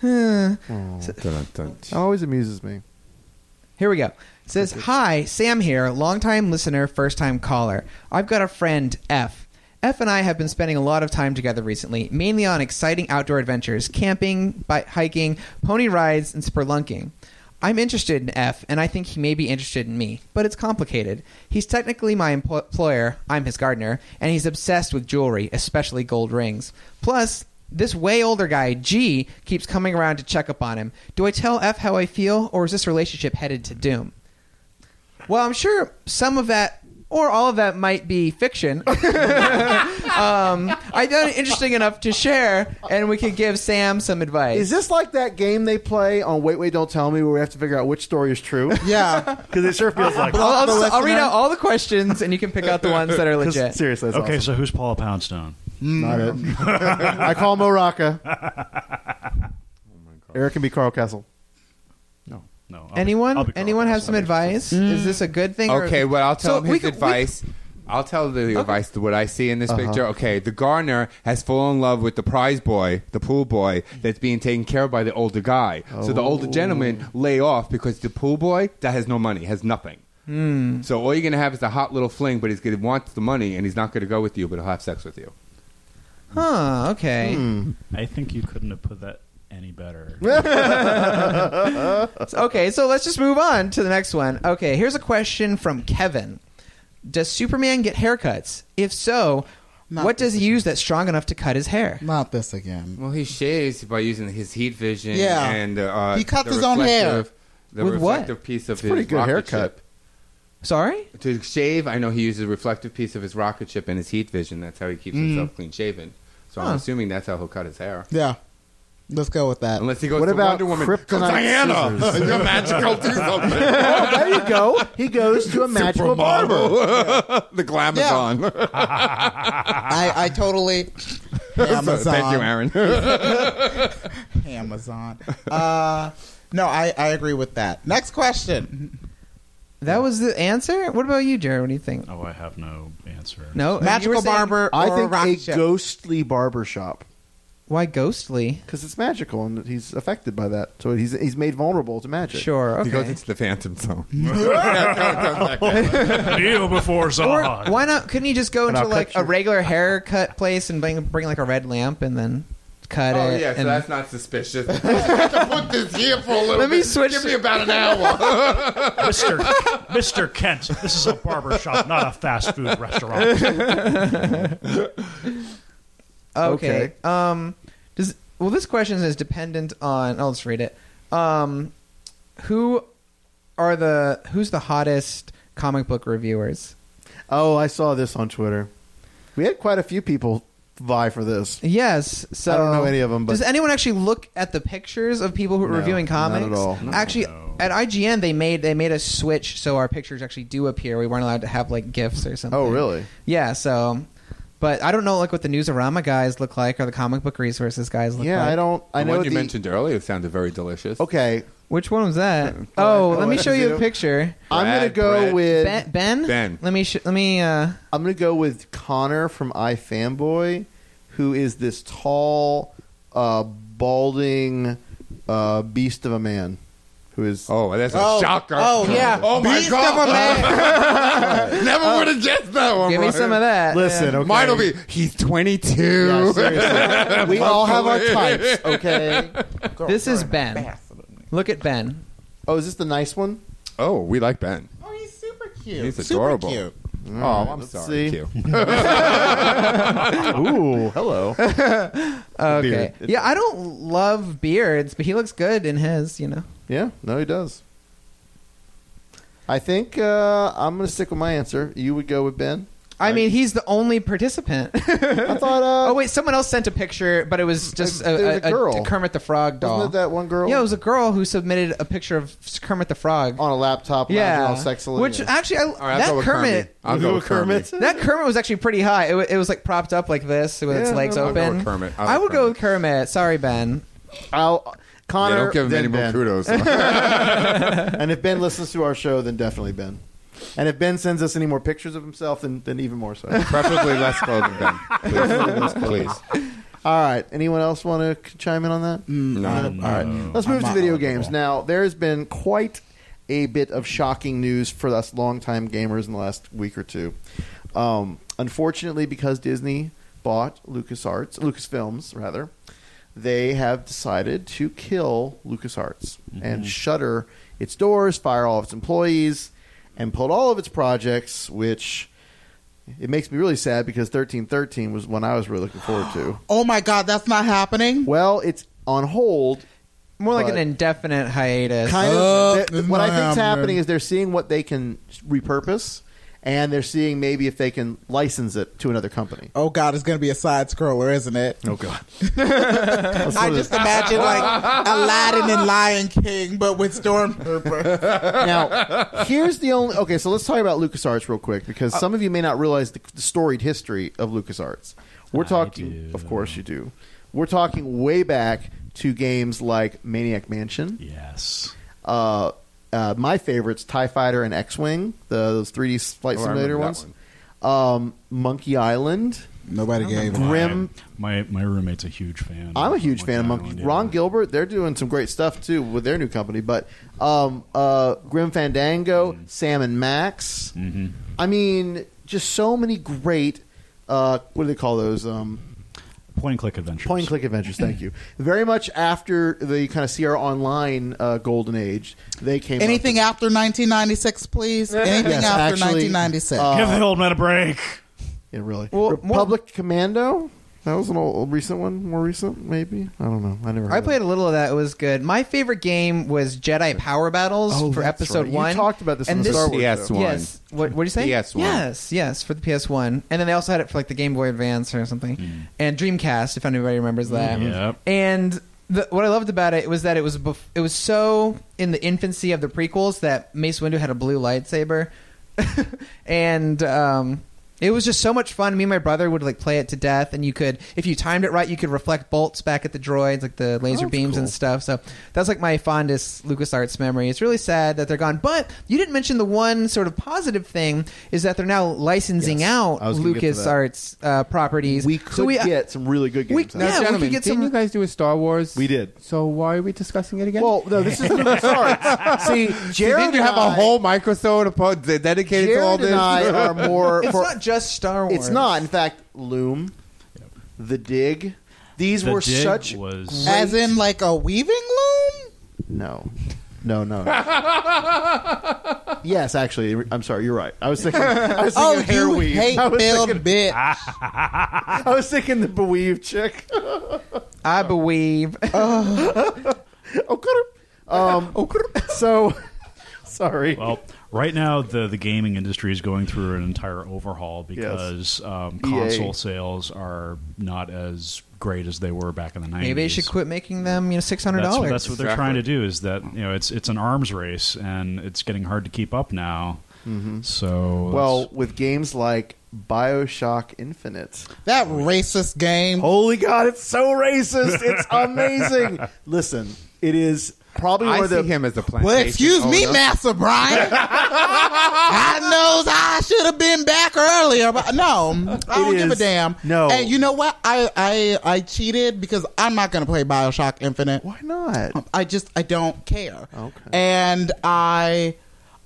Speaker 6: Hmm.
Speaker 1: Oh,
Speaker 3: dun, dun.
Speaker 1: That always amuses me.
Speaker 6: Here we go. It says, Hi, Sam here, longtime listener, first time caller. I've got a friend, F. F and I have been spending a lot of time together recently, mainly on exciting outdoor adventures camping, bike hiking, pony rides, and spelunking. I'm interested in F, and I think he may be interested in me, but it's complicated. He's technically my empl- employer, I'm his gardener, and he's obsessed with jewelry, especially gold rings. Plus, this way older guy, G, keeps coming around to check up on him. Do I tell F how I feel, or is this relationship headed to doom? Well, I'm sure some of that or all of that might be fiction. um, I thought it interesting enough to share, and we could give Sam some advice.
Speaker 1: Is this like that game they play on Wait Wait Don't Tell Me where we have to figure out which story is true?
Speaker 2: Yeah,
Speaker 1: Because it sure feels like
Speaker 6: I'll, I'll just- I'll read out all the questions, and you can pick out the ones that are
Speaker 1: 'Cause
Speaker 6: legit.
Speaker 1: Seriously, that's
Speaker 5: okay, so
Speaker 1: awesome.
Speaker 5: who's Paula Poundstone?
Speaker 1: Not it. Oh I call Moraka. Eric can be Carl Castle.
Speaker 5: No. No.
Speaker 6: anyone? anyone have some advice? Is this a good thing? or-
Speaker 3: Okay, well, I'll
Speaker 6: So
Speaker 3: tell him
Speaker 6: we
Speaker 3: his
Speaker 6: could- we-
Speaker 3: advice. I'll tell the advice what I see in this
Speaker 6: Uh-huh.
Speaker 3: picture. Okay, the gardener has fallen in love with the prize boy, the pool boy, that's being taken care of by the older guy. So the older
Speaker 2: Oh.
Speaker 3: gentleman lay off because the pool boy that has no money, has nothing.
Speaker 6: Hmm.
Speaker 3: So all you're gonna have is a hot little fling, but he's gonna want the money, and he's not gonna go with you, but he'll have sex with you.
Speaker 6: Huh. Okay.
Speaker 5: I think you couldn't have put that any better.
Speaker 6: So- okay, so let's just move on to the next one. Okay, here's a question from Kevin. Does Superman get haircuts? If so, what does he use that's strong enough to cut his hair?
Speaker 2: Not this again.
Speaker 3: Well, he shaves by using his heat vision.
Speaker 2: Yeah.
Speaker 3: and uh,
Speaker 2: He cuts
Speaker 3: the
Speaker 2: his own hair.
Speaker 3: reflective- The
Speaker 2: With what?
Speaker 3: reflective piece of
Speaker 2: It's a
Speaker 3: his
Speaker 2: pretty good
Speaker 3: rocket
Speaker 2: haircut.
Speaker 3: ship.
Speaker 6: Sorry.
Speaker 3: To shave, I know he uses a reflective piece of his rocket ship and his heat vision. That's how he keeps
Speaker 2: Mm.
Speaker 3: himself clean shaven. So
Speaker 2: Huh.
Speaker 3: I'm assuming that's how he'll cut his hair.
Speaker 2: Yeah. Let's go with that.
Speaker 3: Unless he goes to Wonder Woman. Go, Diana, you're magical. Do something.
Speaker 1: oh, there you go. He goes to a magical barber.
Speaker 3: the glam
Speaker 2: Yeah.
Speaker 3: on.
Speaker 2: I, I totally. Amazon.
Speaker 3: Thank you, Aaron.
Speaker 2: Amazon. Uh, no, I, I agree with that. Next question.
Speaker 6: That was the answer? What about you, Jared? What do you think?
Speaker 5: Oh, I have no answer.
Speaker 6: No,
Speaker 2: Magical
Speaker 6: you were saying-
Speaker 2: barber
Speaker 1: I
Speaker 2: or
Speaker 1: think
Speaker 2: rock
Speaker 1: a
Speaker 2: ship?
Speaker 1: ghostly barber shop.
Speaker 6: Why ghostly?
Speaker 1: Because it's magical and he's affected by that, so he's he's made vulnerable to magic.
Speaker 6: Sure, He okay. goes
Speaker 3: into the phantom zone.
Speaker 5: Kneel before
Speaker 6: Or
Speaker 5: Zod.
Speaker 6: why not? Couldn't you just go
Speaker 5: And
Speaker 6: into
Speaker 5: I'll cut
Speaker 6: like a regular haircut place and bring bring like a red lamp and then cut
Speaker 3: Oh
Speaker 6: it?
Speaker 3: yeah, so
Speaker 6: uh, and-
Speaker 3: that's not suspicious. I have to put this here for a little.
Speaker 6: Let me
Speaker 3: bit.
Speaker 6: switch
Speaker 3: Give
Speaker 6: to-
Speaker 3: me about an hour.
Speaker 7: Mister Mister Kent. This is a barber shop, not a fast food restaurant.
Speaker 6: Okay. Um. Does well, this question is dependent on. Oh, let's read it. Um, who are the who's the hottest comic book reviewers?
Speaker 1: Oh, I saw this on Twitter. We had quite a few people vie for this.
Speaker 6: Yes. So
Speaker 1: I don't know any of them, but
Speaker 6: does anyone actually look at the pictures of people who are
Speaker 1: No,
Speaker 6: reviewing
Speaker 1: not at
Speaker 6: comics?
Speaker 1: all. No,
Speaker 6: actually, at IGN they made they made a switch so our pictures actually do appear. We weren't allowed to have like gifs or something.
Speaker 1: Oh, really?
Speaker 6: Yeah. So. But I don't know, like what the Newsarama guys look like or the comic book resources guys look
Speaker 1: Yeah,
Speaker 6: like.
Speaker 1: I don't. I know the,
Speaker 3: earlier sounded very delicious.
Speaker 1: Okay,
Speaker 6: Which one was that? Oh, let me
Speaker 1: Brad.
Speaker 6: show you a
Speaker 1: Brad,
Speaker 6: picture.
Speaker 1: I'm gonna go
Speaker 6: Brad.
Speaker 1: with
Speaker 6: Ben. Ben.
Speaker 3: Ben.
Speaker 6: Let me. Sh- let me. Uh,
Speaker 1: I'm gonna go with Connor from iFanboy, who is this tall, uh, balding uh, beast of a man. Who is?
Speaker 3: Oh, that's
Speaker 2: Oh, Oh yeah.
Speaker 3: Oh my
Speaker 2: Beast
Speaker 3: God.
Speaker 2: Of a man.
Speaker 3: Never would have guessed that one.
Speaker 6: give me
Speaker 3: bro.
Speaker 6: some of that.
Speaker 1: Listen, okay.
Speaker 3: Mine will be. He's twenty two.
Speaker 1: Yeah, seriously. we all have our types, okay?
Speaker 6: This is Ben. Look at Ben.
Speaker 1: Oh, is this the nice one?
Speaker 3: oh, we like Ben.
Speaker 2: Oh, he's super cute.
Speaker 3: He's
Speaker 2: Super
Speaker 3: adorable.
Speaker 2: cute.
Speaker 3: Oh,
Speaker 1: right,
Speaker 3: I'm
Speaker 1: let's see.
Speaker 3: sorry. Q.
Speaker 1: Ooh, hello.
Speaker 6: Okay.
Speaker 1: Beard.
Speaker 6: Yeah, I don't love beards, but he looks good in his. You know.
Speaker 1: Yeah, no, he does. I think uh, I'm going to stick with my answer. You would go with Ben.
Speaker 6: I mean, he's the only participant.
Speaker 1: I thought. Uh,
Speaker 6: oh wait, someone else sent a picture, but it was just
Speaker 1: There was
Speaker 6: a,
Speaker 1: a girl.
Speaker 6: Kermit the Frog doll.
Speaker 1: Wasn't it that one girl?
Speaker 6: Yeah, it was a girl who submitted a picture of Kermit the Frog.
Speaker 1: on a laptop. Yeah,
Speaker 6: yeah,
Speaker 1: all sexily.
Speaker 6: which
Speaker 1: and-
Speaker 6: actually, I,
Speaker 3: I'll go
Speaker 6: that
Speaker 3: with
Speaker 6: Kermit.
Speaker 3: Kermit. I'll go with Kermit.
Speaker 6: That Kermit was actually pretty high. It, wa- it was like propped up like this with its
Speaker 1: Yeah,
Speaker 6: legs
Speaker 1: I'll
Speaker 3: go with
Speaker 6: open.
Speaker 3: Kermit. I'll
Speaker 6: I
Speaker 3: go
Speaker 6: would go with Kermit. Sorry, Ben.
Speaker 1: I'll
Speaker 3: Yeah,
Speaker 1: Connor.
Speaker 3: don't give him
Speaker 1: then
Speaker 3: any more
Speaker 1: Ben.
Speaker 3: kudos.
Speaker 1: And if Ben listens to our show, then definitely Ben. And if Ben sends us any more pictures of himself, then then even more so.
Speaker 3: Preferably less clothing, Ben. Please, please.
Speaker 1: All right. Anyone else want to chime in on that?
Speaker 3: No.
Speaker 1: All right. Let's move to video games. Now, there has been quite a bit of shocking news for us longtime gamers in the last week or two. Um, unfortunately, because Disney bought LucasArts, Lucasfilms, rather, they have decided to kill LucasArts
Speaker 3: Mm-hmm.
Speaker 1: and shutter its doors, fire all of its employees, and pull all of its projects, which. It makes me really sad because 1313 was one I was really looking forward to.
Speaker 2: Oh my God, that's not happening.
Speaker 1: Well, it's on hold.
Speaker 6: More like
Speaker 1: But-
Speaker 6: an indefinite hiatus.
Speaker 1: Kind of.
Speaker 2: Oh,
Speaker 1: th- what I think's
Speaker 2: man.
Speaker 1: happening is they're seeing what they can repurpose, and they're seeing maybe if they can license it to another company.
Speaker 2: Oh God, it's gonna be a side scroller, isn't it?
Speaker 1: Oh God!
Speaker 2: I just imagine like Aladdin and Lion King, but with Stormtrooper.
Speaker 1: now, here's the only. Okay, so let's talk about LucasArts real quick because
Speaker 5: Uh,
Speaker 1: some of you may not realize the, the storied history of LucasArts. We're talking, of course, you do. We're talking way back to games like Maniac Mansion,
Speaker 5: Yes.
Speaker 1: uh, uh, my favorites: Tie Fighter and X Wing, those 3D flight
Speaker 5: Oh, I
Speaker 1: simulator
Speaker 5: remember that
Speaker 1: ones. Um, Monkey Island. Nobody Grim.
Speaker 5: My, my my roommate's a huge fan.
Speaker 1: I'm a huge fan of Monkey. Ron Gilbert, they're doing some great stuff too with their new company. But um, uh, Grim Fandango, Sam and Max.
Speaker 5: Mhm.
Speaker 1: I mean, just so many great. Uh, what do they call those? Um,
Speaker 5: Point and click adventures.
Speaker 1: Point and click adventures. Thank you. Very much after the kind of CR Online uh, golden age, they came. up
Speaker 2: Anything after 1996, please. Anything
Speaker 1: Yes,
Speaker 2: after
Speaker 1: actually,
Speaker 2: 1996.
Speaker 1: uh, Give the
Speaker 7: old man a break.
Speaker 1: Yeah, really. Republic Commando. That was an old, recent one, more recent maybe. I don't know. I never.
Speaker 6: I
Speaker 1: heard
Speaker 6: played a little of that. It was good. My favorite game was Jedi Power Battles
Speaker 1: Oh,
Speaker 6: for
Speaker 1: that's
Speaker 6: episode
Speaker 1: right. You
Speaker 6: one.
Speaker 1: talked about this on
Speaker 6: and
Speaker 1: the Star Wars
Speaker 6: Yes,
Speaker 1: show. PS1.
Speaker 6: Yes. What what did you say?
Speaker 1: PS1.
Speaker 6: Yes, yes, for the PS One. And then they also had it for like the Game Boy Advance or something, and Dreamcast, if anybody remembers that.
Speaker 5: Mm, yep.
Speaker 6: And the, what I loved about it was that it was bef- it was so in the infancy of the prequels that Mace Windu had a blue lightsaber, and um, it was just so much fun. Me and my brother would like play it to death, and you could, if you timed it right, you could reflect bolts back at the droids, like the laser beams and stuff. So that's like my fondest LucasArts memory. It's really sad that they're gone. But you didn't mention the one sort of positive thing is that they're now licensing out
Speaker 1: I was gonna get to that.
Speaker 6: LucasArts uh, properties. We could
Speaker 1: get some really good games.
Speaker 6: We, yeah, we could get some.
Speaker 3: guys do a Star Wars?
Speaker 1: We did.
Speaker 3: So why are we discussing it again?
Speaker 1: Well, no, this is sorry. See, Jared
Speaker 3: didn't you have
Speaker 1: and
Speaker 3: a
Speaker 1: I-
Speaker 3: whole microsode apo- de- dedicated
Speaker 1: Jared
Speaker 3: to all
Speaker 1: and
Speaker 3: this?
Speaker 1: I are more.
Speaker 6: It's
Speaker 1: for-
Speaker 6: not just Star Wars.
Speaker 1: It's not. In fact, Loom, The Dig, these
Speaker 5: The
Speaker 1: were
Speaker 5: Dig
Speaker 1: such.
Speaker 5: was-
Speaker 1: great-
Speaker 2: As in, like a weaving loom?
Speaker 1: no, no, no. no. yes, actually, I'm sorry. You're right. I was thinking. I was thinking
Speaker 2: Oh,
Speaker 1: of hair
Speaker 2: you
Speaker 1: weave.
Speaker 2: hate
Speaker 1: I was
Speaker 2: Bill
Speaker 1: thinking,
Speaker 2: Bitch.
Speaker 5: Ah,
Speaker 1: I was thinking the beweave chick.
Speaker 6: I believe.
Speaker 1: Um, so, sorry.
Speaker 5: Well, right now the the gaming industry is going through an entire overhaul because um,
Speaker 1: E
Speaker 6: EA.
Speaker 5: console sales are not as great as they were back in the 90s.
Speaker 6: Maybe they should quit making them, you know, six hundred
Speaker 5: That's,
Speaker 6: dollars.
Speaker 5: that's what they're trying to do. Is that you know it's it's an arms race and it's getting hard to keep up now. So
Speaker 1: Well, with games like Bioshock Infinite.
Speaker 2: That racist game.
Speaker 1: Holy God, it's so racist. It's amazing. Listen, it is probably
Speaker 3: I
Speaker 1: one of the.
Speaker 3: see him as a plantation.
Speaker 2: Well, excuse me,
Speaker 3: owner.
Speaker 2: Master Brian. I knows I should have been back earlier, but no, I don't
Speaker 1: It
Speaker 2: give a
Speaker 1: is-
Speaker 2: damn.
Speaker 1: no.
Speaker 2: and you know what? I I I cheated because I'm not going to play Bioshock Infinite.
Speaker 1: Why not?
Speaker 2: I just I don't care. Okay. And I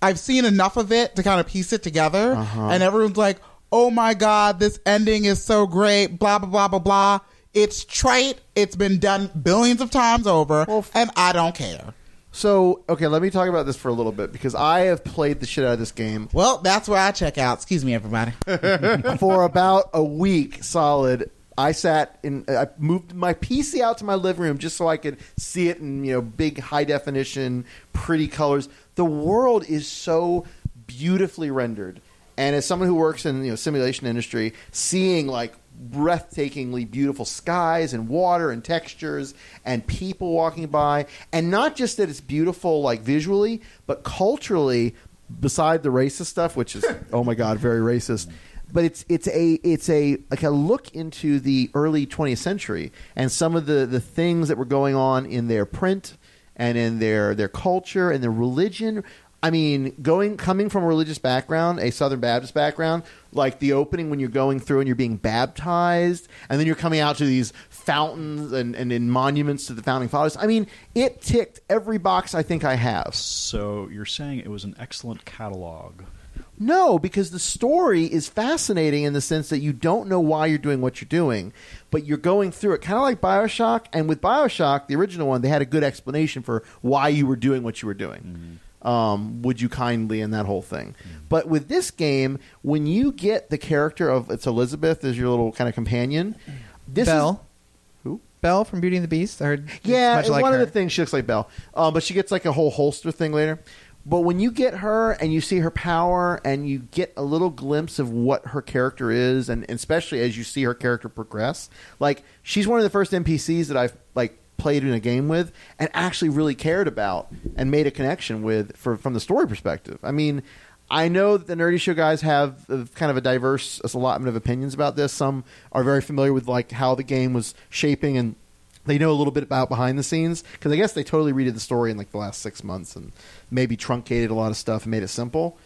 Speaker 2: I've seen enough of it to kind of piece it together, and everyone's like, "Oh my god, this ending is so great!" Blah blah blah blah blah. It's trite. It's been done billions of times over, and I don't care.
Speaker 1: So, okay, let me talk about this for a little bit because I have played the shit out of this game.
Speaker 2: Well, that's where I check out. Excuse me, everybody.
Speaker 1: for about a week solid. I sat in. I moved my PC out to my living room just so I could see it in you know big high definition, pretty colors. The world is so beautifully rendered, and as someone who works in you know simulation industry, seeing like breathtakingly beautiful skies and water and textures and people walking by, and not just that it's beautiful like visually, but culturally. Beside the racist stuff, which is oh my god, very racist but it's it's a it's a like a look into the early 20th century and some of the the things that were going on in their print and in their their culture and their religion I mean, going coming from a religious background, a Southern Baptist background, like the opening when you're going through and you're being baptized, and then you're coming out to these fountains and, and in monuments to the founding fathers. I mean, it ticked every box I think I have.
Speaker 5: so you're saying it was an excellent catalog.
Speaker 1: No, because the story is fascinating in the sense that you don't know why you're doing what you're doing, but you're going through it kind of like Bioshock. And with Bioshock, the original one, they had a good explanation for why you were doing what you were doing. Um, would you kindly and that whole thing. But with this game, when you get the character of it's Elizabeth as your little kind of companion, this is
Speaker 6: Belle.
Speaker 1: Who?
Speaker 6: Belle from Beauty and the Beast. I heard.
Speaker 1: yeah,
Speaker 6: much
Speaker 1: and
Speaker 6: like
Speaker 1: one
Speaker 6: her.
Speaker 1: of the things she looks like Belle, um, but she gets like a whole holster thing later. But when you get her and you see her power and you get a little glimpse of what her character is, and, and especially as you see her character progress, like she's one of the first NPCs that I've like played in a game with and actually really cared about and made a connection with for, from the story perspective. I mean, I know that the Nerdy Show guys have uh, kind of a diverse allotment of opinions about this. Some are very familiar with like how the game was shaping and they know a little bit about behind the scenes because I guess they totally redid the story in like the last six months and maybe truncated a lot of stuff and made it simple.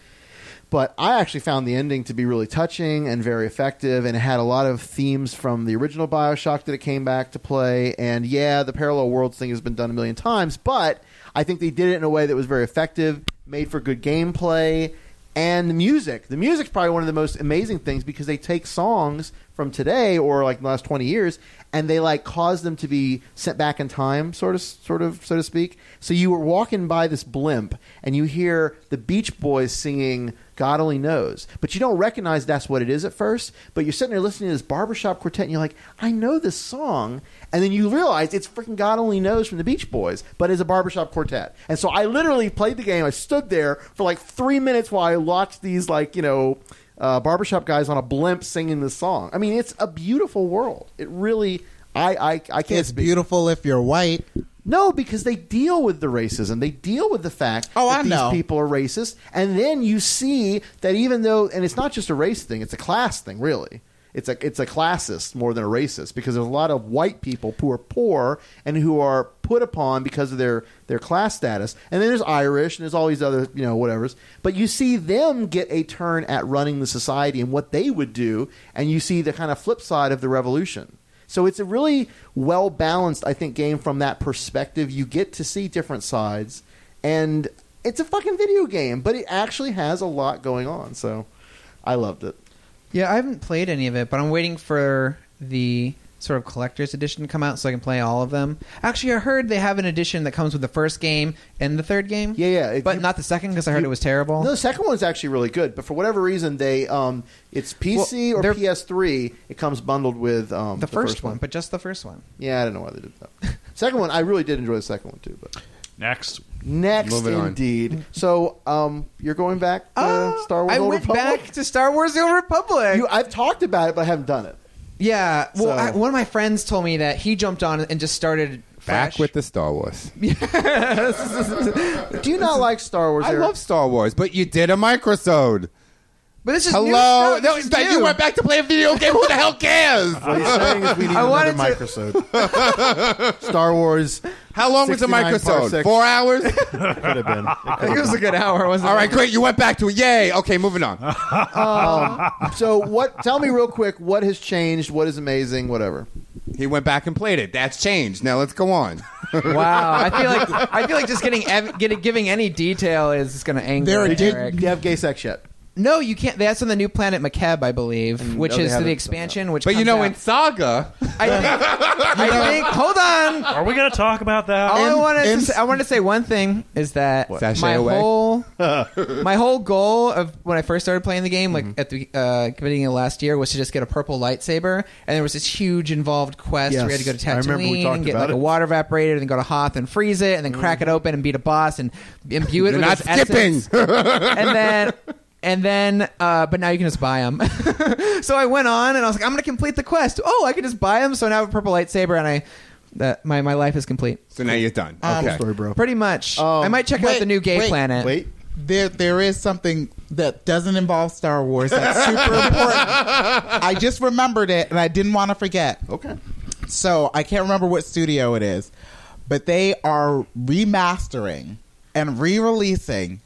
Speaker 1: But I actually found the ending to be really touching and very effective, and it had a lot of themes from the original Bioshock that it came back to play. And yeah, the parallel worlds thing has been done a million times, but I think they did it in a way that was very effective, made for good gameplay, and the music. The music's probably one of the most amazing things because they take songs from today or like the last 20 years and they like cause them to be sent back in time sort of sort of so to speak. So you were walking by this blimp and you hear the Beach Boys singing God only knows. But you don't recognize that's what it is at first, but you're sitting there listening to this barbershop quartet and you're like, "I know this song." And then you realize it's freaking God only knows from the Beach Boys, but it's a barbershop quartet. And so I literally played the game. I stood there for like 3 minutes while I watched these like, you know, uh, barbershop guys on a blimp singing this song. I mean, it's a beautiful world. It really, I, I, I can't.
Speaker 2: It's beautiful if you're white.
Speaker 1: No, because they deal with the racism. They deal with the fact
Speaker 2: Oh,
Speaker 1: that
Speaker 2: I
Speaker 1: these
Speaker 2: know.
Speaker 1: people are racist, and then you see that even though, and it's not just a race thing; it's a class thing, really. It's a it's a classist more than a racist because there's a lot of white people who are poor and who are put upon because of their their class status, and then there's Irish and there's all these other you know whatever's. But you see them get a turn at running the society and what they would do, and you see the kind of flip side of the revolution. So it's a really well balanced, I think, game from that perspective. You get to see different sides, and it's a fucking video game, but it actually has a lot going on. So I loved it.
Speaker 6: Yeah, I haven't played any of it, but I'm waiting for the sort of collector's edition to come out so I can play all of them. Actually, I heard they have an edition that comes with the first game and the third game.
Speaker 1: Yeah, yeah.
Speaker 6: But not the second because I heard it was terrible.
Speaker 1: No, the second one's actually really good, but for whatever reason, they um, it's PC or PS3. It comes bundled with um,
Speaker 6: the, first, one, but just the first one.
Speaker 1: Yeah, I don't know why they did that. second one, I really did enjoy the second one too, but.
Speaker 5: Next.
Speaker 1: Next,
Speaker 5: Moving on.
Speaker 1: indeed. So, um, you're going back to Uh, Star Wars
Speaker 6: Uh, I
Speaker 1: Old
Speaker 6: went
Speaker 1: Republic?
Speaker 6: back to Star Wars: The Old Republic.
Speaker 1: You, I've talked about it, but I haven't done it.
Speaker 6: Yeah. Well,
Speaker 1: So-
Speaker 6: I, one of my friends told me that he jumped on and just started.
Speaker 3: Back with the Star Wars.
Speaker 1: Do you not like Star Wars?
Speaker 3: I love Star Wars, but you did a microsode.
Speaker 6: But this is new
Speaker 3: hello.
Speaker 6: stuff.
Speaker 3: No,
Speaker 6: This
Speaker 3: it's
Speaker 6: is
Speaker 3: like you
Speaker 6: new.
Speaker 3: went back to play a video game. Who the hell cares?
Speaker 1: What he's saying is we need
Speaker 3: I
Speaker 1: another
Speaker 3: wanted to-
Speaker 1: microsode. Star Wars.
Speaker 3: How long was the
Speaker 1: 69
Speaker 3: microsode?
Speaker 1: parsecs.
Speaker 3: Four hours? Could
Speaker 1: have been. I
Speaker 6: think it was a good hour, wasn't it?
Speaker 3: All right, great. You went back to it. Yay. Okay, moving on.
Speaker 1: Um, so what? Tell me real quick what has changed. What is amazing? Whatever.
Speaker 3: He went back and played it. That's changed. Now let's go on.
Speaker 6: Wow, I feel like I feel like just getting ev- getting giving any detail is just going to anger.
Speaker 1: There did
Speaker 6: Eric.
Speaker 1: you have gay sex yet?
Speaker 6: No, you can't. That's on the new planet McCab, I believe, which
Speaker 3: no, they
Speaker 6: is
Speaker 3: haven't
Speaker 6: the
Speaker 3: done
Speaker 6: expansion. Which,
Speaker 3: But you
Speaker 6: comes
Speaker 3: know,
Speaker 6: out.
Speaker 3: in Saga,
Speaker 6: I think. Hold on.
Speaker 7: Are we going to talk about that?
Speaker 6: All I wanted
Speaker 7: M-
Speaker 6: to say, I wanted to say one thing is that
Speaker 3: Sashay
Speaker 6: my
Speaker 3: away.
Speaker 6: whole my whole goal of when I first started playing the game, like
Speaker 8: Mm-hmm.
Speaker 6: at the uh, beginning of last year, was to just get a purple lightsaber, and there was this huge involved quest. where we had to go to
Speaker 8: Yes, I remember we
Speaker 6: Tatooine
Speaker 8: talked
Speaker 6: and get
Speaker 8: about
Speaker 6: like a
Speaker 8: it. Mm-hmm.
Speaker 6: water evaporator, and then go to Hoth and freeze it, and then crack it open and beat a boss and imbue it
Speaker 3: You're
Speaker 6: with
Speaker 3: not
Speaker 6: its essence.
Speaker 3: skipping.
Speaker 6: and then. And then, uh, but now you can just buy them. so I went on and I was like, I'm going to complete the quest. Oh, I can just buy them. So now I have a purple lightsaber and I, that my, my life is complete.
Speaker 3: so now you're done.
Speaker 2: Um,
Speaker 3: okay.
Speaker 2: Sorry,
Speaker 1: bro.
Speaker 6: Pretty much.
Speaker 1: Um,
Speaker 6: I might check out
Speaker 2: Wait,
Speaker 6: the new gay
Speaker 2: wait,
Speaker 6: planet.
Speaker 2: There, there is something that doesn't involve Star Wars that's super important. I just remembered it and I didn't want to forget.
Speaker 1: Okay.
Speaker 2: So I can't remember what studio it is, but they are remastering and re releasing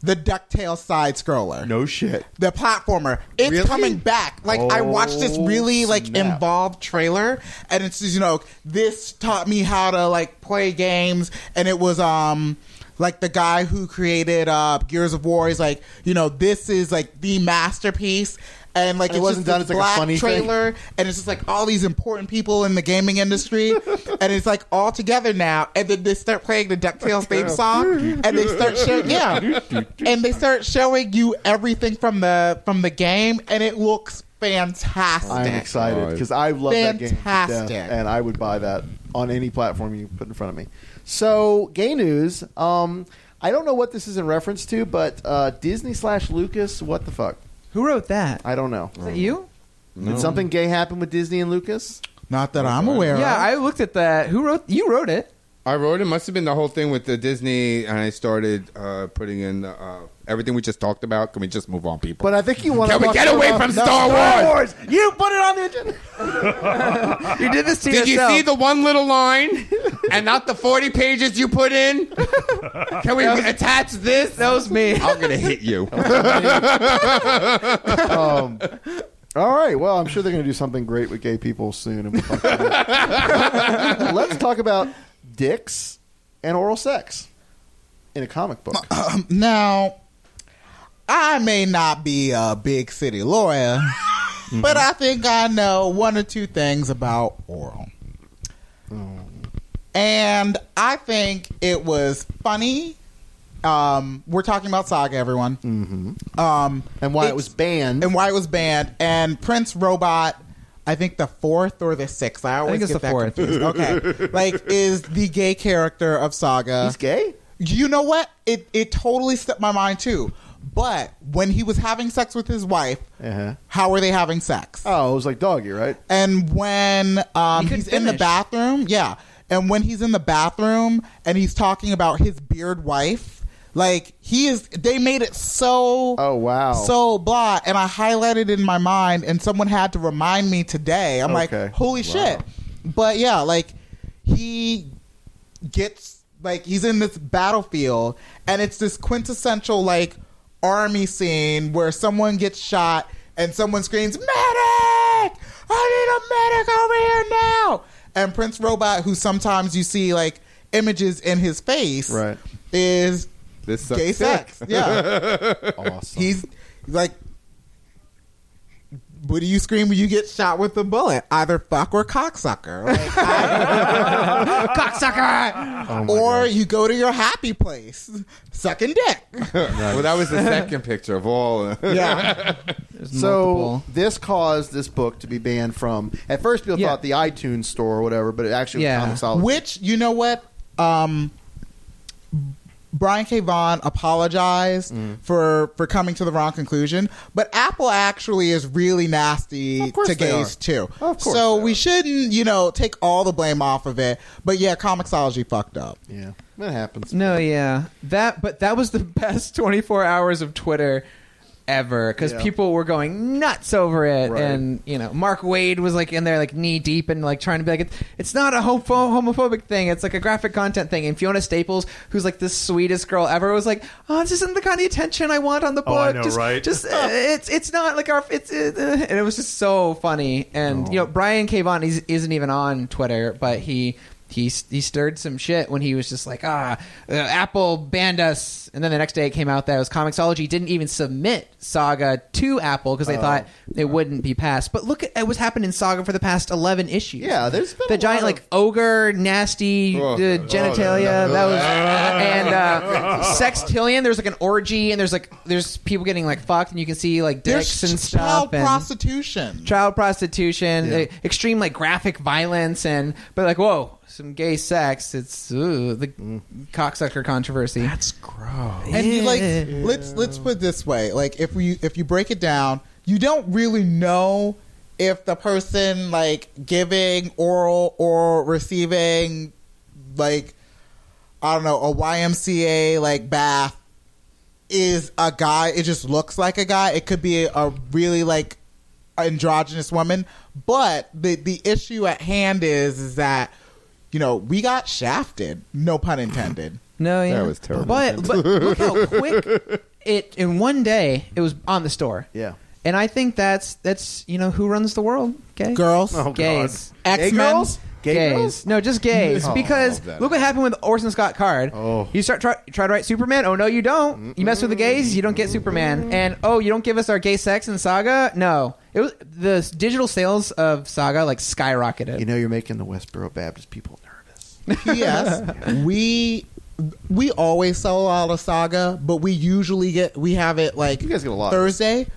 Speaker 2: the DuckTales side scroller.
Speaker 1: No shit.
Speaker 2: The platformer. It's coming back. Like I watched this
Speaker 1: Oh,
Speaker 2: really like
Speaker 1: snap.
Speaker 2: involved trailer and it's just, you know, this taught me how to like play games and it was um like the guy who created uh Gears of War is like, you know, this is like the masterpiece and like
Speaker 1: And it
Speaker 2: it's
Speaker 1: wasn't
Speaker 2: just
Speaker 1: done,
Speaker 2: this
Speaker 1: it's like a
Speaker 2: black
Speaker 1: funny thing.
Speaker 2: trailer and it's just like all these important people in the gaming industry and it's like all together now and then they start playing the DuckTales theme song and they start showing yeah and they start showing you everything from the from the game and it looks fantastic
Speaker 1: I'm excited because I love that game, to
Speaker 2: Fantastic.
Speaker 1: death, and I would buy that on any platform you put in front of me. So, gay news. Um, I don't know what this is in reference to, but uh, Disney slash Lucas. What the fuck?
Speaker 6: Who wrote that?
Speaker 1: I don't know.
Speaker 6: Is that you?
Speaker 1: Did something gay happen with Disney and Lucas?
Speaker 2: Not that I'm aware
Speaker 6: Yeah,
Speaker 2: of.
Speaker 6: I looked at that. Who wrote? You wrote it.
Speaker 3: I wrote it. Must have been the whole thing with the Disney, and I started uh, putting in uh, everything we just talked about. Can we just move on, people?
Speaker 1: But I think you want
Speaker 3: Can we get away from Star Wars?
Speaker 1: You put it on the agenda.
Speaker 3: you did this to Did you see the one little line and not the 40 pages you put in? Can we attach this? That was me. I'm going to hit you.
Speaker 1: um, all right. Well, I'm sure they're going to do something great with gay people soon. And we'll talk about it. Let's talk about dicks and oral sex in a comic book.
Speaker 6: Uh,
Speaker 2: now, I may not be a big city lawyer, but I think I know one or two things about oral. And I think it was funny. Um, we're talking about Saga, everyone. Mm-hmm. Um,
Speaker 1: and why it
Speaker 2: it's-
Speaker 1: was banned.
Speaker 2: And why it was banned. And Prince Robot, I think the fourth or the sixth. I always
Speaker 6: think it's
Speaker 2: get
Speaker 6: the
Speaker 2: that
Speaker 6: fourth.
Speaker 2: confused. Okay, like is the gay character of Saga.
Speaker 1: He's gay.
Speaker 2: You know what? It it totally slipped my mind too. But when he was having sex with his wife,
Speaker 1: Uh-huh.
Speaker 2: how were they having sex?
Speaker 1: Oh, it was like doggy, right?
Speaker 2: And when um,
Speaker 6: couldn't
Speaker 2: he's in the
Speaker 6: finish.
Speaker 2: bathroom, yeah. And when he's in the bathroom and he's talking about his beard wife, like he is, they made it so
Speaker 1: Oh wow.
Speaker 2: so blah and i highlighted in my mind and someone had to remind me today i'm
Speaker 1: Okay.
Speaker 2: like holy shit but yeah like he gets like he's in this battlefield and it's this quintessential like army scene where someone gets shot and someone screams medic i need a medic over here now and prince robot who sometimes you see like images in his face
Speaker 1: Right.
Speaker 2: is
Speaker 3: This sucks
Speaker 2: gay
Speaker 3: dick.
Speaker 2: sex yeah
Speaker 1: awesome.
Speaker 2: He's like, what do you scream when you get shot with a bullet? Either fuck or cocksucker. Like, I- cocksucker!
Speaker 1: Oh my
Speaker 2: or you go to your happy place, sucking dick.
Speaker 3: Well, that was the second picture of all.
Speaker 2: Yeah.
Speaker 1: So this caused this book to be banned from. At first, people
Speaker 6: Yeah.
Speaker 1: thought the iTunes store or whatever, but it actually
Speaker 6: Yeah.
Speaker 1: was Comixology.
Speaker 2: Which, you know what? Um, Brian K. Vaughan apologized
Speaker 1: Mm.
Speaker 2: for, for coming to the wrong conclusion, but Apple actually is really nasty
Speaker 1: course
Speaker 2: to
Speaker 1: they
Speaker 2: gays
Speaker 1: are.
Speaker 2: too.
Speaker 1: Of course
Speaker 2: so
Speaker 1: they
Speaker 2: we
Speaker 1: are.
Speaker 2: shouldn't, you know, take all the blame off of it. But yeah, Comixology fucked up.
Speaker 1: yeah, that happens.
Speaker 6: No, yeah, that. But that was the best 24 hours of Twitter ever because
Speaker 1: Yeah.
Speaker 6: people were going nuts over it,
Speaker 1: Right.
Speaker 6: and you know, Mark Wade was like in there, like knee deep, and like trying to be like, "It's- it's not a homopho- homophobic thing. It's like a graphic content thing. And Fiona Staples, who's like the sweetest girl ever, was like, "Oh, this isn't the kind of attention I want on the book.
Speaker 7: Oh, I know,
Speaker 6: just,
Speaker 7: right?
Speaker 6: Just uh, it's it's not like our it's uh, uh," and it was just so funny. And you know, Brian K. Vaughan is, isn't even on Twitter, but he he he stirred some shit when he was just like, ah, uh, Apple banned us, and then the next day it came out that it was Comixology didn't even submit Saga to Apple because they thought it wouldn't be passed. But look at what's happened in Saga for the past eleven issues.
Speaker 1: Yeah, there's been
Speaker 6: the
Speaker 1: a
Speaker 6: giant
Speaker 1: lot
Speaker 6: like
Speaker 1: of-
Speaker 6: ogre, nasty
Speaker 3: Oh,
Speaker 6: uh,
Speaker 3: no.
Speaker 6: genitalia.
Speaker 3: Oh, no.
Speaker 6: That was and uh, sextillion. There's like an orgy, and there's like there's people getting like fucked, and you can see like dicks
Speaker 2: There's
Speaker 6: and
Speaker 2: child
Speaker 6: stuff. and-
Speaker 2: prostitution.
Speaker 6: child prostitution,
Speaker 1: Yeah.
Speaker 6: uh, extreme like graphic violence, and but like whoa, some gay sex. It's ooh, the
Speaker 3: Mm.
Speaker 6: cocksucker controversy. That's
Speaker 2: and you like
Speaker 6: Yeah.
Speaker 2: let's let's put it this way like if we if you break it down you don't really know if the person like giving oral or receiving like i don't know a ymca like bath is a guy it just looks like a guy it could be a really like androgynous woman but the the issue at hand is is that you know we got shafted no pun intended
Speaker 6: no, yeah,
Speaker 3: was terrible.
Speaker 6: But but look how quick it in one day it was on the store.
Speaker 1: Yeah.
Speaker 6: and I think that's that's you know who runs the world, gay
Speaker 2: girls
Speaker 6: gays.
Speaker 2: X
Speaker 1: Oh, Gay
Speaker 2: Men.
Speaker 1: girls? Gay
Speaker 6: gays.
Speaker 1: girls?
Speaker 6: No, just gays.
Speaker 1: No.
Speaker 6: because
Speaker 3: Oh, that-
Speaker 6: look what happened with Orson Scott Card.
Speaker 1: Oh.
Speaker 6: You start try, try to write Superman. Oh no, you don't. You mess with the gays, you don't get
Speaker 1: Mm-hmm.
Speaker 6: Superman. And oh, you don't give us our gay sex in Saga. No, it was the s- digital sales of Saga like skyrocketed.
Speaker 1: You know, you're making the Westboro Baptist people nervous.
Speaker 2: P.S. we we always sell a lot of Saga, but we usually get we have it like
Speaker 1: You guys get a lot.
Speaker 2: Thursday.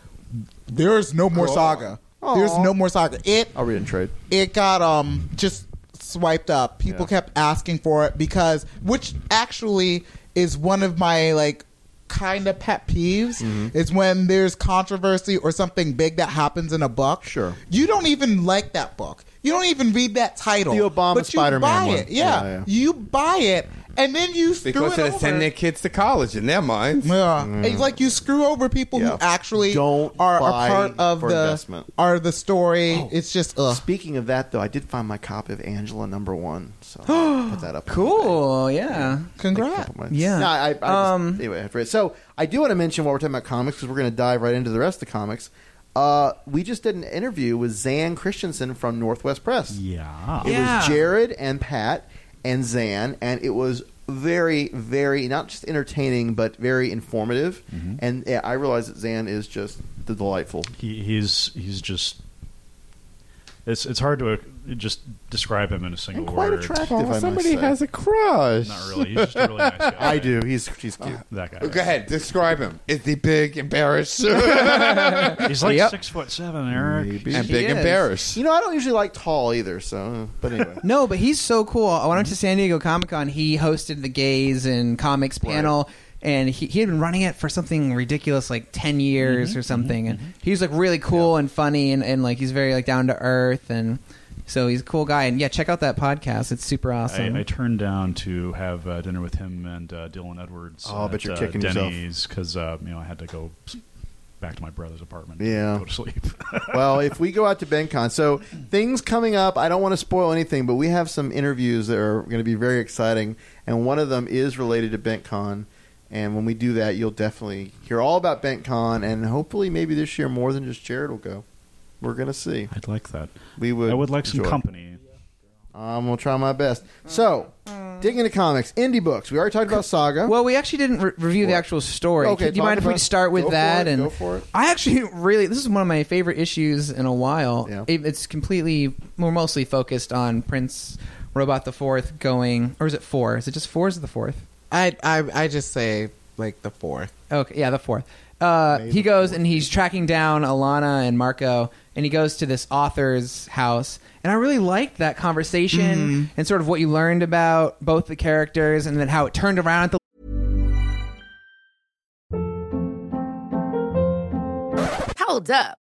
Speaker 2: There is no more Saga. There's
Speaker 1: Aw.
Speaker 2: no more Saga. It
Speaker 1: I'll read and trade.
Speaker 2: it got um just swiped up. People
Speaker 1: Yeah.
Speaker 2: kept asking for it because which actually is one of my like kind of pet peeves
Speaker 1: Mm-hmm.
Speaker 2: is when there's controversy or something big that happens in a book.
Speaker 1: Sure.
Speaker 2: You don't even like that book. You don't even read that title.
Speaker 1: The Obama
Speaker 2: but you
Speaker 1: Spider-Man
Speaker 2: buy
Speaker 1: one.
Speaker 2: it. Yeah.
Speaker 1: Yeah, yeah.
Speaker 2: you buy it, and then you screw
Speaker 3: Because
Speaker 2: it
Speaker 3: they
Speaker 2: over.
Speaker 3: send their kids to college in their minds.
Speaker 2: Yeah.
Speaker 1: Mm.
Speaker 2: It's like you screw over people
Speaker 3: Yeah.
Speaker 2: who actually
Speaker 3: Don't
Speaker 2: are a
Speaker 3: buy
Speaker 2: part of
Speaker 3: for
Speaker 2: the
Speaker 3: investment.
Speaker 2: are the story.
Speaker 1: Oh.
Speaker 2: It's just ugh.
Speaker 1: Speaking of that, though, I did find my copy of Angela number one, so I'll put that up.
Speaker 6: Cool, yeah.
Speaker 2: Congrats.
Speaker 6: Yeah.
Speaker 1: No, I, I just, anyway, after it. So I do want to mention while we're talking about comics because we're going to dive right into the rest of the comics. Uh, we just did an interview with Zan Christensen from Northwest Press. Yeah, it
Speaker 6: Yeah.
Speaker 1: was Jared and Pat and Zan, and it was very, very not just entertaining but very informative.
Speaker 5: Mm-hmm.
Speaker 1: And yeah, I realize that Zan is just the delightful.
Speaker 5: He, he's he's just. It's it's hard to uh, just describe him in a single
Speaker 1: quite
Speaker 5: word.
Speaker 1: attractive, I must
Speaker 3: somebody
Speaker 1: say.
Speaker 3: has a crush.
Speaker 5: Not really. He's just a really nice guy.
Speaker 1: I do. He's he's cute.
Speaker 5: That guy.
Speaker 3: Go ahead, describe him. Is he big, embarrassed?
Speaker 5: He's like
Speaker 3: Yep.
Speaker 5: six foot seven, Eric.
Speaker 3: And big, embarrassed.
Speaker 1: You know, I don't usually like tall either. So, but anyway.
Speaker 6: No, but he's so cool. I went to San Diego Comic Con. He hosted the gays and comics panel, and he, he had been running it for something ridiculous like ten years or something. And he's like really cool and funny, and, and like he's very like down to earth, and so he's a cool guy. And yeah, check out that podcast. It's super awesome.
Speaker 5: I, I turned down to have uh, dinner with him and uh, Dylan Edwards.
Speaker 1: Oh, I bet
Speaker 5: at,
Speaker 1: you're
Speaker 5: uh,
Speaker 1: kicking yourself.
Speaker 5: Denny's because uh, you know I had to go s- back to my brother's apartment. and
Speaker 1: Yeah.
Speaker 5: go to sleep.
Speaker 1: well, if we go out to BenCon, so things coming up. I don't want to spoil anything, but we have some interviews that are going to be very exciting, and one of them is related to BenCon. And when we do that, you'll definitely hear all about BenCon, and hopefully, maybe this year more than just Jared will go. We're going to see.
Speaker 5: I'd like that.
Speaker 1: We would.
Speaker 5: I would like some
Speaker 1: enjoy it.
Speaker 5: company.
Speaker 1: I'm going to try my best. So, digging into comics, indie books. We already talked about Saga.
Speaker 6: well, we actually didn't re- review the actual story.
Speaker 1: Okay,
Speaker 6: do you
Speaker 1: talk
Speaker 6: mind if we
Speaker 1: about-
Speaker 6: start with
Speaker 1: go for
Speaker 6: that?
Speaker 1: it,
Speaker 6: and
Speaker 1: go for it.
Speaker 6: I actually really this is one of my favorite issues in a while. It- it's completely more mostly focused on Prince Robot the Fourth going, or is it four? Is it just four? Is it the fourth?
Speaker 2: I, I I just say like the fourth.
Speaker 6: Okay, yeah, the fourth. Uh, he goes and he's tracking down Alana and Marco, and he goes to this author's house. And I really liked that conversation and sort of what you learned about both the characters, and then how it turned around at the
Speaker 9: Hold up.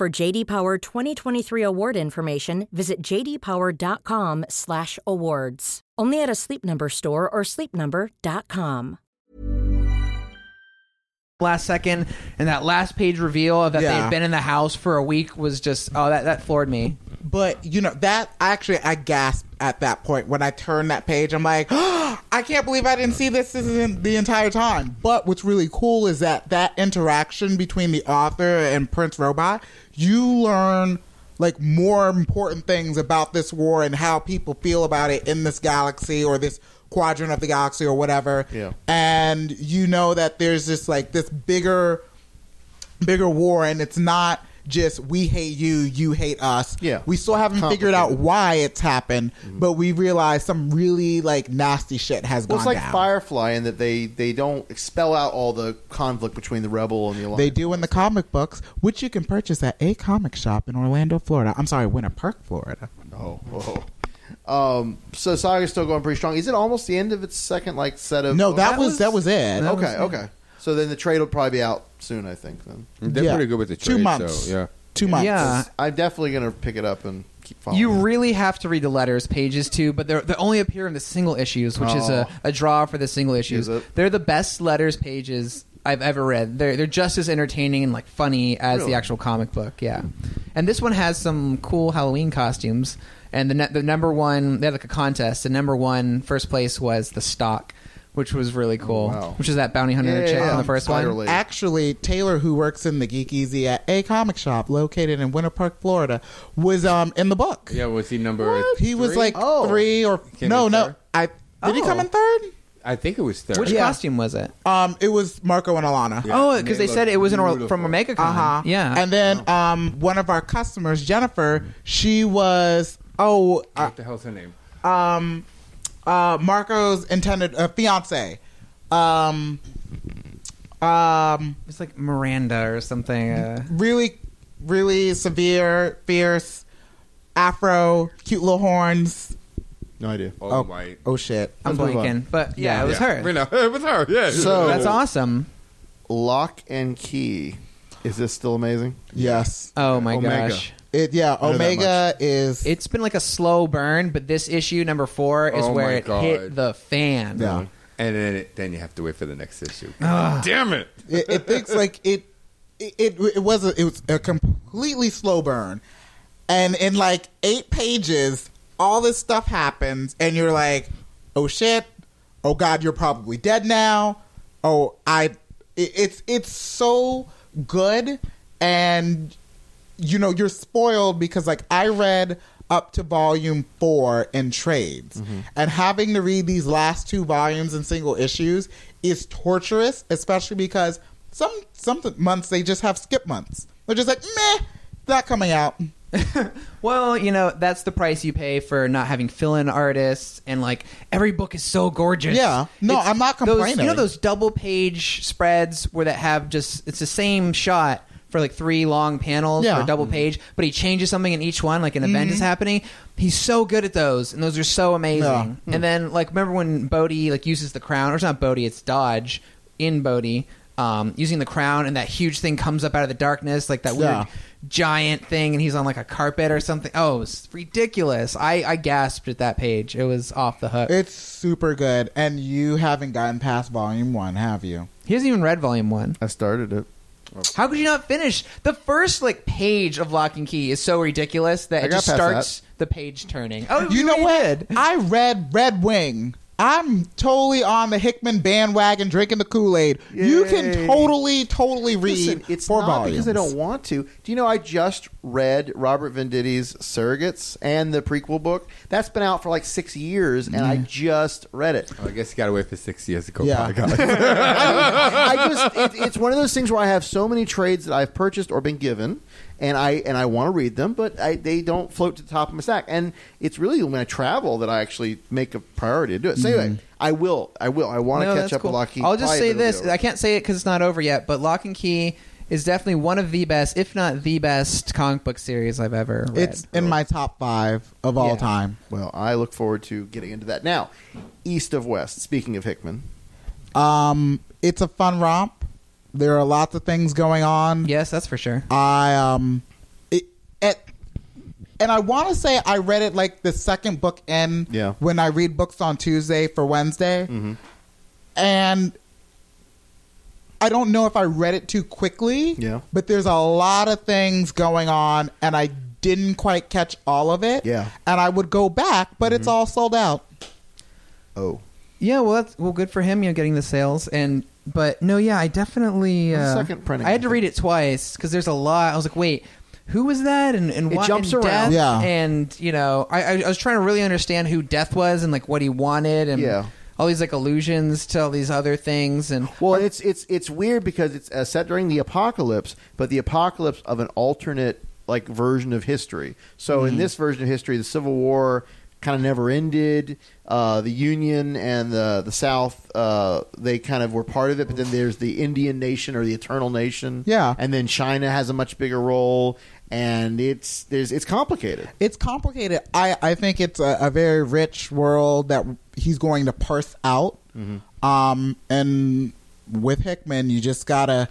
Speaker 8: For JD Power 2023 award information, visit jdpower.com/awards. Only at a Sleep Number store or sleepnumber.com.
Speaker 6: last second, and that last page reveal of that
Speaker 2: Yeah.
Speaker 6: they had been in the house for a week was just oh that that floored me.
Speaker 2: But you know that I actually I gasped at that point when I turned that page. I'm like, I can't believe I didn't see this. This isn't the entire time. But what's really cool is that that interaction between the author and Prince Robot, you learn like more important things about this war and how people feel about it in this galaxy or this quadrant of the galaxy or whatever.
Speaker 1: Yeah.
Speaker 2: And you know that there's this like this bigger bigger war and it's not just we hate you, you hate us. Yeah. We still haven't figured out why it's happened, but we realize some really like nasty shit has
Speaker 1: Well,
Speaker 2: gone
Speaker 1: it's like
Speaker 2: down.
Speaker 1: Firefly in that they, they don't spell out all the conflict between the rebel and the alliance.
Speaker 2: They do in the comic books, which you can purchase at a comic shop in Orlando, Florida. I'm sorry, Winter Park, Florida.
Speaker 1: Oh, whoa. Um, so Saga's still going pretty strong. Is it almost the end of its second like set of?
Speaker 2: No, that was- that was it. That
Speaker 1: oh, Okay,
Speaker 2: was it.
Speaker 1: okay. So then the trade will probably be out soon, I think. Then
Speaker 3: They're Yeah. pretty good with the Two trade, months. so, yeah.
Speaker 2: Two months.
Speaker 6: Yeah.
Speaker 1: I'm definitely gonna pick it up and keep following.
Speaker 6: You really have to read the letters pages too, but they're, they only appear in the single issues, which is a,
Speaker 1: Oh.
Speaker 6: a draw for the single issues.
Speaker 1: Is it?
Speaker 6: They're the best letters pages I've ever read. They're they're just as entertaining and like funny as
Speaker 10: Really?
Speaker 6: the actual comic book. Yeah, and this one has some cool Halloween costumes. And the ne- the number one they had like a contest. The number one first place was the stock, which was really
Speaker 1: Oh,
Speaker 6: cool. Which is that bounty hunter chick in the first one.
Speaker 2: Actually, Taylor, who works in the Geek Easy at a comic shop located in Winter Park, Florida, was um in the book.
Speaker 3: Yeah, was he number?
Speaker 2: He was
Speaker 3: three?
Speaker 2: like three or
Speaker 3: Came
Speaker 2: no,
Speaker 3: in
Speaker 2: no.
Speaker 3: third?
Speaker 2: I did he come in third?
Speaker 3: I think it was third.
Speaker 6: Which costume was it?
Speaker 2: Um, it was Marco and Alana.
Speaker 6: Yeah. Oh, 'cause they said it was in Or- from OmegaCon.
Speaker 2: Uh huh.
Speaker 6: Yeah.
Speaker 2: And then um, one of our customers, Jennifer, she was oh uh,
Speaker 3: What the hell's her name?
Speaker 2: um, uh, Marco's intended uh, fiance. Um, um,
Speaker 6: it's like Miranda or something. Uh,
Speaker 2: really, really severe, fierce, afro, cute little horns.
Speaker 1: No idea.
Speaker 3: Oh, my.
Speaker 2: Oh shit.
Speaker 6: I'm
Speaker 2: Let's move on.
Speaker 6: blanking, but yeah, it was her. Oh,
Speaker 3: We know. It was her. Yeah.
Speaker 1: So
Speaker 6: That's awesome.
Speaker 1: Lock and key. Is this still amazing?
Speaker 2: Yes.
Speaker 6: Oh my
Speaker 1: Omega.
Speaker 6: gosh.
Speaker 2: It yeah,
Speaker 1: I know that Omega
Speaker 2: is
Speaker 6: It's been like a slow burn, but this issue number 4 is
Speaker 3: Oh
Speaker 6: where
Speaker 3: my
Speaker 6: it
Speaker 3: God.
Speaker 6: hit the fan.
Speaker 3: And then, it, then you have to wait for the next issue.
Speaker 6: Ugh.
Speaker 3: Damn it!
Speaker 2: it, it thinks like it it it was a, it was a completely slow burn and in like eight pages all this stuff happens and you're like oh shit oh god you're probably dead now oh i it, it's it's so good and you know you're spoiled because like i read up to volume four in trades and having to read these last two volumes in single issues is torturous especially because some some months they just have skip months they're just like meh not coming out
Speaker 6: Well, you know, that's the price you pay for not having fill-in artists and like every book is so gorgeous.
Speaker 2: Yeah. No, I'm not
Speaker 6: those- you
Speaker 2: complaining.
Speaker 6: know those double page spreads where that have just it's the same shot for like three long panels for
Speaker 2: Yeah.
Speaker 6: a double page, but he changes something in each one like an event is happening. He's so good at those and those are so amazing.
Speaker 2: Yeah.
Speaker 6: And then like remember when Bodhi like uses the crown or it's not Bodhi, it's Dodge in Bodhi. Um, using the crown and that huge thing comes up out of the darkness like that weird
Speaker 2: Yeah.
Speaker 6: giant thing and he's on like a carpet or something. Oh, it was ridiculous. I, I gasped at that page. It was off the hook.
Speaker 2: It's super good. And you haven't gotten past volume one, have you?
Speaker 6: He hasn't even read volume one.
Speaker 1: I started it.
Speaker 6: How could you not finish? The first like page of Lock and Key is so ridiculous that
Speaker 1: I
Speaker 6: it
Speaker 1: got
Speaker 6: just
Speaker 1: past
Speaker 6: starts the page turning. Oh,
Speaker 2: you know what? I read Red Wing. I'm totally on the Hickman bandwagon, drinking the Kool Aid. You
Speaker 1: Yay.
Speaker 2: can totally, totally read
Speaker 1: Listen, it's
Speaker 2: four
Speaker 1: not
Speaker 2: volumes.
Speaker 1: because I don't want to. Do you know I just read Robert Venditti*'s Surrogates and the prequel book? That's been out for like six years, and
Speaker 6: Mm.
Speaker 1: I just read it.
Speaker 3: I guess you got to wait for six years to go.
Speaker 1: Yeah.
Speaker 3: Yeah. Guys.
Speaker 1: I, I just it, it's one of those things where I have so many trades that I've purchased or been given, and I and I want to read them, but I, they don't float to the top of my stack. And it's really when I travel that I actually make a priority to do it. So anyway, I will, I will, I want to
Speaker 6: Mm-hmm. No,
Speaker 1: catch
Speaker 6: that's
Speaker 1: up
Speaker 6: cool.
Speaker 1: with Lockheed.
Speaker 6: I'll just
Speaker 1: Probably
Speaker 6: say
Speaker 1: it'll be
Speaker 6: this:
Speaker 1: over.
Speaker 6: I can't say it because it's not over yet. But Lock and Key is definitely one of the best, if not the best, comic book series I've ever read.
Speaker 2: It's in my top five of all
Speaker 6: Yeah.
Speaker 2: time.
Speaker 1: Well, I look forward to getting into that now. East of West. Speaking of Hickman,
Speaker 2: Um, it's a fun romp. There are lots of things going on.
Speaker 6: Yes, that's for sure.
Speaker 2: I um, it, at, and I want to say I read it like the second book in.
Speaker 1: Yeah. Mm-hmm.
Speaker 2: When I read books on Tuesday for Wednesday, and I don't know if I read it too quickly.
Speaker 1: Yeah.
Speaker 2: But there's a lot of things going on, and I didn't quite catch all of it.
Speaker 1: Yeah. Mm-hmm.
Speaker 2: And I would go back, but it's all sold out.
Speaker 1: oh,
Speaker 6: Yeah, well, that's, well, good for him, you know, getting the sales. And but no, yeah, I definitely
Speaker 1: Well, the
Speaker 6: uh,
Speaker 1: second printing,
Speaker 6: I
Speaker 1: I
Speaker 6: had to read it twice because there's a lot. I was like, wait, who was that? And and
Speaker 1: It
Speaker 6: why-
Speaker 1: jumps
Speaker 6: and
Speaker 1: around.
Speaker 6: Death?
Speaker 1: Yeah.
Speaker 6: and you know, I, I I was trying to really understand who Death was and like what he wanted and
Speaker 1: Yeah.
Speaker 6: all these like allusions to all these other things and
Speaker 1: Well, it's it's it's weird because it's uh, set during the apocalypse, but the apocalypse of an alternate like version of history. So
Speaker 2: Mm-hmm.
Speaker 1: in this version of history, the Civil War kind of never ended. Uh, the Union and the the South uh, they kind of were part of it, but then there's the Indian Nation or the Eternal Nation.
Speaker 2: Yeah.
Speaker 1: and then China has a much bigger role, and it's there's it's complicated.
Speaker 2: it's complicated. I, I think it's a, a very rich world that he's going to parse out.
Speaker 1: Mm-hmm.
Speaker 2: Um, and with Hickman, you just gotta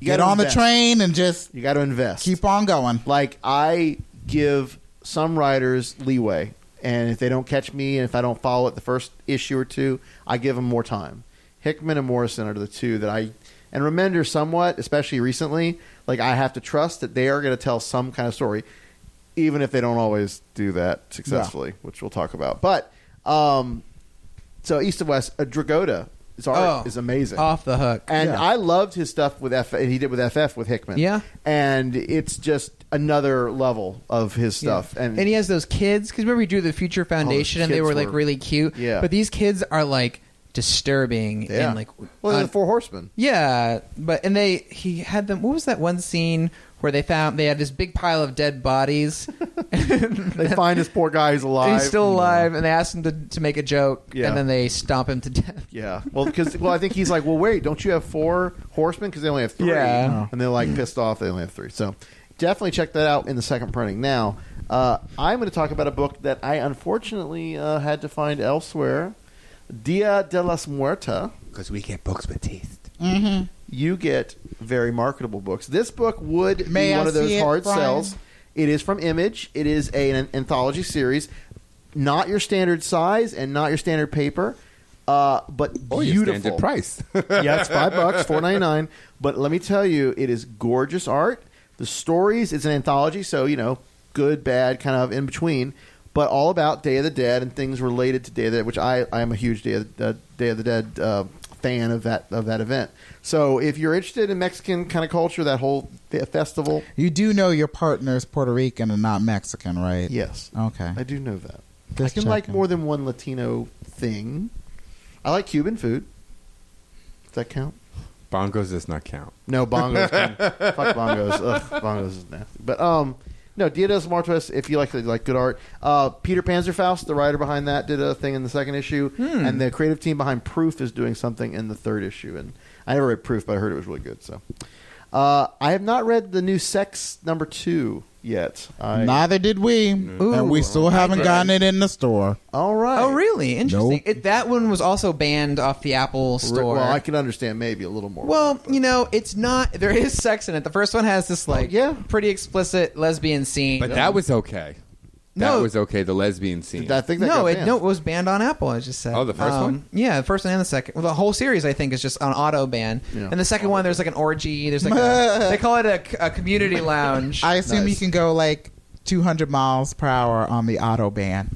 Speaker 1: You
Speaker 2: get
Speaker 1: gotta
Speaker 2: on
Speaker 1: invest.
Speaker 2: the train and just
Speaker 1: You got to invest.
Speaker 2: keep on going.
Speaker 1: Like I give some writers leeway, and if they don't catch me, and if I don't follow it the first issue or two, I give them more time. Hickman and Morrison are the two that I and remender somewhat, especially recently, like I have to trust that they are going to tell some kind of story, even if they don't always do that successfully, which we'll talk about. But um, so east of west, uh, Dragoda. His art
Speaker 6: Oh,
Speaker 1: is amazing,
Speaker 6: off the hook.
Speaker 1: and
Speaker 6: Yeah.
Speaker 1: I loved his stuff with F. He did with FF with Hickman,
Speaker 6: Yeah.
Speaker 1: and it's just another level of his stuff. And,
Speaker 6: he has those kids because remember he drew the Future Foundation and they
Speaker 1: kids
Speaker 6: were like
Speaker 1: were-
Speaker 6: really cute.
Speaker 1: Yeah.
Speaker 6: but these kids are like disturbing
Speaker 1: Yeah.
Speaker 6: and like
Speaker 1: well, they're
Speaker 6: un-
Speaker 1: the Four Horsemen.
Speaker 6: Yeah, but and they he had them. What was that one scene where they found they had this big pile of dead bodies?
Speaker 1: They find this poor guy who's alive.
Speaker 6: He's still alive, and they asked him to, to make a joke,
Speaker 1: Yeah.
Speaker 6: and then they stomp him to death.
Speaker 1: Yeah. Well, because well, I think he's like, well, wait, don't you have four horsemen? Because they only have three.
Speaker 6: Yeah.
Speaker 1: And they're like pissed off. They only have three. So definitely check that out in the second printing. Now, uh, I'm going to talk about a book that I unfortunately uh, had to find elsewhere. Dia de las Muerta. Because we get books with teeth.
Speaker 2: Mm-hmm.
Speaker 1: You get very marketable books. This book would
Speaker 2: May
Speaker 1: be
Speaker 2: I
Speaker 1: one of those
Speaker 2: see it,
Speaker 1: hard
Speaker 2: Brian?
Speaker 1: sells. It is from Image. It is a, an anthology series, not your standard size and not your standard paper, uh, but
Speaker 3: Or your
Speaker 1: beautiful
Speaker 3: standard price.
Speaker 1: yeah, it's five bucks, four ninety nine. But let me tell you, it is gorgeous art. The stories it's an anthology, so you know, good, bad, kind of in between, but all about Day of the Dead and things related to Day of the Dead, which I, I am a huge Day of the, uh, Day of the Dead uh, fan of that of that event. So if you're interested in Mexican kind of culture, that whole fe- festival,
Speaker 2: You do know your partner's Puerto Rican and not Mexican, right?
Speaker 1: Yes.
Speaker 2: Okay.
Speaker 1: I do know that.
Speaker 2: Just
Speaker 1: I can like
Speaker 2: checking.
Speaker 1: more than one Latino thing. I like Cuban food. Does that count?
Speaker 3: Bongos does not count.
Speaker 1: No bongos. can- fuck bongos. Ugh, bongos is nasty. But um, no Dia de los Muertos. If you like like good art, uh, Peter Panzerfaust, the writer behind that, did a thing in the second issue,
Speaker 6: Hmm.
Speaker 1: and the creative team behind Proof is doing something in the third issue. And I never read Proof, but I heard it was really good. So uh, I have not read the new Sex number two yet. I,
Speaker 2: Neither did we,
Speaker 1: Mm-hmm.
Speaker 2: and we still haven't gotten it in the store.
Speaker 1: All right.
Speaker 6: Oh, really? Interesting.
Speaker 2: Nope.
Speaker 6: It, that one was also banned off the Apple Store.
Speaker 1: Well, I can understand maybe a little more.
Speaker 6: Well, you know, it's not. There is sex in it. The first one has this like pretty explicit lesbian scene.
Speaker 3: But that was okay. That
Speaker 6: No.
Speaker 3: was okay. The lesbian scene.
Speaker 1: I think that
Speaker 6: no,
Speaker 1: got
Speaker 6: it
Speaker 1: banned.
Speaker 6: no, it was banned on Apple. I just said. Um,
Speaker 3: Oh, the first one?
Speaker 6: Yeah, the first one and the second. Well, the whole series I think is just on auto ban.
Speaker 2: Yeah.
Speaker 6: And the second one, there's like an orgy. There's like a, they call it a, a community lounge.
Speaker 2: I assume you can go like 200 miles per hour on the autobahn.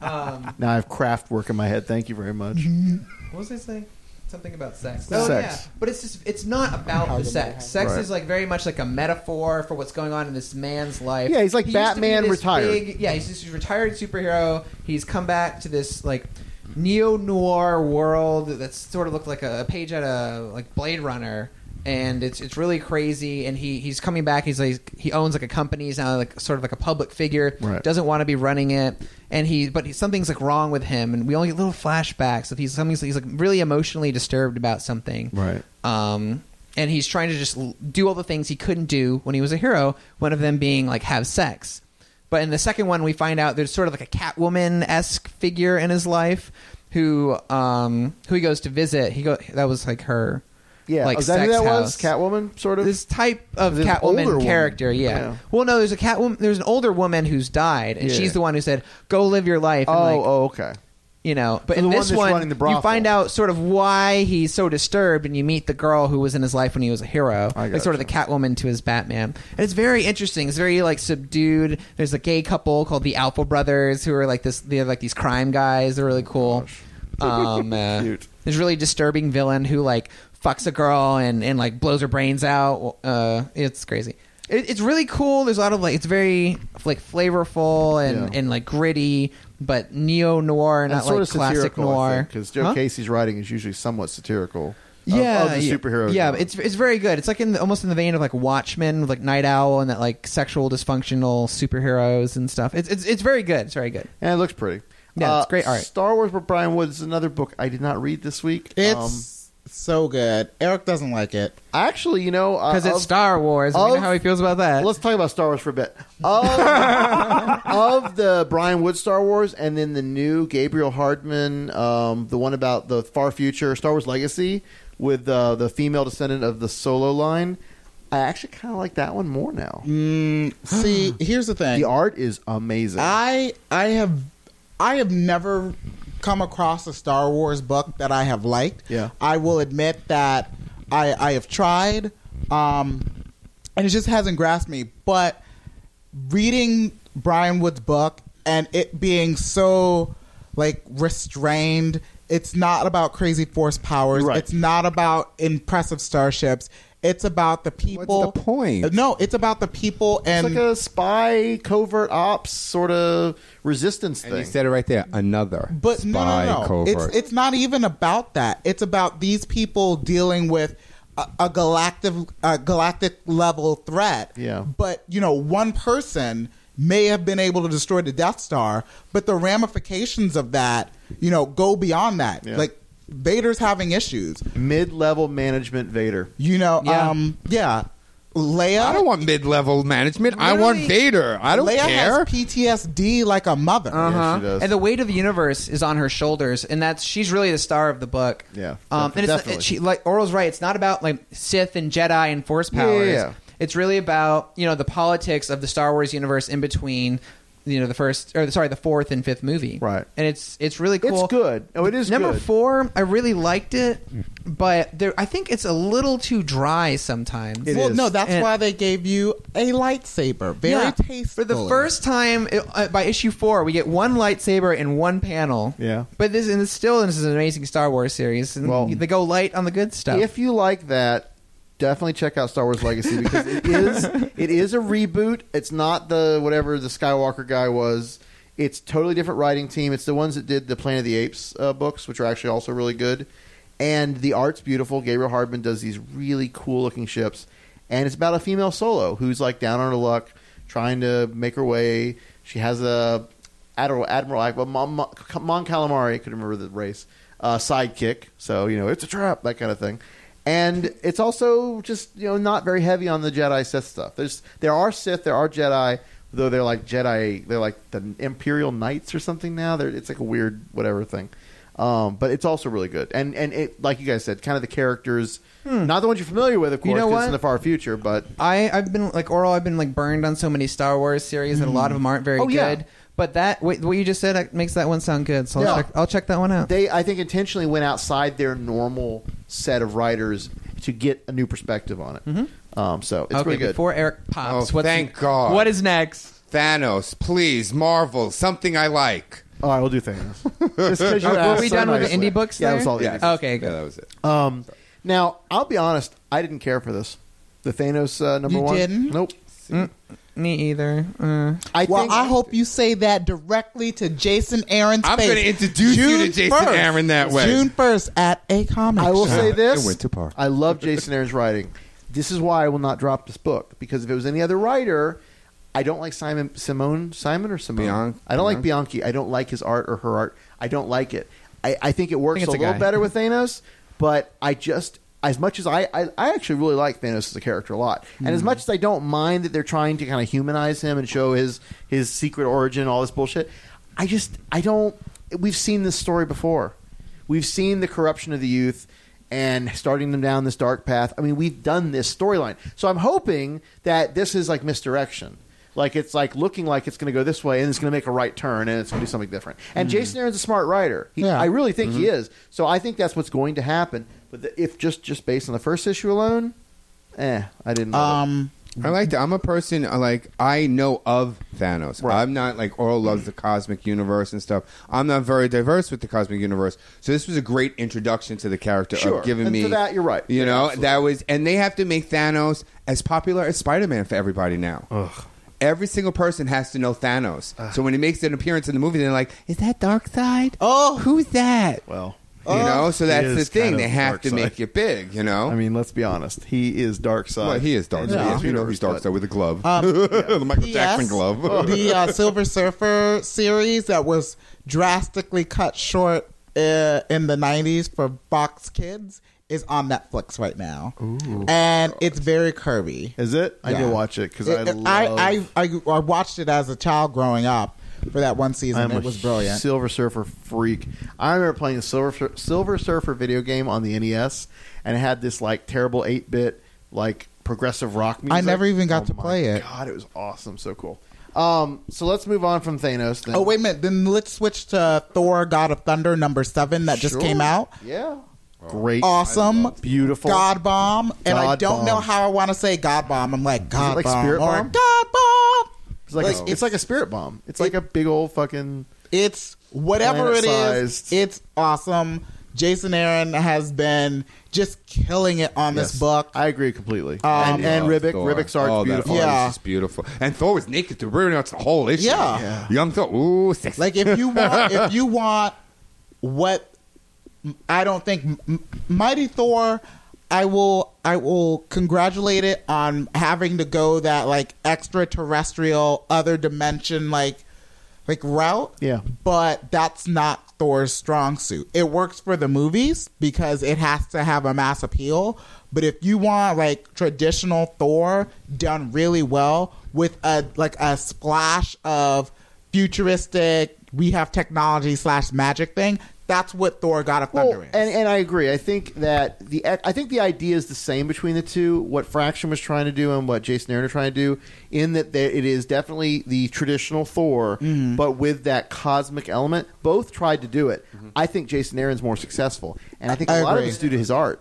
Speaker 6: Um,
Speaker 1: now I have craft work in my head. Thank you very much.
Speaker 6: Mm-hmm. what was I saying? Something about sex.
Speaker 1: Sex.
Speaker 6: Oh yeah, but it's just it's not about the sex. Sex
Speaker 1: Right.
Speaker 6: is like very much like a metaphor for what's going on in this man's life.
Speaker 1: Yeah, he's like
Speaker 6: He used to
Speaker 1: Batman
Speaker 6: be this
Speaker 1: retired.
Speaker 6: big- yeah, he's just a retired superhero. He's come back to this like neo noir world that's sort of looked like a, a page out of like Blade Runner. And it's it's really crazy, and he, he's coming back. He's like he owns like a company. He's now like sort of like a public figure.
Speaker 1: Right.
Speaker 6: Doesn't want to be running it, and he but he, something's like wrong with him, and we only get little flashbacks of he's something's he's like really emotionally disturbed about something.
Speaker 1: Right.
Speaker 6: Um, and he's trying to just l- do all the things he couldn't do when he was a hero. One of them being like have sex. But in the second one, we find out there's sort of like a Catwoman esque figure in his life who um who he goes to visit. He go that was like her.
Speaker 1: Yeah, Oh,
Speaker 6: like
Speaker 1: is that who
Speaker 6: sex
Speaker 1: that was?
Speaker 6: house.
Speaker 1: Catwoman, sort of.
Speaker 6: This type of
Speaker 1: This older
Speaker 6: Catwoman
Speaker 1: woman.
Speaker 6: character, yeah.
Speaker 1: Yeah.
Speaker 6: Well, no, there's a Catwoman. There's an older woman who's died, and
Speaker 1: Yeah.
Speaker 6: she's the one who said, "Go live your life." And
Speaker 1: Oh,
Speaker 6: like,
Speaker 1: oh, okay.
Speaker 6: You know,
Speaker 1: So
Speaker 6: but in
Speaker 1: the one
Speaker 6: this
Speaker 1: that's
Speaker 6: one,
Speaker 1: running the
Speaker 6: you
Speaker 1: brothel.
Speaker 6: find out sort of why he's so disturbed, and you meet the girl who was in his life when he was a hero, like sort of the Catwoman to his Batman. And it's very interesting. It's very like subdued. There's a gay couple called the Alpha Brothers who are like this. They're like these crime guys. They're really cool. Um, uh, This really disturbing villain who like fucks a girl and and like blows her brains out. Uh, it's crazy. It, it's really cool. There's a lot of like it's very like flavorful and and like gritty, but neo noir, not like classic noir.
Speaker 1: because Joe
Speaker 6: Huh?
Speaker 1: Casey's writing is usually somewhat satirical. of-
Speaker 6: yeah,
Speaker 1: of, the
Speaker 6: yeah.
Speaker 1: superhero.
Speaker 6: Yeah,
Speaker 1: genre.
Speaker 6: it's it's very good. It's like in the, almost in the vein of like Watchmen, with like Night Owl and that like sexual dysfunctional superheroes and stuff. It's it's, it's very good. It's very good.
Speaker 1: and it looks pretty.
Speaker 6: Yeah, it's
Speaker 1: Uh,
Speaker 6: great art.
Speaker 1: Star Wars with Brian Woods is another book I did not read this week. Um,
Speaker 2: It's so good. Eric doesn't like it.
Speaker 1: Actually, you know, uh,
Speaker 2: 'Cause it's
Speaker 1: of-
Speaker 2: Star Wars, and we know how he
Speaker 6: feels about that.
Speaker 1: Let's talk about Star Wars for a bit. Of, of the Brian Wood Star Wars, and then the new Gabriel Hardman, um, the one about the far future Star Wars Legacy with uh, the female descendant of the Solo line. I actually kind of like that one more now.
Speaker 2: see, here's the thing.
Speaker 1: The art is amazing.
Speaker 2: I I have I have never come across a Star Wars book that I have liked.
Speaker 1: Yeah.
Speaker 2: I will admit that I I have tried, um, and it just hasn't grasped me. But reading Brian Wood's book and it being so like restrained. It's not about crazy force powers. It's not about impressive starships. It's about the people. What's the
Speaker 3: point?
Speaker 2: No, it's about the people and
Speaker 1: it's like a spy covert ops sort of resistance
Speaker 3: And you
Speaker 1: thing.
Speaker 3: said it right there. Another
Speaker 2: But
Speaker 3: spy
Speaker 2: no, no, no.
Speaker 3: covert.
Speaker 2: It's it's not even about that. It's about these people dealing with a, a galactic a galactic level threat.
Speaker 1: Yeah.
Speaker 2: But you know, one person may have been able to destroy the Death Star, but the ramifications of that, you know, go beyond that.
Speaker 1: Yeah.
Speaker 2: Like Vader's having issues.
Speaker 1: Mid-level management Vader.
Speaker 2: You know, um yeah. Leia
Speaker 3: I don't want mid-level management. I want Vader. I don't
Speaker 2: Leia
Speaker 3: care. Uh,
Speaker 2: Has PTSD like a mother.
Speaker 6: Uh-huh. And the weight of the universe is on her shoulders, and that's she's really the star of the book.
Speaker 1: Yeah,
Speaker 6: Um, and it's
Speaker 1: definitely.
Speaker 6: it, she, like Oral's right. It's not about like Sith and Jedi and Force
Speaker 1: Yeah, yeah,
Speaker 6: powers.
Speaker 1: yeah.
Speaker 6: It's really about you know the politics of the Star Wars universe in between. You know the first, or sorry, the fourth and fifth movie, right? And it's it's really cool.
Speaker 1: It's good. Oh, it is
Speaker 6: number
Speaker 1: good. Mm.
Speaker 6: four. I really liked it, but there, I think it's a little too dry sometimes.
Speaker 2: well, no, that's
Speaker 6: And-
Speaker 2: why they gave you a lightsaber. Very
Speaker 6: yeah.
Speaker 2: tasteful.
Speaker 6: For the first time uh, by issue four, we get one lightsaber in one panel.
Speaker 1: Yeah.
Speaker 6: But this and it's still this is an amazing Star Wars series. And
Speaker 1: Well-
Speaker 6: they go light on the good stuff.
Speaker 1: If you like that, definitely check out Star Wars Legacy because it is it is a reboot. It's not the whatever the Skywalker guy was. It's totally different writing team. It's the ones that did the Planet of the Apes uh, books, which are actually also really good. And the art's beautiful. Gabriel Hardman does these really cool looking ships, and it's about a female solo who's like down on her luck, trying to make her way. She has a Admiral Admiral Akbar, Mon, Mon Mon Calamari, I could remember the race, uh, sidekick. So you know, it's a trap, that kind of thing. And it's also just you know not very heavy on the Jedi Sith stuff. There's there are Sith, there are Jedi, though they're like Jedi, they're like the Imperial Knights or something now. They're, it's like a weird whatever thing. Um, but it's also really good, and and it like you guys said, kind of the characters, not the ones you're familiar with, of
Speaker 6: Hmm. You
Speaker 1: course,
Speaker 6: know
Speaker 1: 'cause it's
Speaker 6: what?
Speaker 1: in the far future. But
Speaker 6: I, I've been like Oral, I've been like burned on so many Star Wars series and a lot of them aren't very
Speaker 1: Oh,
Speaker 6: good.
Speaker 1: yeah.
Speaker 6: But that what, what you just said uh, makes that one sound good. So I'll,
Speaker 1: Yeah.
Speaker 6: check, I'll check that one out.
Speaker 1: they I think intentionally went outside their normal set of writers to get a new perspective on it. Um, so it's
Speaker 6: okay,
Speaker 1: really good.
Speaker 6: before Eric pops,
Speaker 3: Oh,
Speaker 6: what's
Speaker 3: thank God.
Speaker 6: What is next?
Speaker 3: Thanos, please, Marvel, something I like.
Speaker 1: All right, we'll do things.
Speaker 6: were we done with the indie books?
Speaker 1: Yeah,
Speaker 6: there?
Speaker 1: that's all. the indie books.
Speaker 6: Okay, good.
Speaker 3: that was it.
Speaker 1: Um, now I'll be honest, I didn't care for this. The Thanos uh, number
Speaker 2: You
Speaker 1: one.
Speaker 2: didn't?
Speaker 1: Nope.
Speaker 6: Me either. Uh,
Speaker 1: I
Speaker 2: well,
Speaker 1: think-
Speaker 2: I hope you say that directly to Jason Aaron's
Speaker 3: I'm
Speaker 2: face.
Speaker 3: gonna introduce you to Jason Aaron that way.
Speaker 2: June 1st at a comic
Speaker 1: I will
Speaker 2: shop.
Speaker 1: say this:
Speaker 3: It went too far.
Speaker 1: I love Jason Aaron's writing. This is why I will not drop this book because if it was any other writer, I don't like Simon Simone Simon or Simone.
Speaker 3: Bian-
Speaker 1: I don't like
Speaker 3: Bianchi.
Speaker 1: Bianchi. I don't like his art or her art. I don't like it. I, I think it works
Speaker 6: it's
Speaker 1: a
Speaker 6: a
Speaker 1: little
Speaker 6: guy.
Speaker 1: better with Thanos, but I just as much as I, I I actually really like Thanos as a character a lot, and as much as I don't mind that they're trying to kind of humanize him and show his his secret origin, and all this bullshit, I just I don't. We've seen this story before. We've seen the corruption of the youth and starting them down this dark path. I mean, we've done this storyline. So I'm hoping that this is like misdirection. Like it's like looking like it's going to go this way, and it's going to make a right turn, and it's going to do something different. And Jason Aaron's a smart writer. He,
Speaker 2: Mm-hmm. Yeah. Mm-hmm.
Speaker 1: I really think he is. So I think that's what's going to happen. But the, if just just based on the first issue alone, eh, I didn't. love it.
Speaker 2: Um,
Speaker 3: I like that. I'm a person I like I know of Thanos. I'm not like Oral loves the cosmic universe and stuff. I'm not very diverse with the cosmic universe. So this was a great introduction to the character
Speaker 1: Sure.
Speaker 3: of giving
Speaker 1: And
Speaker 3: me
Speaker 1: for that, you're right.
Speaker 3: You
Speaker 1: Yeah,
Speaker 3: know,
Speaker 1: absolutely.
Speaker 3: that was and they have to make Thanos as popular as Spider Man for everybody now. Every single person has to know Thanos. So when he makes an appearance in the movie, they're like, "Is that Dark Side?
Speaker 2: Oh.
Speaker 3: who's that?"
Speaker 1: well,
Speaker 3: you know. So
Speaker 1: He
Speaker 3: that's
Speaker 1: is
Speaker 3: the thing.
Speaker 1: kind of
Speaker 3: They have
Speaker 1: Dark
Speaker 3: to
Speaker 1: Side.
Speaker 3: make it big. You know.
Speaker 1: I mean, let's be honest. He is dark
Speaker 2: uh,
Speaker 1: side.
Speaker 3: Well, he is dark.
Speaker 1: Yeah.
Speaker 3: Side. You know he's dark
Speaker 1: But-
Speaker 3: side with a glove,
Speaker 2: Um,
Speaker 3: the Michael
Speaker 2: P.S.
Speaker 3: Jackson glove.
Speaker 2: the uh, Silver Surfer series that was drastically cut short uh, in the 90s for Fox Kids is on Netflix right now. And it's very curvy.
Speaker 1: Is it? I need
Speaker 2: Yeah.
Speaker 1: to watch it because I
Speaker 2: It-
Speaker 1: love.
Speaker 2: I, I, I, I watched it as a child growing up for that one season.
Speaker 1: I'm a
Speaker 2: it was brilliant.
Speaker 1: Silver Surfer freak. I remember playing the Silver Sur- Silver Surfer video game on the NES, and it had this like terrible eight bit like progressive rock music.
Speaker 2: I never even got
Speaker 1: Oh
Speaker 2: to
Speaker 1: my
Speaker 2: play it.
Speaker 1: God, it was awesome. So cool. Um, so let's move on from Thanos. Then.
Speaker 2: Oh wait a minute. Then let's switch to Thor: God of Thunder number seven that just
Speaker 1: Sure.
Speaker 2: came out.
Speaker 1: Yeah. Great.
Speaker 2: awesome,
Speaker 1: beautiful
Speaker 2: God bomb. And I
Speaker 1: God
Speaker 2: don't know
Speaker 1: bomb.
Speaker 2: how I want to say God bomb. I'm like
Speaker 1: Is
Speaker 2: God
Speaker 1: it like
Speaker 2: bomb
Speaker 1: spirit
Speaker 2: or
Speaker 1: bomb?
Speaker 2: God bomb.
Speaker 1: It's like, a, it's like a spirit bomb. It's like a big old fucking.
Speaker 2: It's whatever it is.
Speaker 1: Planet-sized.
Speaker 2: It's awesome. Jason Aaron has been just killing it on this
Speaker 1: Yes.
Speaker 2: book.
Speaker 1: I agree completely.
Speaker 2: Um,
Speaker 1: and and
Speaker 3: Oh,
Speaker 1: Ribic,
Speaker 3: Thor.
Speaker 1: Ribic's art's
Speaker 3: oh,
Speaker 1: beautiful.
Speaker 3: That yeah, is just beautiful. And Thor was naked to ruin out the whole issue.
Speaker 2: Yeah.
Speaker 3: young Thor. Ooh, sexy.
Speaker 2: Like if you want, if you want what I don't think M- M- Mighty Thor, I will I will congratulate it on having to go that like extraterrestrial other dimension like like route.
Speaker 1: Yeah.
Speaker 2: But that's not Thor's strong suit. It works for the movies because it has to have a mass appeal. But if you want like traditional Thor done really well with a like a splash of futuristic, we have technology slash magic thing, that's what Thor got of Thunder is.
Speaker 1: And and I agree. I think that the I think the idea is the same between the two. What Fraction was trying to do and what Jason Aaron are trying to do, in that there, it is definitely the traditional Thor,
Speaker 2: Mm-hmm.
Speaker 1: but with that cosmic element. Both tried to do it. I think Jason Aaron's more successful, and I think a
Speaker 2: Mm-hmm. I
Speaker 1: lot
Speaker 2: agree.
Speaker 1: of it's due to his art.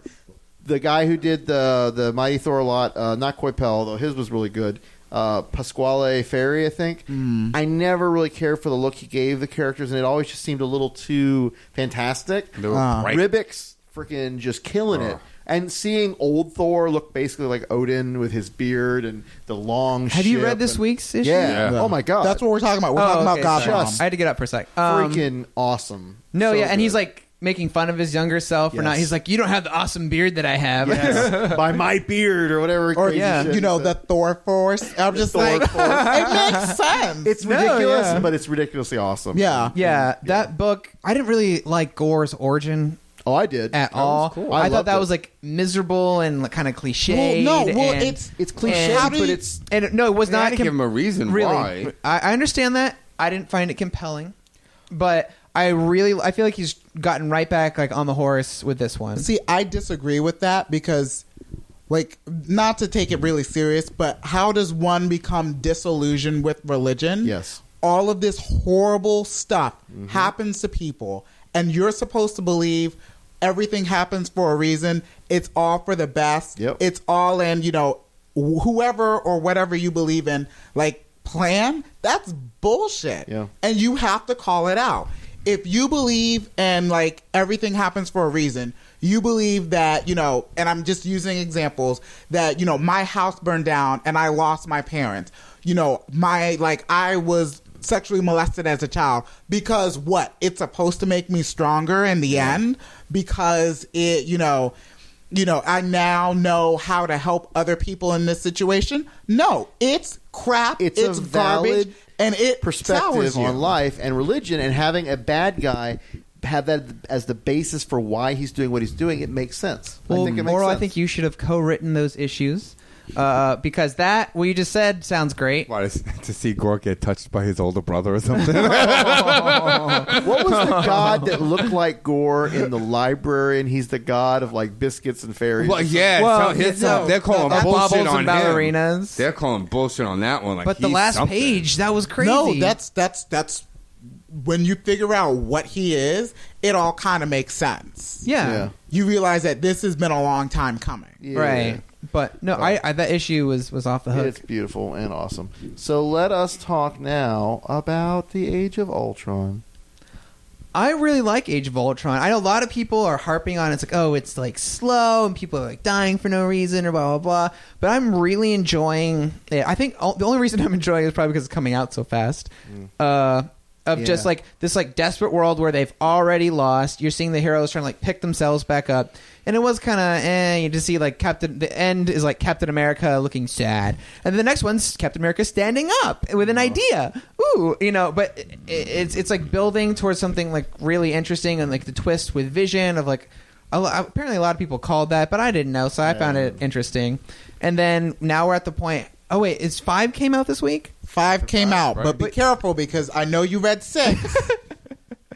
Speaker 1: The guy who did the the Mighty Thor a lot, uh, not Coy Pell, though his was really good. Uh, Pasquale Ferry, I think.
Speaker 6: Mm.
Speaker 1: I never really cared for the look he gave the characters, and it always just seemed a little too fantastic.
Speaker 3: They were Ah. bright. Ah.
Speaker 1: Ribic's freaking just killing it. And seeing old Thor look basically like Odin with his beard and the long
Speaker 6: Have you
Speaker 1: ship
Speaker 6: read this
Speaker 1: and-
Speaker 6: week's issue?
Speaker 1: Yeah.
Speaker 6: Yeah.
Speaker 1: Oh my god.
Speaker 2: That's what we're talking about. We're
Speaker 6: Oh,
Speaker 2: talking
Speaker 6: okay,
Speaker 2: about God
Speaker 6: sorry.
Speaker 2: Bomb.
Speaker 6: I had to get up for a sec. Um,
Speaker 1: freaking awesome.
Speaker 6: No,
Speaker 1: So
Speaker 6: yeah, and he's
Speaker 1: good.
Speaker 6: like making fun of his younger self or not.
Speaker 1: Yes.
Speaker 6: He's like, "You don't have the awesome beard that I have."
Speaker 1: Yes. By my beard or whatever.
Speaker 6: Or,
Speaker 1: crazy
Speaker 6: yeah.
Speaker 1: shit
Speaker 2: you know
Speaker 1: he
Speaker 2: the
Speaker 1: said.
Speaker 2: Thor Force. I'm just
Speaker 1: Thor
Speaker 2: like, it makes sense.
Speaker 1: It's
Speaker 6: No,
Speaker 1: ridiculous,
Speaker 6: yeah.
Speaker 1: but it's ridiculously awesome.
Speaker 2: Yeah.
Speaker 6: yeah, that book. I didn't really like Gore's origin
Speaker 1: Oh, I did
Speaker 6: at
Speaker 1: That was
Speaker 6: all.
Speaker 1: cool.
Speaker 6: I, thought
Speaker 1: loved
Speaker 6: that
Speaker 1: it.
Speaker 6: was like miserable and like, kind of cliche.
Speaker 2: Well, no, well,
Speaker 6: and-
Speaker 2: it's-
Speaker 1: it's
Speaker 6: and-
Speaker 1: cliche,
Speaker 2: How do
Speaker 1: but
Speaker 2: you-
Speaker 1: it's
Speaker 6: And no, it was
Speaker 3: I
Speaker 6: not.
Speaker 3: had to give him a reason
Speaker 6: really,
Speaker 3: why.
Speaker 6: I, I understand that. I didn't find it compelling, but I really, I feel like he's gotten right back like on the horse with this one.
Speaker 2: See, I disagree with that because, like, not to take it really serious, but how does one become disillusioned with religion?
Speaker 1: Yes. Mm-hmm.
Speaker 2: All of this horrible stuff happens to people, and you're supposed to believe everything happens for a reason. It's all for the best.
Speaker 1: Yep.
Speaker 2: It's all in, you know, wh- whoever or whatever you believe in, like, plan. That's bullshit
Speaker 1: Yeah.
Speaker 2: and you have to call it out. If you believe and like everything happens for a reason, you believe that, you know, and I'm just using examples that, you know, my house burned down and I lost my parents. You know, my like I was sexually molested as a child because what? It's supposed to make me stronger in the end because it, you know, you know, I now know how to help other people in this situation. No, it's crap. It's,
Speaker 1: It's a
Speaker 2: garbage.
Speaker 1: valid
Speaker 2: And it sours
Speaker 1: perspective
Speaker 2: you.
Speaker 1: on life and religion and having a bad guy have that as the basis for why he's doing what he's doing, it makes sense.
Speaker 6: Well,
Speaker 1: I think it makes
Speaker 6: Moro,
Speaker 1: sense.
Speaker 6: I think you should have co-written those issues uh, because that what you just said sounds great.
Speaker 3: Why, to to see Gore get touched by his older brother or something.
Speaker 1: what was the god that looked like Gore in the library and he's the god of like biscuits and fairies?
Speaker 3: Well, yeah,
Speaker 6: Well,
Speaker 3: tell his,
Speaker 6: no,
Speaker 3: they're calling
Speaker 6: that-
Speaker 3: bullshit
Speaker 6: bubbles
Speaker 3: on
Speaker 6: and
Speaker 3: him.
Speaker 6: ballerinas.
Speaker 3: They're calling bullshit on that one. Like,
Speaker 6: but the
Speaker 3: he's
Speaker 6: last
Speaker 3: something.
Speaker 6: page, that was crazy.
Speaker 2: No, that's that's that's when you figure out what he is, it all kind of makes sense.
Speaker 6: yeah,
Speaker 2: You realize that this has been a long time coming.
Speaker 1: Yeah.
Speaker 6: right. But no, I, I that issue was was off the hook.
Speaker 1: It's beautiful and awesome. So let us talk now about the Age of Ultron.
Speaker 6: I really like Age of Ultron. I know a lot of people are harping on it's like, oh, it's like slow and people are like dying for no reason or blah blah blah. But I'm really enjoying it. I think all, the only reason I'm enjoying it is probably because it's coming out so fast. Uh, of just
Speaker 1: Mm. Yeah.
Speaker 6: like this like desperate world where they've already lost. You're seeing the heroes trying to like pick themselves back up. And it was kind of eh. You just see like Captain. The end is like Captain America looking sad, and the next one's Captain America standing up with an idea. Ooh, you know. But i it's it's like building towards something like really interesting, and like the twist with Vision of like. a lo- Apparently, a lot of people called that, but I didn't know, so I found it interesting. And then now we're at the point. Oh wait, is five came out this week?
Speaker 2: Five came out, but be careful because I know you read six,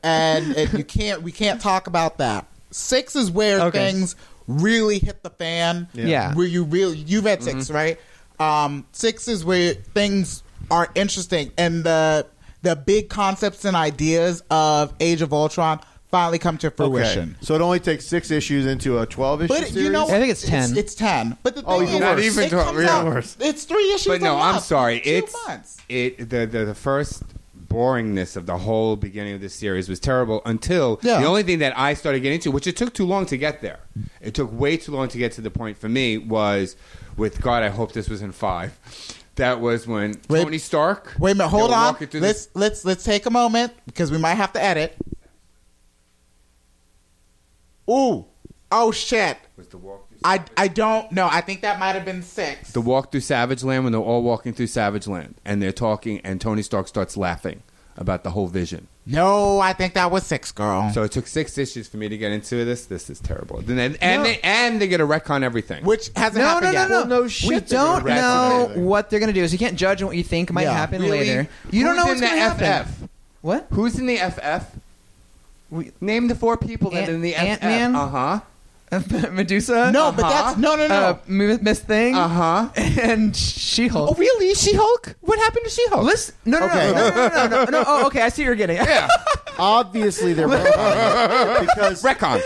Speaker 2: and, and you can't. We can't talk about that. Six is where
Speaker 6: Okay.
Speaker 2: things really hit the fan.
Speaker 6: Yeah. Yeah.
Speaker 2: where you really you've had 6 right? Um, six is where things are interesting, and the the big concepts and ideas of Age of Ultron finally come to fruition.
Speaker 1: So it only takes six issues into a twelve issue.
Speaker 2: But you know,
Speaker 1: series?
Speaker 2: It's, ten. But the thing
Speaker 1: Oh,
Speaker 2: is,
Speaker 1: even worse.
Speaker 2: it comes out- It's three issues.
Speaker 3: But no,
Speaker 2: a
Speaker 3: I'm
Speaker 2: month,
Speaker 3: sorry.
Speaker 2: two
Speaker 3: it's
Speaker 2: months.
Speaker 3: it the, the the first boringness of the whole beginning of this series was terrible until
Speaker 2: Yeah.
Speaker 3: the only thing that I started getting into, which it took too long to get there. It took way too long to get to the point for me was with God. I hope this was in five. That was when Tony Stark.
Speaker 2: Wait a minute,
Speaker 3: they
Speaker 2: hold
Speaker 3: were
Speaker 2: on.
Speaker 3: walking
Speaker 2: Let's
Speaker 3: through
Speaker 2: let's let's take a moment because we might have to edit. Ooh, oh shit! I I don't know. I think that might have been six.
Speaker 3: the walk through Savage Land when they're all walking through Savage Land and they're talking, and Tony Stark starts laughing about the whole vision.
Speaker 2: No, I think that was six, girl.
Speaker 3: So it took six issues for me to get into this. This is terrible. And then, and they and they get to retcon everything,
Speaker 2: which hasn't
Speaker 6: no, no, no, no, We
Speaker 3: they're gonna
Speaker 6: don't
Speaker 3: retcon
Speaker 6: know
Speaker 3: everything.
Speaker 6: what they're gonna do. So you can't judge on what you think might
Speaker 3: Yeah.
Speaker 6: happen
Speaker 3: Really?
Speaker 6: later. You don't know
Speaker 3: Who's in
Speaker 6: what's
Speaker 3: the
Speaker 6: gonna happen.
Speaker 3: FF?
Speaker 6: What?
Speaker 3: Who's in the FF? Name the four people that
Speaker 6: Ant-
Speaker 3: are in the
Speaker 6: Ant
Speaker 3: FF.
Speaker 6: Man.
Speaker 3: Uh
Speaker 6: huh. Medusa.
Speaker 3: No, but Uh-huh. that's- no, no, no.
Speaker 6: Uh, M- Miss Thing. Uh
Speaker 3: huh.
Speaker 6: And She Hulk.
Speaker 3: Oh, really? She Hulk? What happened to She Hulk?
Speaker 6: Listen, no, no, no,
Speaker 1: Okay.
Speaker 6: no, no, no, no, no, no. Oh, okay. I see what you're getting. Yeah.
Speaker 1: Obviously, they're retconning it because
Speaker 3: retcon.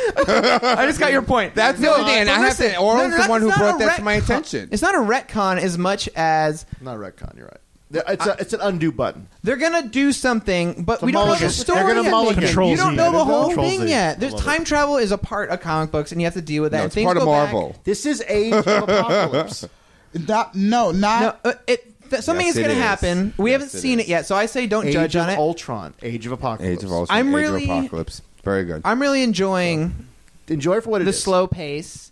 Speaker 6: I just got your point.
Speaker 3: That's the only thing, and
Speaker 6: But
Speaker 3: I have to-
Speaker 6: listen,
Speaker 3: Oral's the
Speaker 6: that's
Speaker 3: one who
Speaker 6: not
Speaker 3: brought
Speaker 6: a
Speaker 3: that to my
Speaker 6: retcon.
Speaker 3: attention.
Speaker 6: It's not a retcon as much as
Speaker 1: not a retcon. You're right. There- It's, a, it's an undo button.
Speaker 6: They're gonna do something, but
Speaker 1: It's a
Speaker 6: we don't know
Speaker 1: mulligan.
Speaker 6: the story.
Speaker 1: They're gonna
Speaker 6: yet.
Speaker 1: mulligan.
Speaker 6: You don't
Speaker 1: Control Z.
Speaker 6: know the
Speaker 1: Control
Speaker 6: whole
Speaker 1: Z.
Speaker 6: thing yet. There's
Speaker 1: I love
Speaker 6: time travel is a part of comic books, and you have to deal with that.
Speaker 1: No,
Speaker 6: and
Speaker 1: it's
Speaker 6: things
Speaker 1: part of
Speaker 6: go back.
Speaker 1: Marvel. This is Age of Apocalypse.
Speaker 2: Not, no, not.
Speaker 6: No, uh, it, th- something
Speaker 1: Yes,
Speaker 6: is going
Speaker 1: it
Speaker 6: to
Speaker 1: is.
Speaker 6: happen. We
Speaker 1: Yes,
Speaker 6: haven't
Speaker 1: it
Speaker 6: seen
Speaker 1: is.
Speaker 6: it yet, so I say don't
Speaker 1: Age
Speaker 6: judge
Speaker 1: of
Speaker 6: on it.
Speaker 1: Ultron. Age of Apocalypse.
Speaker 3: Age of Ultron.
Speaker 6: I'm Age of really-
Speaker 3: Apocalypse. Very good.
Speaker 6: I'm really enjoying.
Speaker 1: Enjoy for what it
Speaker 6: the
Speaker 1: is.
Speaker 6: slow pace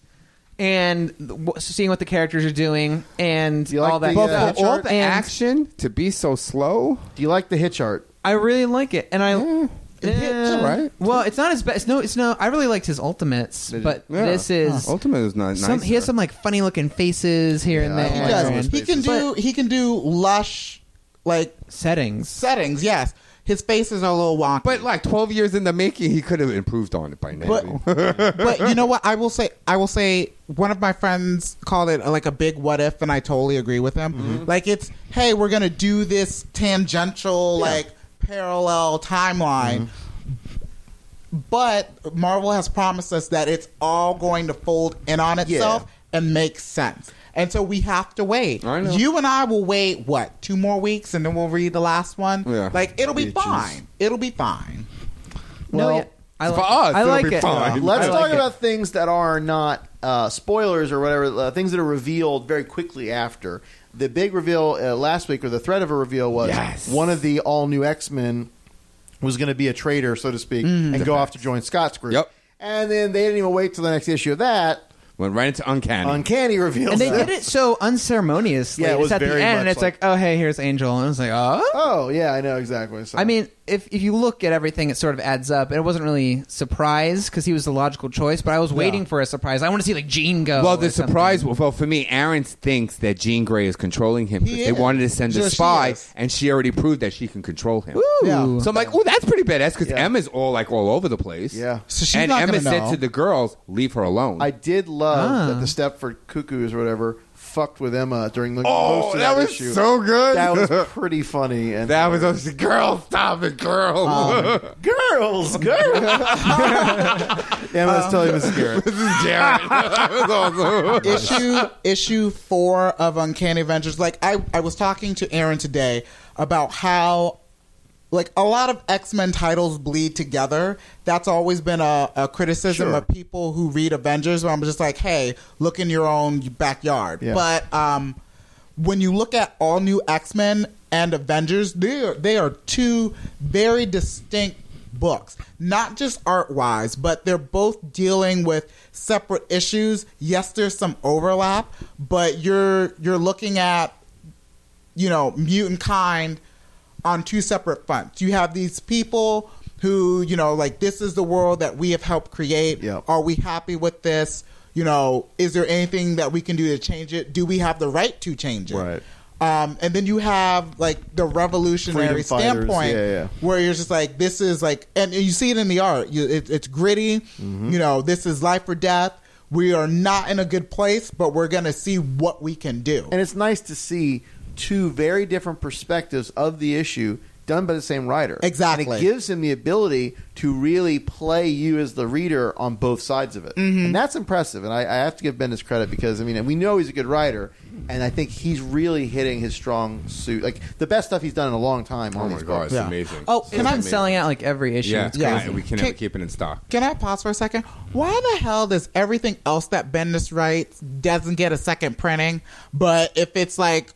Speaker 6: and the- w- seeing what the characters are doing and all that.
Speaker 3: but
Speaker 1: uh,
Speaker 6: stuff.
Speaker 3: for all the
Speaker 6: And
Speaker 3: action to be so slow.
Speaker 1: Do you like the hit chart?
Speaker 6: I really like it, and I.
Speaker 3: it's
Speaker 6: Eh,
Speaker 3: all right.
Speaker 6: Well, it's not as bad. It's no, it's no. I really liked his ultimates, but
Speaker 3: Yeah.
Speaker 6: this is
Speaker 1: Oh,
Speaker 3: Huh. Ultimate is not
Speaker 6: some, He has some like funny looking faces here and there.
Speaker 2: he does. He can do. He can do lush, like
Speaker 6: settings.
Speaker 2: Settings. Yes. His faces are a little wonky.
Speaker 3: But like twelve years in the making, he could have improved on it by now.
Speaker 2: But, but you know what? I will say, I will say, one of my friends called it uh, like a big what if, and I totally agree with him.
Speaker 3: Mm-hmm.
Speaker 2: Like it's, hey, we're gonna do this tangential, like parallel timeline.
Speaker 3: Mm-hmm.
Speaker 2: But Marvel has promised us that it's all going to fold in on itself and make sense. And so we have to wait.
Speaker 3: know.
Speaker 2: You and I will wait, what, two more weeks and then we'll read the last one?
Speaker 3: Yeah.
Speaker 2: Like, it'll be
Speaker 3: Bitches.
Speaker 2: fine. It'll be fine.
Speaker 1: Well,
Speaker 6: I
Speaker 3: like For it. us, I it'll like be it. fine.
Speaker 1: Let's
Speaker 3: I
Speaker 1: talk
Speaker 3: like it.
Speaker 1: about things that are not uh, spoilers or whatever. Uh, things that are revealed very quickly after the big reveal uh, last week, or the threat of a reveal was one of the all new X Men was going to be a traitor, so to speak,
Speaker 3: Mm.
Speaker 1: and go off to join Scott's group. Yep. And then they didn't even wait till the next issue of that.
Speaker 3: Went right into uncanny.
Speaker 1: Uncanny reveals.
Speaker 6: And they
Speaker 1: that.
Speaker 6: did it so unceremoniously.
Speaker 1: Yeah, it
Speaker 6: It's
Speaker 1: was
Speaker 6: at the
Speaker 1: very
Speaker 6: end,
Speaker 1: much
Speaker 6: and it's
Speaker 1: like-
Speaker 6: like, oh hey, here's Angel, and I was like, oh.
Speaker 1: Oh yeah, I know exactly. So.
Speaker 6: I mean, if if you look at everything, it sort of adds up. And it wasn't really surprise because he was the logical choice, but I was waiting for a surprise. I want to see like Jean go.
Speaker 3: well, the
Speaker 6: or something.
Speaker 3: surprise. Well, for me, Aaron thinks that Jean Grey is controlling him because
Speaker 6: He
Speaker 3: they
Speaker 6: is.
Speaker 3: wanted to send
Speaker 6: Sure,
Speaker 3: a
Speaker 6: she
Speaker 3: spy,
Speaker 6: is.
Speaker 3: and she already proved that she can control him.
Speaker 6: Yeah.
Speaker 3: So I'm like, oh, that's pretty badass because Emma's all like all over the place. Yeah.
Speaker 1: So she's
Speaker 3: and
Speaker 1: not
Speaker 3: Emma
Speaker 1: gonna
Speaker 3: said
Speaker 1: know.
Speaker 3: to the girls, "Leave her alone."
Speaker 1: I did love
Speaker 3: Ah.
Speaker 1: that the Stepford Cuckoos or whatever fucked with Emma during the
Speaker 3: Oh,
Speaker 1: most of
Speaker 3: that
Speaker 1: that,
Speaker 3: was
Speaker 1: issue.
Speaker 3: so good.
Speaker 1: That was pretty funny. And
Speaker 3: that was a girl. Stop it, girl.
Speaker 1: Um, girls, girls. Emma
Speaker 6: Um,
Speaker 1: was telling Mrs. Garrett.
Speaker 3: this is Jared.
Speaker 2: issue issue four of Uncanny Avengers. Like I, I was talking to Aaron today about how like a lot of X Men titles bleed together. That's always been a, a criticism
Speaker 1: Sure.
Speaker 2: of people who read Avengers. Where I'm just like, hey, look in your own backyard.
Speaker 1: Yeah.
Speaker 2: But um, when you look at all new X Men and Avengers, they are, they are two very distinct books, not just art wise, but they're both dealing with separate issues. Yes, there's some overlap, but you're you're looking at you know, mutant kind on two separate fronts. You have these people who, you know, like this is the world that we have helped create. Are we happy with this? You know, is there anything that we can do to change it? Do we have the right to change it? Right. Um, and then you have like the revolutionary
Speaker 1: Freedom fighters,
Speaker 2: standpoint
Speaker 1: yeah, yeah.
Speaker 2: where you're just like, this is like, and you see it in the art. You, it, it's gritty.
Speaker 1: Mm-hmm.
Speaker 2: You know, this is life or death. We are not in a good place, but we're going to see what we can do.
Speaker 1: And it's nice to see two very different perspectives of the issue done by the same writer.
Speaker 2: Exactly.
Speaker 1: And it gives him the ability to really play you as the reader on both sides of it.
Speaker 2: Mhm.
Speaker 1: And that's impressive. And I, I have to give Ben his credit because, I mean, we know he's a good writer. And I think he's really hitting his strong suit. Like the best stuff he's done in a long time. Oh,
Speaker 3: my God, it's amazing.
Speaker 6: Oh,
Speaker 3: It's
Speaker 6: and I'm
Speaker 3: amazing.
Speaker 6: selling out like every issue.
Speaker 3: Yeah,
Speaker 6: It's
Speaker 3: yeah,
Speaker 6: crazy. Oh
Speaker 3: we can never keep it in stock.
Speaker 2: Can Oh I pause for a second? Why the hell does everything else that Bendis writes doesn't get a second printing, but if it's like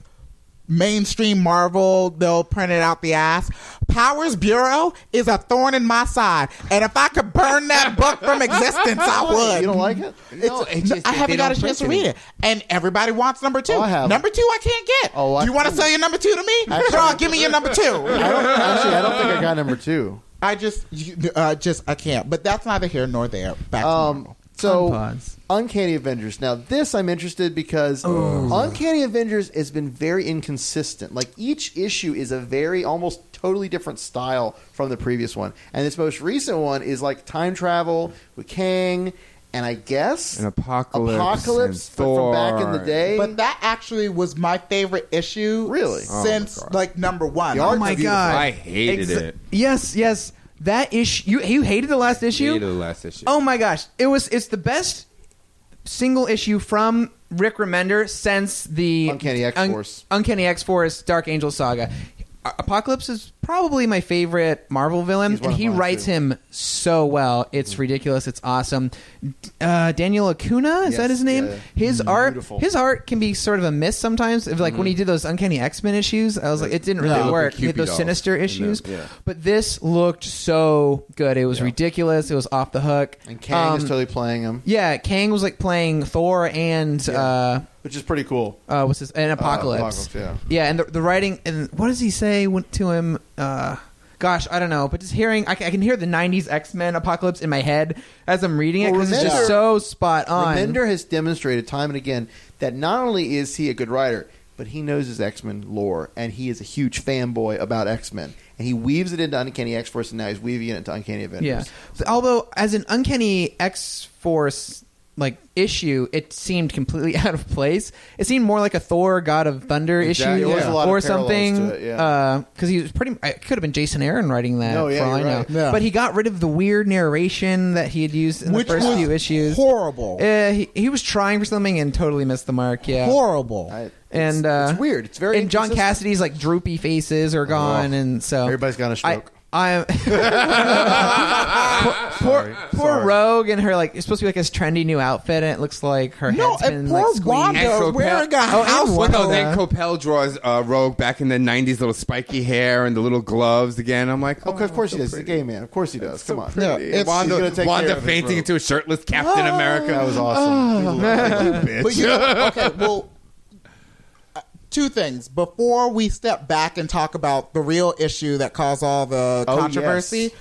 Speaker 2: mainstream Marvel, they'll print it out the ass? Powers Bureau is a thorn in my side, and if I could burn that book from existence, I would.
Speaker 1: You don't like it?
Speaker 2: No, I haven't got a chance to read it, and everybody wants number two.
Speaker 1: I have.
Speaker 2: number two, I can't get.
Speaker 1: Oh, I-
Speaker 2: Do you want to sell your number two to me?
Speaker 1: Actually-
Speaker 2: Girl, give me your number two.
Speaker 1: I don't, actually, I don't think I got number two.
Speaker 2: I just, you- uh, just I can't. But that's neither here nor there. Back to
Speaker 1: Um,
Speaker 2: Marvel.
Speaker 1: So, Uncanny Avengers. Now, this I'm interested because Uncanny Avengers has been very inconsistent. Like each issue is a very almost totally different style from the previous one, and this most recent one is like time travel with Kang, and I guess
Speaker 3: An apocalypse.
Speaker 1: Apocalypse,
Speaker 3: and
Speaker 1: but from back in the
Speaker 3: Thor.
Speaker 1: day.
Speaker 2: But that actually was my favorite issue. Really?
Speaker 3: Oh my
Speaker 2: Since like number one.
Speaker 3: The art's
Speaker 6: Oh my
Speaker 3: beautiful.
Speaker 6: god!
Speaker 3: I hated it.
Speaker 6: Yes, yes. That issue. You you hated the last issue.
Speaker 3: Hated the last issue.
Speaker 6: Oh my gosh! It was it's the best single issue from Rick Remender since the
Speaker 1: Uncanny X-Force.
Speaker 6: Un- Uncanny X Force Dark Angel saga. A- Apocalypse is probably my favorite Marvel villain, and
Speaker 1: of
Speaker 6: he
Speaker 1: mine,
Speaker 6: writes
Speaker 1: too. Mm.
Speaker 6: him so well. It's ridiculous. It's awesome. D- Uh, Daniel Acuna is
Speaker 1: Yes,
Speaker 6: that his name?
Speaker 1: yeah.
Speaker 6: His art,
Speaker 1: Beautiful. Mm-hmm.
Speaker 6: his art can be sort of a miss sometimes. If, like when he did those Uncanny X Men issues, I was like, it didn't really
Speaker 3: Yeah.
Speaker 6: work.
Speaker 3: Cupid
Speaker 6: He had those
Speaker 3: dolls.
Speaker 6: sinister
Speaker 3: And
Speaker 6: issues,
Speaker 3: the- yeah.
Speaker 6: but this looked so good. It was ridiculous. It was off the hook.
Speaker 1: and Kang is
Speaker 6: Um,
Speaker 1: totally playing him,
Speaker 6: yeah, Kang was like playing Thor and uh,
Speaker 1: which is pretty cool.
Speaker 6: uh, what's his an apocalypse.
Speaker 1: Apocalypse, yeah.
Speaker 6: and the, the writing and what does he say when- to him? Uh, gosh, I don't know. But just hearing, I, ca- I can hear the '90s X Men apocalypse in my head as I'm reading it
Speaker 1: Well,
Speaker 6: because it's
Speaker 1: remember-
Speaker 6: just so spot on.
Speaker 1: Remender has demonstrated time and again that not only is he a good writer, but he knows his X Men lore, and he is a huge fanboy about X Men, and he weaves it into Uncanny X Force, and now he's weaving it into Uncanny Avengers.
Speaker 6: Yeah. So, although as an uncanny X Force like issue, it seemed completely out of place. It seemed more like a Thor God of Thunder
Speaker 1: Exactly.
Speaker 6: issue
Speaker 1: There was a lot of
Speaker 6: or
Speaker 1: parallels
Speaker 6: something.
Speaker 1: to it, yeah.
Speaker 6: Because he was pretty. It could have been Jason Aaron writing that.
Speaker 1: No, yeah,
Speaker 6: for all
Speaker 1: you're
Speaker 6: I know.
Speaker 1: right. Yeah.
Speaker 6: But he got rid of the weird narration that he had used in
Speaker 2: Which
Speaker 6: the first
Speaker 2: was
Speaker 6: few issues.
Speaker 2: horrible.
Speaker 6: Uh, he, he was trying for something and totally missed the mark. Yeah.
Speaker 2: Horrible.
Speaker 6: And uh,
Speaker 1: it's weird. It's very
Speaker 6: and John
Speaker 1: inconsistent.
Speaker 6: Cassidy's like droopy faces are gone, and so
Speaker 1: everybody's got a stroke.
Speaker 6: I, I'm poor, poor Rogue and her like it's supposed to be like this trendy new outfit, and it looks like her
Speaker 2: No,
Speaker 6: head's been
Speaker 2: and
Speaker 6: like
Speaker 2: poor
Speaker 6: squeezed.
Speaker 2: Wanda
Speaker 3: Copel-
Speaker 2: wearing a
Speaker 6: and
Speaker 2: house.
Speaker 3: Well, no,
Speaker 2: coat.
Speaker 3: then Oh, Coppell draws uh, Rogue back in the '90s, little spiky hair and the little gloves again. I'm like, oh,
Speaker 1: Okay, of course he does. He's a gay man. Of course he does. Come on.
Speaker 3: yeah,
Speaker 1: He's
Speaker 3: it's, Wanda,
Speaker 1: gonna take care
Speaker 3: Wanda
Speaker 1: of his
Speaker 3: fainting
Speaker 1: role.
Speaker 3: into a shirtless Captain America.
Speaker 1: That was
Speaker 6: Ah.
Speaker 1: awesome. We love it.
Speaker 3: bitch.
Speaker 2: But you know, okay, well, uh, two things. Before we step back and talk about the real issue that caused all the
Speaker 3: Oh,
Speaker 2: controversy,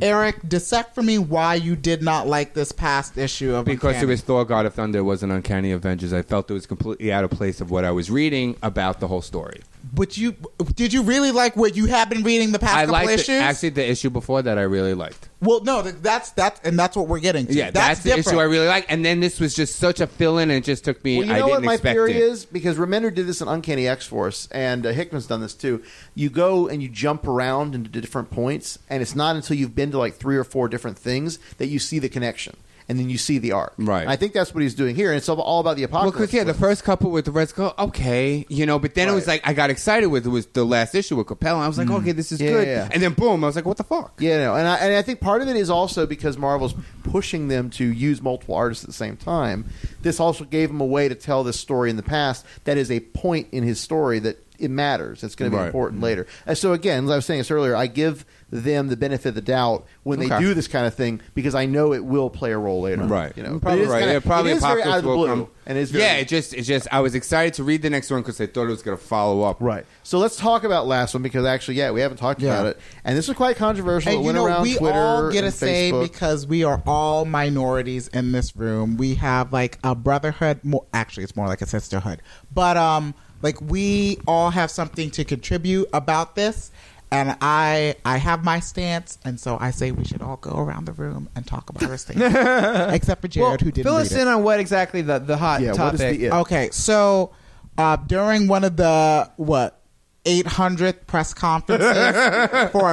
Speaker 2: Eric, dissect for me why you did not like this past issue of
Speaker 3: because
Speaker 2: Uncanny.
Speaker 3: it was Thor: God of Thunder, it was an Uncanny Avengers. I felt it was completely out of place of what I was reading about the whole story.
Speaker 2: But you did you really like what you have been reading the past
Speaker 3: I
Speaker 2: couple
Speaker 3: liked
Speaker 2: issues?
Speaker 3: it. actually the issue before that. I really liked.
Speaker 2: well, no, th- that's that's and that's what we're getting to.
Speaker 3: Yeah, that's, the
Speaker 2: different.
Speaker 3: issue I really like. And then this was just such a fill-in, and it just took me.
Speaker 1: Well, you
Speaker 3: I
Speaker 1: know
Speaker 3: didn't
Speaker 1: what my
Speaker 3: expect
Speaker 1: theory
Speaker 3: it.
Speaker 1: is because Remender did this in Uncanny X Force, and uh, Hickman's done this too. You go and you jump around into different points, and it's not until you've been to like three or four different things that you see the connection, and then you see the art.
Speaker 3: Right.
Speaker 1: I think that's what he's doing here, and it's all- all about the
Speaker 3: Well,
Speaker 1: apocalypse.
Speaker 3: because yeah, the first couple with the Red Skull, okay, you know, but then it was like I got excited with it was the last issue with Capella. I was like, okay, this is
Speaker 1: Mm. Yeah,
Speaker 3: good.
Speaker 1: yeah, yeah.
Speaker 3: And then boom, I was like, what the fuck?
Speaker 1: Yeah, no, and I, and I think part of it is also because Marvel's pushing them to use multiple artists at the same time. This also gave him a way to tell this story in the past that is a point in his story that it matters. It's going to be
Speaker 3: Right. Mm-hmm.
Speaker 1: important later. And so again, as I was saying this earlier, I give them the benefit of the doubt when they
Speaker 3: Okay.
Speaker 1: do this kind of thing because I know it will play a role later.
Speaker 3: Right,
Speaker 1: You
Speaker 3: You're
Speaker 1: know, But
Speaker 3: probably
Speaker 1: it is
Speaker 3: right.
Speaker 1: kinda-
Speaker 3: yeah, probably
Speaker 1: it is very
Speaker 3: Apocalypse
Speaker 1: out of the
Speaker 3: will
Speaker 1: blue,
Speaker 3: come.
Speaker 1: and it's very,
Speaker 3: yeah, it just, it just, I was excited to read the next one because I thought it was going to follow up.
Speaker 1: Right. So let's talk about last one because actually, yeah, we haven't talked
Speaker 2: Yeah.
Speaker 1: about it, and this was quite controversial.
Speaker 2: And
Speaker 1: it
Speaker 2: you
Speaker 1: went
Speaker 2: know,
Speaker 1: around
Speaker 2: we
Speaker 1: Twitter
Speaker 2: all get a
Speaker 1: and
Speaker 2: say
Speaker 1: Facebook.
Speaker 2: because we are all minorities in this room. We have like a brotherhood. More, actually, it's more like a sisterhood. But um, like we all have something to contribute about this. And I, I have my stance, and so I say we should all go around the room and talk about our stance, except for Jared,
Speaker 6: Well,
Speaker 2: who didn't.
Speaker 6: fill
Speaker 2: read
Speaker 6: us
Speaker 2: it.
Speaker 3: Oh,
Speaker 6: in on what exactly the the hot topic.
Speaker 2: Okay, so uh, during one of the what 800th press conferences for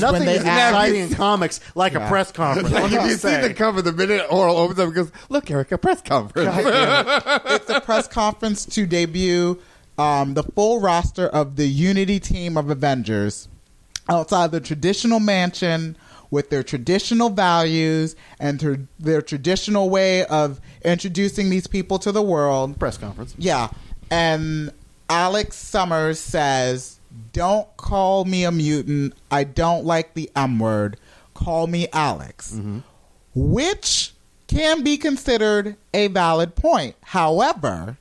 Speaker 1: There's nothing
Speaker 2: when they
Speaker 1: as
Speaker 2: asked-
Speaker 1: exciting in comics like a press conference.
Speaker 2: Like,
Speaker 1: I'm
Speaker 2: if
Speaker 1: not
Speaker 2: you see
Speaker 1: saying.
Speaker 2: the
Speaker 3: cover the minute Oral opens up and goes, "Look, Eric, a press conference."
Speaker 2: it's a press conference to debut um, the full roster of the Unity team of Avengers outside the traditional mansion with their traditional values and tr- their traditional way of introducing these people to the world.
Speaker 1: Press conference.
Speaker 2: Yeah. And Alex Summers says, Don't call me a mutant. I don't like the M word. Call me Alex which can be considered a valid point. However,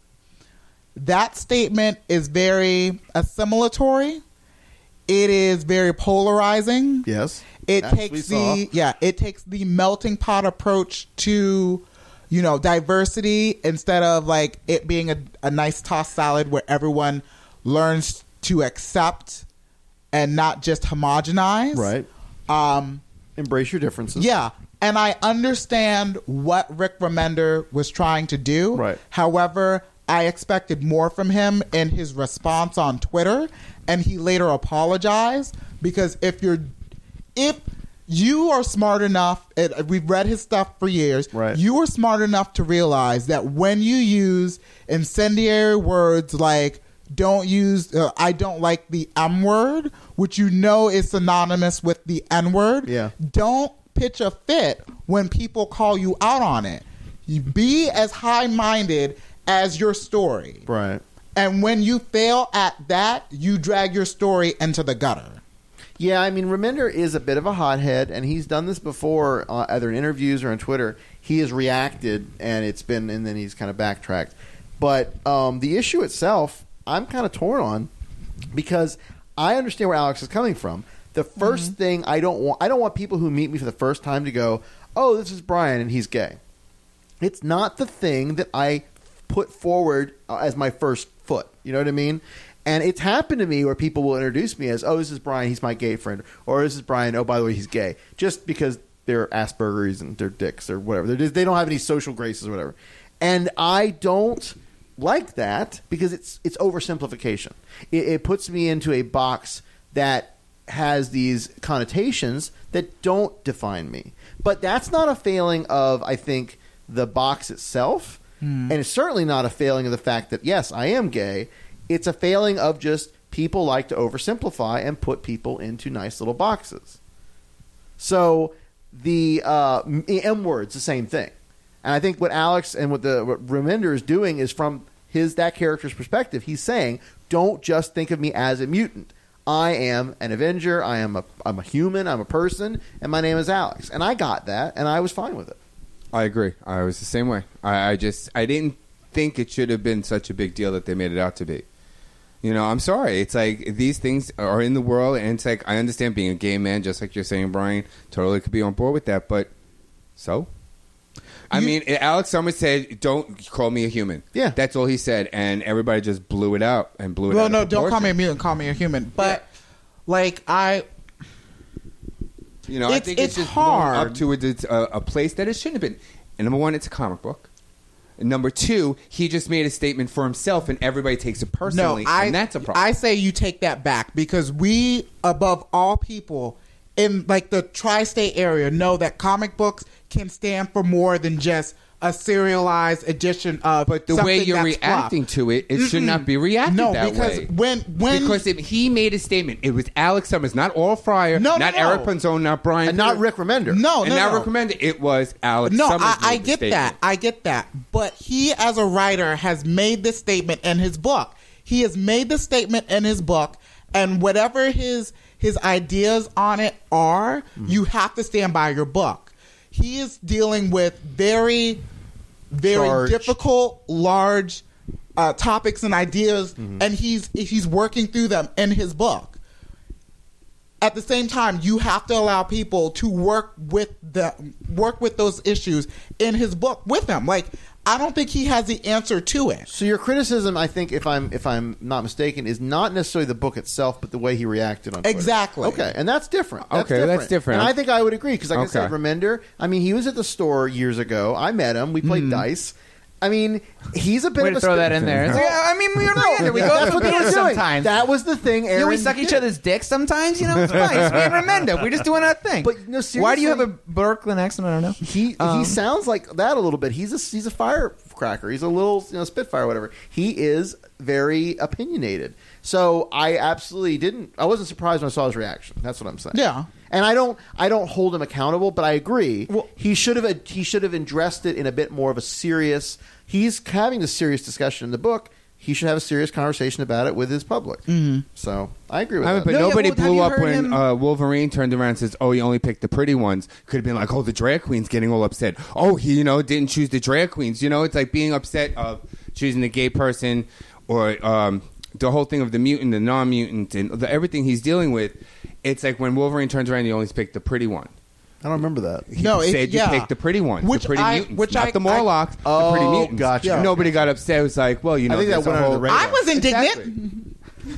Speaker 2: that statement is very assimilatory. It is very polarizing.
Speaker 1: Yes.
Speaker 2: It
Speaker 1: As we
Speaker 2: takes
Speaker 1: saw.
Speaker 2: the yeah, it takes the melting pot approach to you know, diversity instead of like it being a, a nice tossed salad where everyone learns to accept and not just homogenize.
Speaker 1: Right.
Speaker 2: Um
Speaker 1: Embrace your differences.
Speaker 2: yeah. And I understand what Rick Remender was trying to do. Right. However, I expected more from him in his response on Twitter, and he later apologized because if you're if you are smart enough, and we've read his stuff for years. Right. You are smart enough to realize that when you use incendiary words like "don't use," uh, "I don't like the M word," which you know is synonymous with the N word. Yeah. Don't pitch a fit when people call you out on it. You be as high minded as your story.
Speaker 1: Right.
Speaker 2: And when you fail at that, you drag your story into the gutter.
Speaker 1: Yeah, I mean, Remender is a bit of a hothead, and he's done this before, uh, either in interviews or on Twitter. He has reacted, and it's been, and then he's kind of backtracked. But um, the issue itself, I'm kind of torn on because I understand where Alex is coming from. The 1st
Speaker 2: Mm-hmm.
Speaker 1: thing I don't want, I don't want people who meet me for the first time to go, "Oh, this is Brian, and he's gay." it's not the thing that I put forward uh, as my first foot. You know what I mean? And it's happened to me where people will introduce me as, oh, this is Brian, he's my gay friend. Or this is Brian, oh, by the way, he's gay. Just because they're Asperger's and they're dicks or whatever. They're just, they don't have any social graces or whatever. And I don't like that because it's, it's oversimplification. It, it puts me into a box that has these connotations that don't define me. But that's not a failing of, I think, the box itself. And it's certainly not a failing of the fact that, yes, I am gay. It's a failing of just people like to oversimplify and put people into nice little boxes. So the uh, M word's the same thing, and I think what Alex and what the what Remender is doing is from his that character's perspective. He's saying, "Don't just think of me as a mutant. I am an Avenger. I am a I'm a human. I'm a person, and my name is Alex." And I got that, and I was fine with it.
Speaker 3: I agree. I was the same way. I, I just I didn't think it should have been such a big deal that they made it out to be. You know, I'm sorry. It's like these things are in the world, and it's like I understand being a gay man, just like you're saying, Brian. Totally could be on board with that, but so. I mean, Alex Summers said, "Don't call me a human." Yeah, that's all he said, and everybody just blew it out and blew it.
Speaker 2: Well,
Speaker 3: out
Speaker 2: no,
Speaker 3: of
Speaker 2: don't call
Speaker 3: proportion.
Speaker 2: me a mutant. Call me a human. But like I,
Speaker 3: You know, I
Speaker 2: It's-
Speaker 3: think it's,
Speaker 2: it's
Speaker 3: just hard
Speaker 2: hard.
Speaker 3: up to a, it's a, a place that it shouldn't have been. And number one, it's a comic book. And number two, he just made a statement for himself, and everybody takes it personally,
Speaker 2: no, I,
Speaker 3: and that's a problem.
Speaker 2: I say you take that back because we, above all people in like the tri-state area, know that comic books can stand for more than just a serialized edition of. But
Speaker 3: the way you're reacting to it, it should not be reacted
Speaker 2: No,
Speaker 3: that
Speaker 2: because
Speaker 3: way.
Speaker 2: when when
Speaker 3: because if he made a statement, it was Alex Summers, not Oral Fryer,
Speaker 2: No, no,
Speaker 3: not
Speaker 2: no.
Speaker 3: Eric Ponzone, not Brian, and
Speaker 1: not Rick Remender.
Speaker 2: No,
Speaker 3: and
Speaker 2: no,
Speaker 3: not
Speaker 2: no.
Speaker 3: Rick Remender. It was Alex.
Speaker 2: No,
Speaker 3: Summers
Speaker 2: I,
Speaker 3: made
Speaker 2: I
Speaker 3: the
Speaker 2: get that.
Speaker 3: statement.
Speaker 2: I get that. But he, as a writer, has made this statement in his book. He has made the statement in his book, and whatever his his ideas on it are, you have to stand by your book. He is dealing with very, very
Speaker 1: Charged.
Speaker 2: difficult, large uh, topics and ideas, and he's he's working through them in his book at the same time you have to allow people to work with the work with those issues in his book with him like i don't think he has the answer to it
Speaker 1: So your criticism, I think, if I'm if I'm not mistaken, is not necessarily the book itself, but the way he reacted on Twitter.
Speaker 2: Exactly.
Speaker 1: Okay, and that's different.
Speaker 3: Okay, that's different.
Speaker 1: And I think I would agree because, like I said,
Speaker 3: Okay.
Speaker 1: Remender. I mean, he was at the store years ago. I met him. We played dice, I mean, he's a bit
Speaker 6: Mm-hmm.
Speaker 1: of
Speaker 6: Way to
Speaker 1: a
Speaker 6: throw
Speaker 1: spin-
Speaker 6: that in there. It's like, I mean, we are together. We go
Speaker 1: That's
Speaker 6: out for
Speaker 1: what they were
Speaker 6: beer
Speaker 1: doing.
Speaker 6: sometimes.
Speaker 1: That was the thing.
Speaker 6: You know, we
Speaker 1: Aaron
Speaker 6: suck each
Speaker 1: did.
Speaker 6: other's dicks sometimes. You know, it's nice. Me and Remenda, we're just doing our thing.
Speaker 1: But no, seriously,
Speaker 6: Why do you have a Brooklyn accent? I don't know.
Speaker 1: He
Speaker 6: Um,
Speaker 1: he sounds like that a little bit. He's a he's a firecracker. He's a little you know spitfire, whatever. He is very opinionated. So I absolutely didn't. I wasn't surprised when I saw his reaction. That's what I'm saying.
Speaker 2: Yeah.
Speaker 1: And I don't I don't hold him accountable, but I agree. he should have he should have addressed it in a bit more of a serious. He's having a serious discussion in the book. He should have a serious conversation about it with his public. So I agree with
Speaker 3: I mean,
Speaker 1: that.
Speaker 3: but nobody blew up when uh, Wolverine turned around and says, "Oh, he only picked the pretty ones." Could have been like, "Oh, the drag queen's getting all upset." Oh, he you know didn't choose the drag queens. You know, it's like being upset of choosing the gay person or um, the whole thing of the mutant, the non-mutant, and the, everything he's dealing with. It's like when Wolverine turns around, he only picked the pretty one.
Speaker 1: I don't remember that.
Speaker 3: He
Speaker 2: No, it-
Speaker 3: said you
Speaker 2: yeah.
Speaker 3: picked the pretty ones,
Speaker 2: Which
Speaker 3: the pretty
Speaker 2: I-
Speaker 3: mutants,
Speaker 2: which
Speaker 3: not
Speaker 2: I-
Speaker 3: the Morlocks, the pretty
Speaker 1: Oh,
Speaker 3: mutants.
Speaker 1: gotcha.
Speaker 3: Nobody got upset. It was like, well, you
Speaker 1: I
Speaker 3: know,
Speaker 1: think that
Speaker 3: there's a
Speaker 1: went under
Speaker 3: whole-
Speaker 1: the radar.
Speaker 2: I was indignant.
Speaker 6: Wait,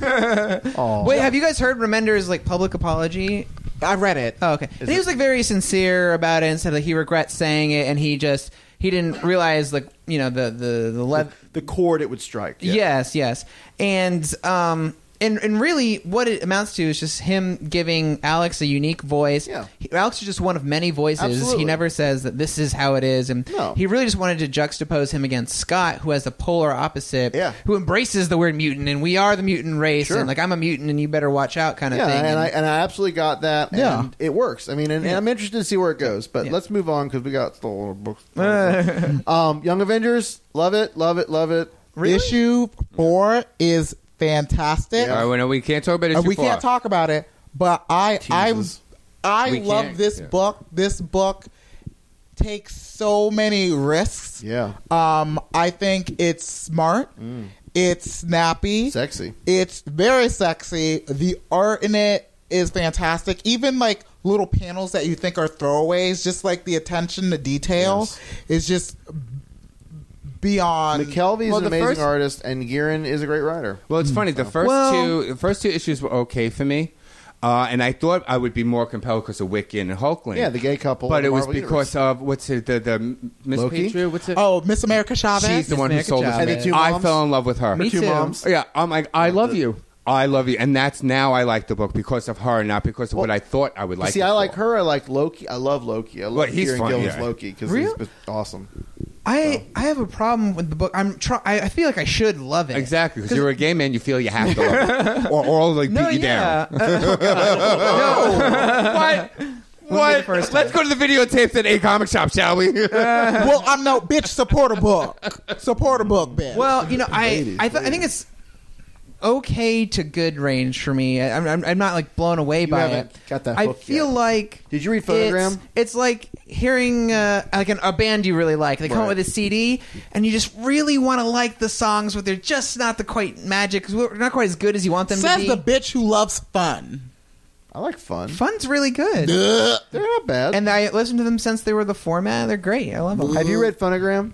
Speaker 6: have you guys heard Remender's like public apology? I read it. Oh, okay. And he was like very sincere about it and said like he regrets saying it and he just he didn't realize like you know the the the le-
Speaker 1: the chord it would strike. yeah.
Speaker 6: Yes, yes. And um and, and really, what it amounts to is just him giving Alex a unique voice. Yeah. Alex is just one of many voices.
Speaker 1: Absolutely.
Speaker 6: He never says that this is how it is, and
Speaker 1: No.
Speaker 6: he really just wanted to juxtapose him against Scott, who has the polar opposite.
Speaker 1: Yeah.
Speaker 6: Who embraces the word mutant, and we are the mutant race,
Speaker 1: Sure.
Speaker 6: and like I'm a mutant, and you better watch out, kind of
Speaker 1: yeah,
Speaker 6: thing.
Speaker 1: and I and I absolutely got that. And
Speaker 6: Yeah.
Speaker 1: it works. I mean, and, and
Speaker 6: Yeah.
Speaker 1: I'm interested to see where it goes. But let's move on because we got still a little book.
Speaker 2: Uh.
Speaker 1: um, Young Avengers, love it, love it, love it.
Speaker 2: Issue four is fantastic.
Speaker 3: All right, well, no, we can't talk about it.
Speaker 2: And
Speaker 3: too
Speaker 2: we can't
Speaker 3: far.
Speaker 2: talk about it, but I I I
Speaker 3: We
Speaker 2: love
Speaker 3: can't,
Speaker 2: this
Speaker 3: yeah.
Speaker 2: book. This book takes so many risks.
Speaker 1: Yeah.
Speaker 2: Um, I think it's smart.
Speaker 3: Mm.
Speaker 2: It's snappy.
Speaker 1: Sexy.
Speaker 2: It's very sexy. The art in it is fantastic. Even like little panels that you think are throwaways, just like the attention to detail is just beyond.
Speaker 1: McKelvey's
Speaker 2: Um, Well,
Speaker 1: an
Speaker 2: the
Speaker 1: amazing
Speaker 2: first-
Speaker 1: artist, and Gearin is a great writer.
Speaker 3: Well, it's funny. The
Speaker 1: So-
Speaker 3: first two, the first two issues were okay for me, uh, and I thought I would be more compelled because of Wiccan and Hulkling.
Speaker 1: Yeah, the gay couple
Speaker 3: But
Speaker 1: in
Speaker 3: it
Speaker 1: the
Speaker 3: was
Speaker 1: Marvel
Speaker 3: because of what's it? The the Miss
Speaker 1: Loki?
Speaker 3: Patriot. What's it?
Speaker 2: Oh, Miss America Chavez.
Speaker 3: She's the one who sold us.
Speaker 1: And the
Speaker 3: man.
Speaker 1: two
Speaker 3: I
Speaker 1: moms?
Speaker 3: fell in love with her.
Speaker 1: Me The two too. moms?
Speaker 3: Yeah, I'm like, I love you. I love you, and that's now I like the book because of her, not because of what I thought I would like.
Speaker 1: see,
Speaker 3: it
Speaker 1: I
Speaker 3: for.
Speaker 1: like her. I like Loki. I love Loki. I love
Speaker 3: Well, he's
Speaker 1: Kieran
Speaker 3: fun,
Speaker 1: Gillen's
Speaker 3: yeah.
Speaker 1: Loki because
Speaker 6: Real-
Speaker 1: he's awesome.
Speaker 6: I I have a problem with the book. I'm try. I, I feel like I should love it.
Speaker 3: exactly because you're a gay man. You feel you have to, love her. or or I'll, like beat you down. what? What? Let's go to the videotapes at a comic shop, shall we?
Speaker 2: well, I'm no bitch. Support a book. Support a book, bitch.
Speaker 6: Well, you know, I I, th- I think it's okay to good range for me. I, I'm I'm not like blown away by
Speaker 1: haven't
Speaker 6: it.
Speaker 1: got that
Speaker 6: I
Speaker 1: hook
Speaker 6: feel like.
Speaker 1: Did you read
Speaker 6: It's,
Speaker 1: Photogram?
Speaker 6: it's like hearing uh, like an, a band you really like. They come out
Speaker 1: Right.
Speaker 6: with a CD, and you just really want to like the songs, but they're just not the quite magic. 'cause We're not quite as good as you want them
Speaker 2: Says
Speaker 6: to be.
Speaker 2: the bitch who loves fun.
Speaker 1: I like fun.
Speaker 6: Fun's really good.
Speaker 2: Ugh.
Speaker 1: They're not bad.
Speaker 6: And I listened to them since they were the format. They're great. I love them.
Speaker 1: Have you read Phonogram?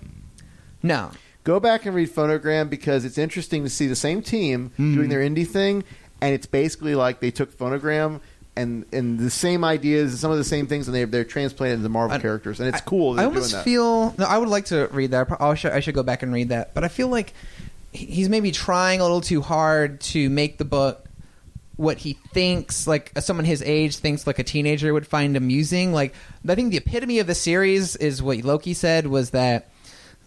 Speaker 6: No.
Speaker 1: Go back and read Phonogram because it's interesting to see the same team
Speaker 6: Hmm.
Speaker 1: doing their indie thing, and it's basically like they took Phonogram and and the same ideas and some of the same things, and they they're transplanted into Marvel characters, and it's cool. That
Speaker 6: I
Speaker 1: they're
Speaker 6: almost
Speaker 1: doing that.
Speaker 6: feel no. I would like to read that. I pro- I should, I should go back and read that. But I feel like he- he's maybe trying a little too hard to make the book what he thinks like uh, someone his age thinks like a teenager would find amusing. Like I think the epitome of the series is what Loki said was that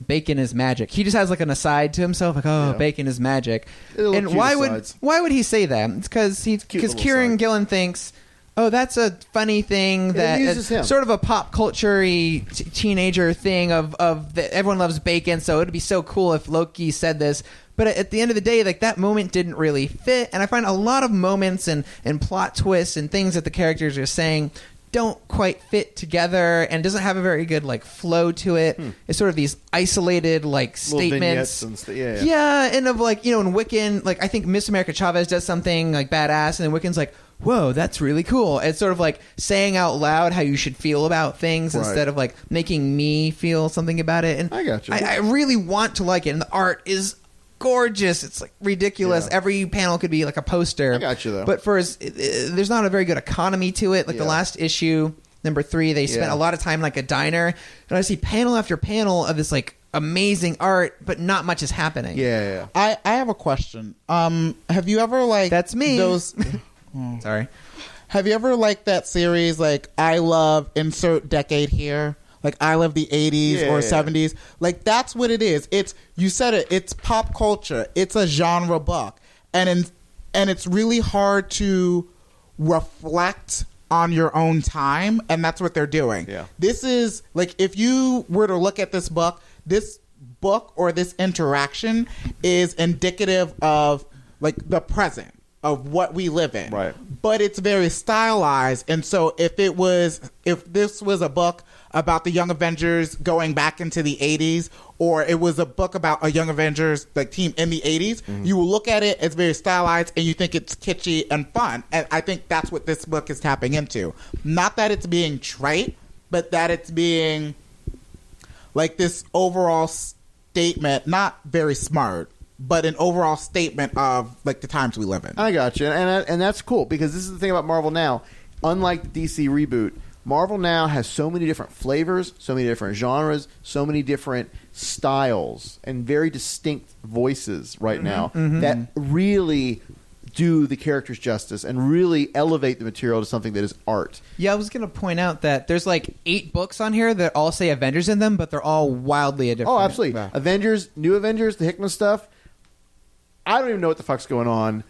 Speaker 6: bacon is magic. He just has like an aside to himself like
Speaker 1: Yeah.
Speaker 6: oh bacon is magic.
Speaker 1: Little
Speaker 6: And
Speaker 1: cute
Speaker 6: why
Speaker 1: asides.
Speaker 6: would why would he say that? It's cuz he
Speaker 1: cute
Speaker 6: cuz
Speaker 1: little
Speaker 6: Kieran Gillen thinks Oh, that's a funny thing
Speaker 1: It
Speaker 6: that
Speaker 1: amuses him.
Speaker 6: sort sort of a pop culture t- teenager thing of of the, everyone loves bacon, so it'd be so cool if Loki said this. But at the end of the day, like that moment didn't really fit, and I find a lot of moments and and plot twists and things that the characters are saying don't quite fit together and doesn't have a very good like flow to it. It's sort of these isolated like
Speaker 1: Hmm. Little vignettes
Speaker 6: statements.
Speaker 1: and st- yeah, yeah.
Speaker 6: Yeah, and of like you know, in Wiccan, like I think Miss America Chavez does something like badass, and then Wiccan's like, "Whoa, that's really cool." It's sort of like saying out loud how you should feel about things
Speaker 1: Right.
Speaker 6: instead of like making me feel something about it. And I
Speaker 1: gotcha.
Speaker 6: I, really want to like it, and the art is gorgeous. It's like ridiculous. Every panel could be like a poster. I
Speaker 1: got you, though.
Speaker 6: But for as, uh, there's not a very good economy to it. Like the
Speaker 1: Yeah.
Speaker 6: last issue, number three, they spent
Speaker 1: Yeah.
Speaker 6: a lot of time in, like a diner, and I see panel after panel of this like. amazing art, but not much is happening.
Speaker 1: Yeah.
Speaker 2: I, I have a question. Um, have you ever like that's
Speaker 6: me.
Speaker 2: Those.
Speaker 6: Sorry.
Speaker 2: Have you ever liked that series like I love insert decade here? Like I love the 80s
Speaker 1: Yeah.
Speaker 2: or 70s. Like that's what it is. It's you said it, it's pop culture. It's a genre book. And in, and it's really hard to reflect on your own time and that's what they're doing. Yeah. This is like if you were to look at this book, this book or this interaction is indicative of like the present of what we live in. Right. But it's very stylized. And so if it was if this was a book about the Young Avengers going back into the 80s or it was a book about a Young Avengers like team in the 80s, you will look at it as very stylized and you think it's kitschy and fun. And I think that's what this book is tapping into. Not that it's being trite, but that it's being like this overall statement, not very smart, but an overall statement of like the times we live in.
Speaker 1: I got you, and and, and that's cool because this is the thing about Marvel now. Unlike the DC reboot, Marvel now has so many different flavors, so many different genres, so many different styles, and very distinct voices
Speaker 6: Mm-hmm.
Speaker 1: right now
Speaker 11: mhm.
Speaker 1: that really do the characters justice and really elevate the material to something that is art.
Speaker 6: Yeah, I was gonna point out that there's like eight books on here that all say Avengers in them, but they're all wildly different.
Speaker 1: Oh, absolutely. Avengers, New Avengers, the Hickman stuff. I don't even know what the fuck's going on.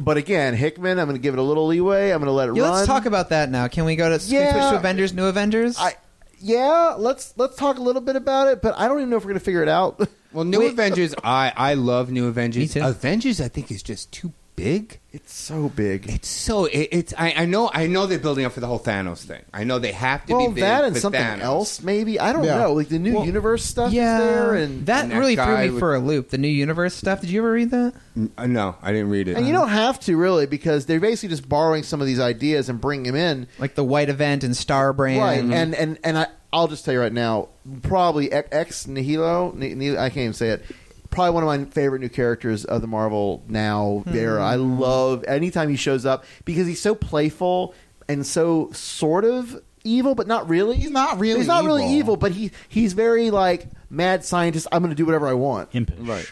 Speaker 1: But again, Hickman, I'm going to give it a little leeway. I'm going to let it
Speaker 6: Yeah,
Speaker 1: run.
Speaker 6: let's talk about that now. Can we go to can we switch
Speaker 1: Yeah.
Speaker 6: to Avengers, New Avengers?
Speaker 1: I, yeah, let's let's talk a little bit about it, but I don't even know if we're going to figure it out.
Speaker 3: Well, New Avengers, I I love New Avengers.
Speaker 1: Me too.
Speaker 3: Avengers, I think is just too big.
Speaker 1: It's so big.
Speaker 3: It's so it, it's. I, I know. I know they're building up for the whole Thanos thing. I know they have to
Speaker 1: well,
Speaker 3: be big
Speaker 1: that and
Speaker 3: for
Speaker 1: something
Speaker 3: Thanos.
Speaker 1: else, maybe. I don't
Speaker 3: Yeah.
Speaker 1: know. Like the new
Speaker 3: Well,
Speaker 1: universe stuff
Speaker 6: yeah,
Speaker 1: is there, and
Speaker 6: that
Speaker 3: And that
Speaker 6: really threw
Speaker 3: guy
Speaker 6: me
Speaker 3: with-
Speaker 6: for a loop. The new universe stuff. Did you ever read that?
Speaker 3: N- uh, No, I didn't read it.
Speaker 1: and you don't have to really because they're basically just borrowing some of these ideas and bringing them in,
Speaker 6: like the White Event and Star Brand,
Speaker 1: right? And and and I, I'll just tell you right now, probably ex- ex nihilo. Ni- ni- I can't even say it. Probably one of my favorite new characters of the Marvel now era. I love anytime he shows up because he's so playful and so sort of evil, but not really. He's
Speaker 2: not really.
Speaker 1: He's not really
Speaker 2: evil.
Speaker 1: evil, but he he's very like mad scientist. I'm going to do whatever I want. Impish, right?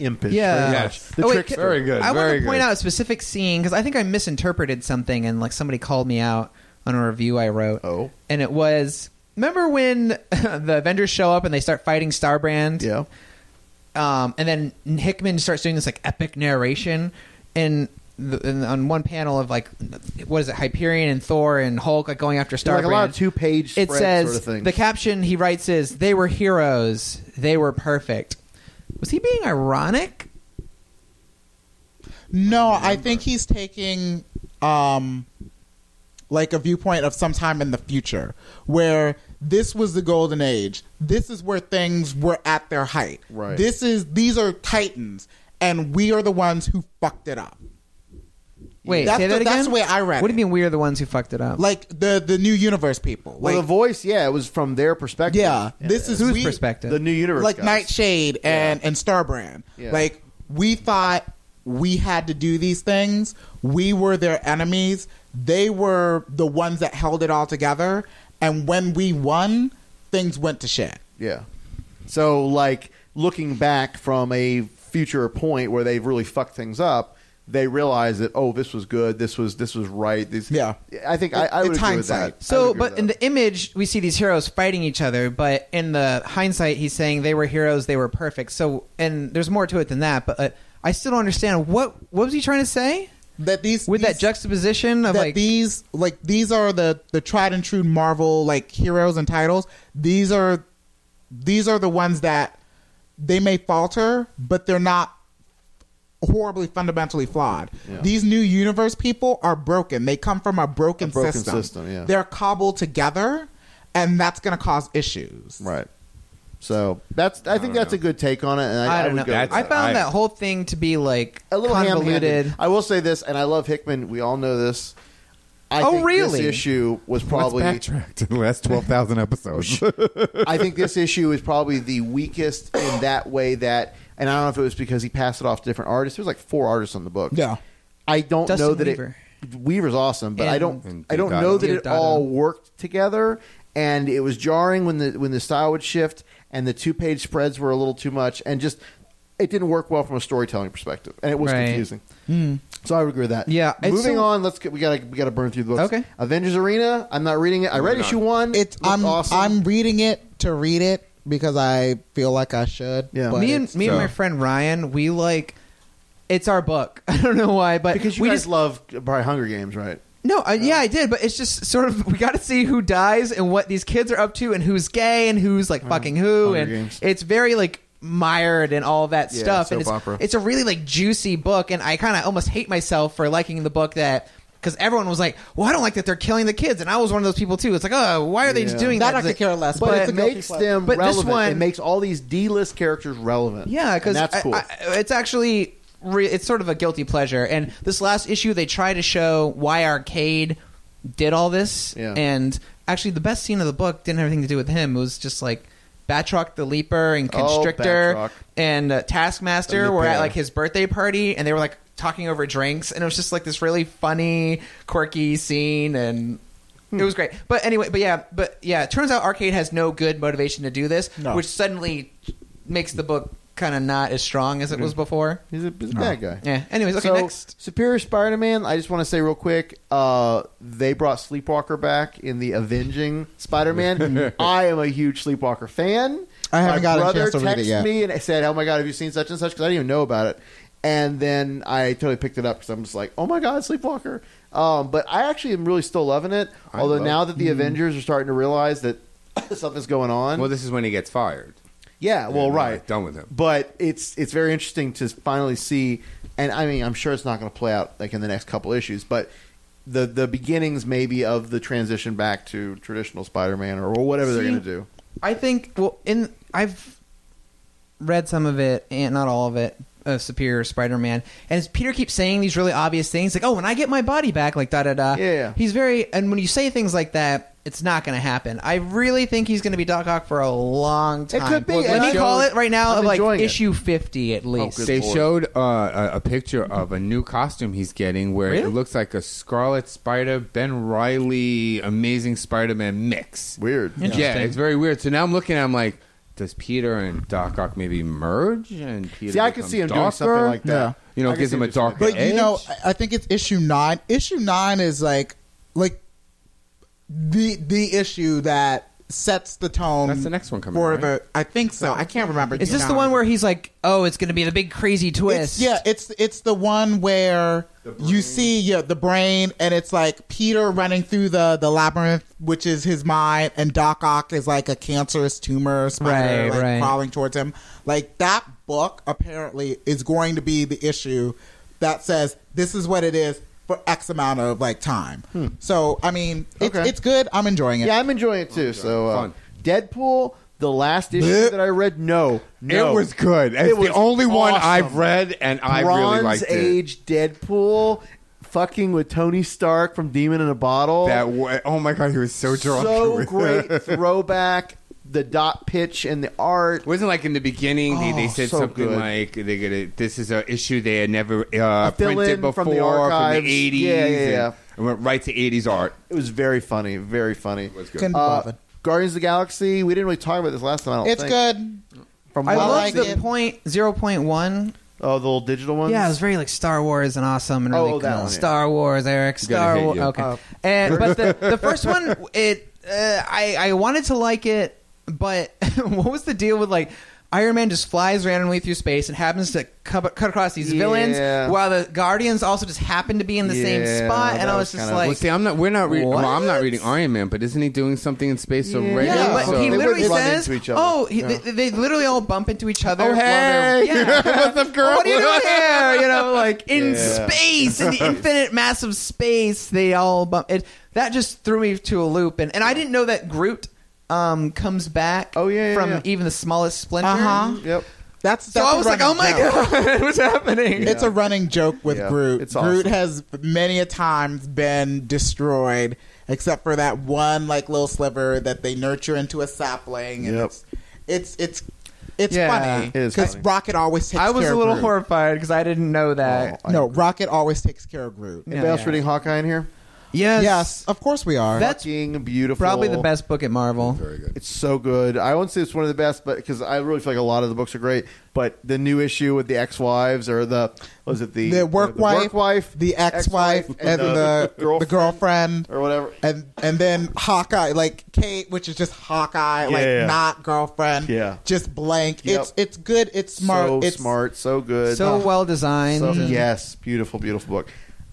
Speaker 1: Impish.
Speaker 6: Yeah.
Speaker 1: very much. The
Speaker 6: Oh, wait,
Speaker 1: trickster.
Speaker 6: can- I want to point out a specific scene because I think I misinterpreted something and like somebody called me out on a review I wrote. Oh. And it was remember when the Avengers show up and they start fighting Starbrand? Yeah. Um, and then Hickman starts doing this like epic narration and. The, and on one panel of like, what is it? Hyperion and Thor and Hulk like going after Starbrand.
Speaker 1: Like a lot of two-page
Speaker 6: It
Speaker 1: spread
Speaker 6: says
Speaker 1: sort of things.
Speaker 6: the caption he writes is they were heroes, they were perfect. Was he being ironic?
Speaker 2: No, I think he's taking um like a viewpoint of sometime in the future where this was the golden age. This is where things were at their height.
Speaker 1: Right.
Speaker 2: This is these are titans and we are the ones who fucked it up.
Speaker 6: Wait,
Speaker 2: that's
Speaker 6: say
Speaker 2: the,
Speaker 6: that again.
Speaker 2: That's the way I read
Speaker 6: What do
Speaker 2: it.
Speaker 6: you mean we are the ones who fucked it up?
Speaker 2: Like the the new universe people.
Speaker 1: Well,
Speaker 2: like,
Speaker 1: the voice, yeah, it was from their perspective.
Speaker 2: Yeah, this is
Speaker 1: Whose
Speaker 2: we-
Speaker 1: perspective? The new universe,
Speaker 2: like
Speaker 1: guys.
Speaker 2: Nightshade and and Starbrand.
Speaker 1: Yeah.
Speaker 2: Like we thought we had to do these things. We were their enemies. They were the ones that held it all together. And when we won, things went to shit.
Speaker 1: Yeah. So, like, looking back from a future point where they've really fucked things up, they realize that oh, this was good. This was this was right. This, yeah. I think I, I would agree with that. I would
Speaker 6: So,
Speaker 1: agree with
Speaker 6: but in the image, we see these heroes fighting each other. But in the hindsight, he's saying they were heroes, they were perfect. So, and there's more to it than that. But uh, I still don't understand what what was he trying to say
Speaker 2: that these
Speaker 6: with that juxtaposition of
Speaker 2: that
Speaker 6: like
Speaker 2: these like these are the the tried and true Marvel like heroes and titles. These are these are the ones that they may falter, but they're not horribly fundamentally flawed.
Speaker 1: Yeah.
Speaker 2: These new universe people are broken. They come from a broken,
Speaker 1: A broken
Speaker 2: system.
Speaker 1: system, yeah.
Speaker 2: They're cobbled together and that's going to cause issues.
Speaker 1: that. right. So that's I think that's a good take on it. And I,
Speaker 6: I,
Speaker 1: I
Speaker 6: don't
Speaker 1: would
Speaker 6: know.
Speaker 1: Go with
Speaker 6: I found that whole thing to be like
Speaker 1: a little
Speaker 6: convoluted.
Speaker 1: convoluted. I will say this, and I love Hickman. We all know this. I
Speaker 6: Oh,
Speaker 1: think
Speaker 6: really?
Speaker 1: This issue was
Speaker 3: Let's
Speaker 1: probably
Speaker 3: backtrack to the last twelve thousand episodes.
Speaker 1: I think this issue is probably the weakest in that way that, and I don't know if it was because he passed it off to different artists. There was like four artists on the book.
Speaker 2: Yeah,
Speaker 1: I don't
Speaker 6: Dustin
Speaker 1: know that
Speaker 6: Weaver.
Speaker 1: it. Weaver's awesome, but I
Speaker 6: And-
Speaker 1: don't.
Speaker 6: And
Speaker 1: I don't
Speaker 6: Deodato.
Speaker 1: know that it
Speaker 6: Deodato.
Speaker 1: all worked together. and it was jarring when the when the style would shift and the two page spreads were a little too much and just it didn't work well from a storytelling perspective and it was
Speaker 6: Right.
Speaker 1: confusing.
Speaker 6: Hmm.
Speaker 1: So I would agree with that.
Speaker 6: Yeah, it's
Speaker 1: Moving
Speaker 6: so-
Speaker 1: on, let's get we gotta we gotta burn through the books.
Speaker 6: Okay.
Speaker 1: Avengers Arena. I'm not reading it. I read
Speaker 2: Moving
Speaker 1: issue
Speaker 2: on.
Speaker 1: one. It
Speaker 2: I'm
Speaker 1: awesome.
Speaker 2: I'm reading it to read it because I feel like I should. Yeah.
Speaker 6: me and me and my friend Ryan, we like it's our book. I don't know why, but
Speaker 1: because you
Speaker 6: we
Speaker 1: guys
Speaker 6: just
Speaker 1: love probably Hunger Games, right?
Speaker 6: no, I, yeah, I did, but it's just sort of we got to see who dies and what these kids are up to and who's gay and who's like fucking who
Speaker 1: Mm. Hunger
Speaker 6: and
Speaker 1: Games.
Speaker 6: it's very like mired in all that
Speaker 1: Yeah,
Speaker 6: stuff and
Speaker 1: soap
Speaker 6: it's
Speaker 1: opera.
Speaker 6: it's a really like juicy book and I kind of almost hate myself for liking the book that because everyone was like, "Well, I don't like that they're killing the kids," and I was one of those people too. It's like, "Oh, why are they just
Speaker 1: Yeah.
Speaker 6: doing that?" It's like-
Speaker 1: But, it makes them
Speaker 6: But
Speaker 1: relevant.
Speaker 6: This one,
Speaker 1: it makes all these D-list characters relevant.
Speaker 6: yeah, because
Speaker 1: And that's cool.
Speaker 6: it's actually re- it's sort of a guilty pleasure. And this last issue, they try to show why Arcade did all this.
Speaker 1: Yeah.
Speaker 6: And actually, the best scene of the book didn't have anything to do with him. It was just like Batroc the Leaper and
Speaker 1: Oh,
Speaker 6: Constrictor
Speaker 1: Batroc.
Speaker 6: and uh, Taskmaster
Speaker 1: And the
Speaker 6: were at
Speaker 1: pair.
Speaker 6: like his birthday party, and they were like talking over drinks, and it was just like this really funny, quirky scene, and.
Speaker 1: Hmm.
Speaker 6: It was great, but anyway, but yeah, but yeah. It turns out Arcade has no good motivation to do this,
Speaker 1: No.
Speaker 6: which suddenly makes the book kind of not as strong as it was before.
Speaker 1: He's a, he's a bad guy.
Speaker 6: Yeah. Anyways, okay,
Speaker 1: Mm-hmm. So,
Speaker 6: next.
Speaker 1: Superior Spider-Man. I just want to say real quick, uh, they brought Sleepwalker back in the Avenging Spider-Man. I am a huge Sleepwalker fan.
Speaker 2: I haven't
Speaker 1: My
Speaker 2: gotten a
Speaker 1: brother
Speaker 2: chance to read it
Speaker 1: texted
Speaker 2: yet.
Speaker 1: me and said, "Oh my god, have you seen such and such?" Because I didn't even know about it. And then I totally picked it up because I'm just like, "Oh my god, Sleepwalker!" Um, but I actually am really still loving it.
Speaker 3: I
Speaker 1: Although
Speaker 3: love-
Speaker 1: now that the
Speaker 3: Mm.
Speaker 1: Avengers are starting to realize that something's going on,
Speaker 3: Well, this is when he gets fired.
Speaker 1: yeah, well,
Speaker 3: And they're,
Speaker 1: right.
Speaker 3: like, done with him.
Speaker 1: But it's it's very interesting to finally see, and I mean, I'm sure it's not going to play out like in the next couple issues, but the the beginnings maybe of the transition back to traditional Spider-Man or whatever they're
Speaker 6: See,
Speaker 1: going to do.
Speaker 6: I think well, in I've read some of it and not all of it of Superior Spider-Man, and Peter keeps saying these really obvious things like, "Oh, when I get my body back," like da da da.
Speaker 1: Yeah, yeah.
Speaker 6: He's very, and when you say things like that. It's not going to happen. I really think he's going to be Doc Ock for a long time.
Speaker 1: could be,
Speaker 6: Let
Speaker 1: and
Speaker 6: me
Speaker 1: I-
Speaker 6: call it right now,
Speaker 1: I'm
Speaker 6: like
Speaker 1: enjoying it. Oh,
Speaker 6: issue fifty at least.
Speaker 3: they showed uh, a, a picture of a new costume he's getting where it looks like a Scarlet Spider, Ben Riley, Amazing Spider Man mix.
Speaker 1: Weird.
Speaker 3: Yeah,
Speaker 1: Interesting.
Speaker 3: it's very weird. So now I'm looking at him like, does Peter and Doc Ock maybe merge? And Peter
Speaker 1: See, I could
Speaker 3: becomes
Speaker 1: see him doing something
Speaker 3: darker?
Speaker 1: like that. Yeah.
Speaker 3: You know,
Speaker 1: I could
Speaker 3: gives
Speaker 1: see
Speaker 3: him a
Speaker 1: him doing
Speaker 3: darker
Speaker 1: something
Speaker 2: But you know,
Speaker 3: edge.
Speaker 2: I I think it's issue nine. Issue nine is like like the the issue that sets the tone. That's the
Speaker 3: next one coming.
Speaker 2: For
Speaker 3: right?
Speaker 2: the, I think so. I can't remember.
Speaker 6: Is this the
Speaker 2: nine.
Speaker 6: one where he's like, "Oh, it's going to be the big crazy
Speaker 2: It's,
Speaker 6: twist"?
Speaker 2: yeah, it's it's the one where you see yeah the brain, and it's like Peter running through the the labyrinth, which is his mind, and Doc Ock is like a cancerous tumor spider
Speaker 6: Right,
Speaker 2: like,
Speaker 6: right.
Speaker 2: crawling towards him. Like that book apparently is going to be the issue that says this is what it is for X amount of like time.
Speaker 6: Hmm.
Speaker 2: So I mean, it's, it's good. I'm enjoying it.
Speaker 1: Yeah, I'm enjoying it
Speaker 3: Oh,
Speaker 1: too. So, uh,
Speaker 2: Fun.
Speaker 1: Deadpool, the last issue that I read, no, no,
Speaker 3: It was good. It's
Speaker 1: It was
Speaker 3: the only one
Speaker 1: awesome.
Speaker 3: I've read, and I really
Speaker 1: Bronze
Speaker 3: liked it.
Speaker 1: Age Deadpool, fucking with Tony Stark from Demon in a Bottle.
Speaker 3: That wa- oh my god, he was so drunk.
Speaker 1: so
Speaker 3: with
Speaker 1: great
Speaker 3: it.
Speaker 1: throwback. The dot pitch and the art
Speaker 3: wasn't like in the beginning they, they
Speaker 1: Oh,
Speaker 3: said
Speaker 1: so
Speaker 3: something
Speaker 1: good.
Speaker 3: like they gonna, this is an issue they had never uh,
Speaker 1: fill-in
Speaker 3: printed before
Speaker 1: from the archives.
Speaker 3: eighties.
Speaker 1: Yeah, yeah, yeah.
Speaker 3: And went right to eighties art.
Speaker 1: It was very funny, very funny. It was
Speaker 3: good. Couldn't be bothered.
Speaker 1: Guardians of the Galaxy. We didn't really talk about this last time. I don't
Speaker 2: It's
Speaker 1: think.
Speaker 2: good.
Speaker 1: From
Speaker 6: I
Speaker 1: what
Speaker 6: love
Speaker 1: I
Speaker 6: the
Speaker 1: did.
Speaker 6: point zero point one.
Speaker 1: Oh, the old digital ones.
Speaker 6: Yeah, it was very like Star Wars and awesome and
Speaker 1: Oh,
Speaker 6: really
Speaker 1: oh, that
Speaker 6: cool.
Speaker 1: one, yeah.
Speaker 6: Star Wars, Eric.
Speaker 1: You gotta
Speaker 6: Star
Speaker 1: hate
Speaker 6: Wars.
Speaker 1: you.
Speaker 6: Okay,
Speaker 1: Oh.
Speaker 6: and but the the first one, it uh, I I wanted to like it, but what was the deal with like? Iron Man just flies randomly through space and happens to cut, cut across these villains,
Speaker 3: Yeah.
Speaker 6: while the Guardians also just happen to be in the same
Speaker 3: Yeah,
Speaker 6: spot.
Speaker 3: that
Speaker 6: And I was just
Speaker 3: kinda-
Speaker 6: like,
Speaker 3: well, see, I'm not. We're not. Re- well, I'm not
Speaker 6: "What?"
Speaker 3: reading Iron Man, but isn't he doing something in space
Speaker 6: Yeah,
Speaker 3: already?
Speaker 6: but
Speaker 3: So-
Speaker 6: he literally says, "Oh, he,
Speaker 3: Yeah.
Speaker 6: they, they literally all bump into each other."
Speaker 3: Oh,
Speaker 6: while they're-
Speaker 3: hey!
Speaker 6: yeah.
Speaker 3: What's up, girl?
Speaker 6: Oh, what are you doing there? You know, like in
Speaker 3: Yeah.
Speaker 6: space, in the infinite mass of space, they all bump. It that just threw me to a loop, and, and I didn't know that Groot um, comes back. Oh yeah, from
Speaker 1: yeah.
Speaker 6: even the smallest splinter.
Speaker 2: Uh-huh.
Speaker 1: Yep.
Speaker 2: That's,
Speaker 6: So
Speaker 2: that's
Speaker 6: I
Speaker 2: a
Speaker 6: was like, "Oh
Speaker 2: running
Speaker 6: my
Speaker 2: joke.
Speaker 6: god, what's happening?"
Speaker 2: It's a running joke with
Speaker 1: Yeah,
Speaker 2: Groot.
Speaker 1: it's
Speaker 2: Groot
Speaker 1: awesome.
Speaker 2: has many a times been destroyed, except for that one like little sliver that they nurture into a sapling. And
Speaker 1: Yep.
Speaker 2: it's, it's it's it's
Speaker 6: Yeah.
Speaker 2: funny
Speaker 6: It is
Speaker 2: because
Speaker 6: funny.
Speaker 2: Rocket always takes.
Speaker 6: I was
Speaker 2: care
Speaker 6: a little
Speaker 2: of Groot.
Speaker 6: horrified because I didn't know that.
Speaker 2: Oh, no, Rocket always takes care of Groot.
Speaker 1: Anybody else reading Hawkeye in here?
Speaker 6: Yes.
Speaker 2: Yes, of course we are.
Speaker 6: That's
Speaker 1: Fucking beautiful.
Speaker 6: Probably the best book at Marvel.
Speaker 1: Very good. It's so good. I won't say it's one of the best, but because I really feel like a lot of the books are great. But the new issue with the ex-wives or the what was it the
Speaker 2: the work wife, the ex wife,
Speaker 1: ex-wife,
Speaker 2: and the, the, girlfriend,
Speaker 1: or whatever,
Speaker 2: and and then Hawkeye, like Kate, which is just Hawkeye, like
Speaker 1: Yeah.
Speaker 2: not girlfriend,
Speaker 1: Yeah.
Speaker 2: just blank.
Speaker 1: Yep.
Speaker 2: It's it's good, it's smart,
Speaker 1: so
Speaker 2: it's
Speaker 1: smart, so good,
Speaker 2: So
Speaker 6: well designed.
Speaker 1: So-
Speaker 6: Mhm.
Speaker 1: yes, beautiful, beautiful book.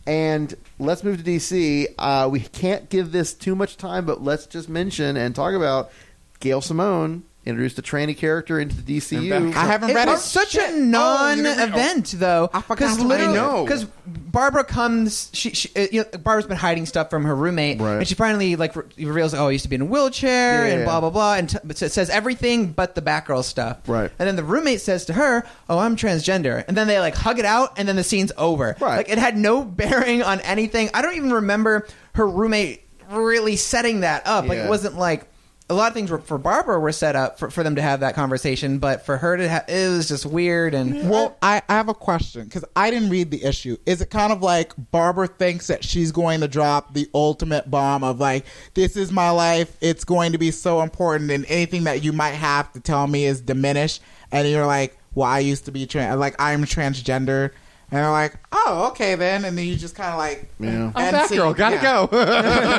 Speaker 1: And let's move to DC. Uh, we can't give this too much time, but let's just mention and talk about Gail Simone introduced a tranny character into the DCU.
Speaker 2: I haven't read
Speaker 6: it. was such
Speaker 1: Oh,
Speaker 6: a non-event, though. Because
Speaker 1: to
Speaker 6: literally,
Speaker 1: read it.
Speaker 6: because Barbara comes. She, she uh, you know, Barbara's been hiding stuff from her roommate,
Speaker 1: Right.
Speaker 6: and she finally like re- reveals, "Oh, I used to be in a wheelchair,"
Speaker 1: Yeah.
Speaker 6: and blah blah blah, and t- but it says everything but the Batgirl stuff.
Speaker 1: Right.
Speaker 6: And then the roommate says to her, "Oh, I'm transgender," and then they like hug it out, and then the scene's over.
Speaker 1: Right.
Speaker 6: Like it had no bearing on anything. I don't even remember her roommate really setting that up. Like
Speaker 1: Yeah.
Speaker 6: it wasn't like a lot of things were, for Barbara were set up for, for them to have that conversation, but for her to ha- it was just weird and
Speaker 2: Well, I, I have a question because I didn't read the issue. Is it kind of like Barbara thinks that she's going to drop the ultimate bomb of like, this is my life, it's going to be so important, and anything that you might have to tell me is diminished? And you're like, well, I used to be trans, like, I'm transgender. And they're like, oh, okay then. And then you just kind of like,
Speaker 1: Yeah.
Speaker 2: and
Speaker 6: Oh,
Speaker 2: see- yeah.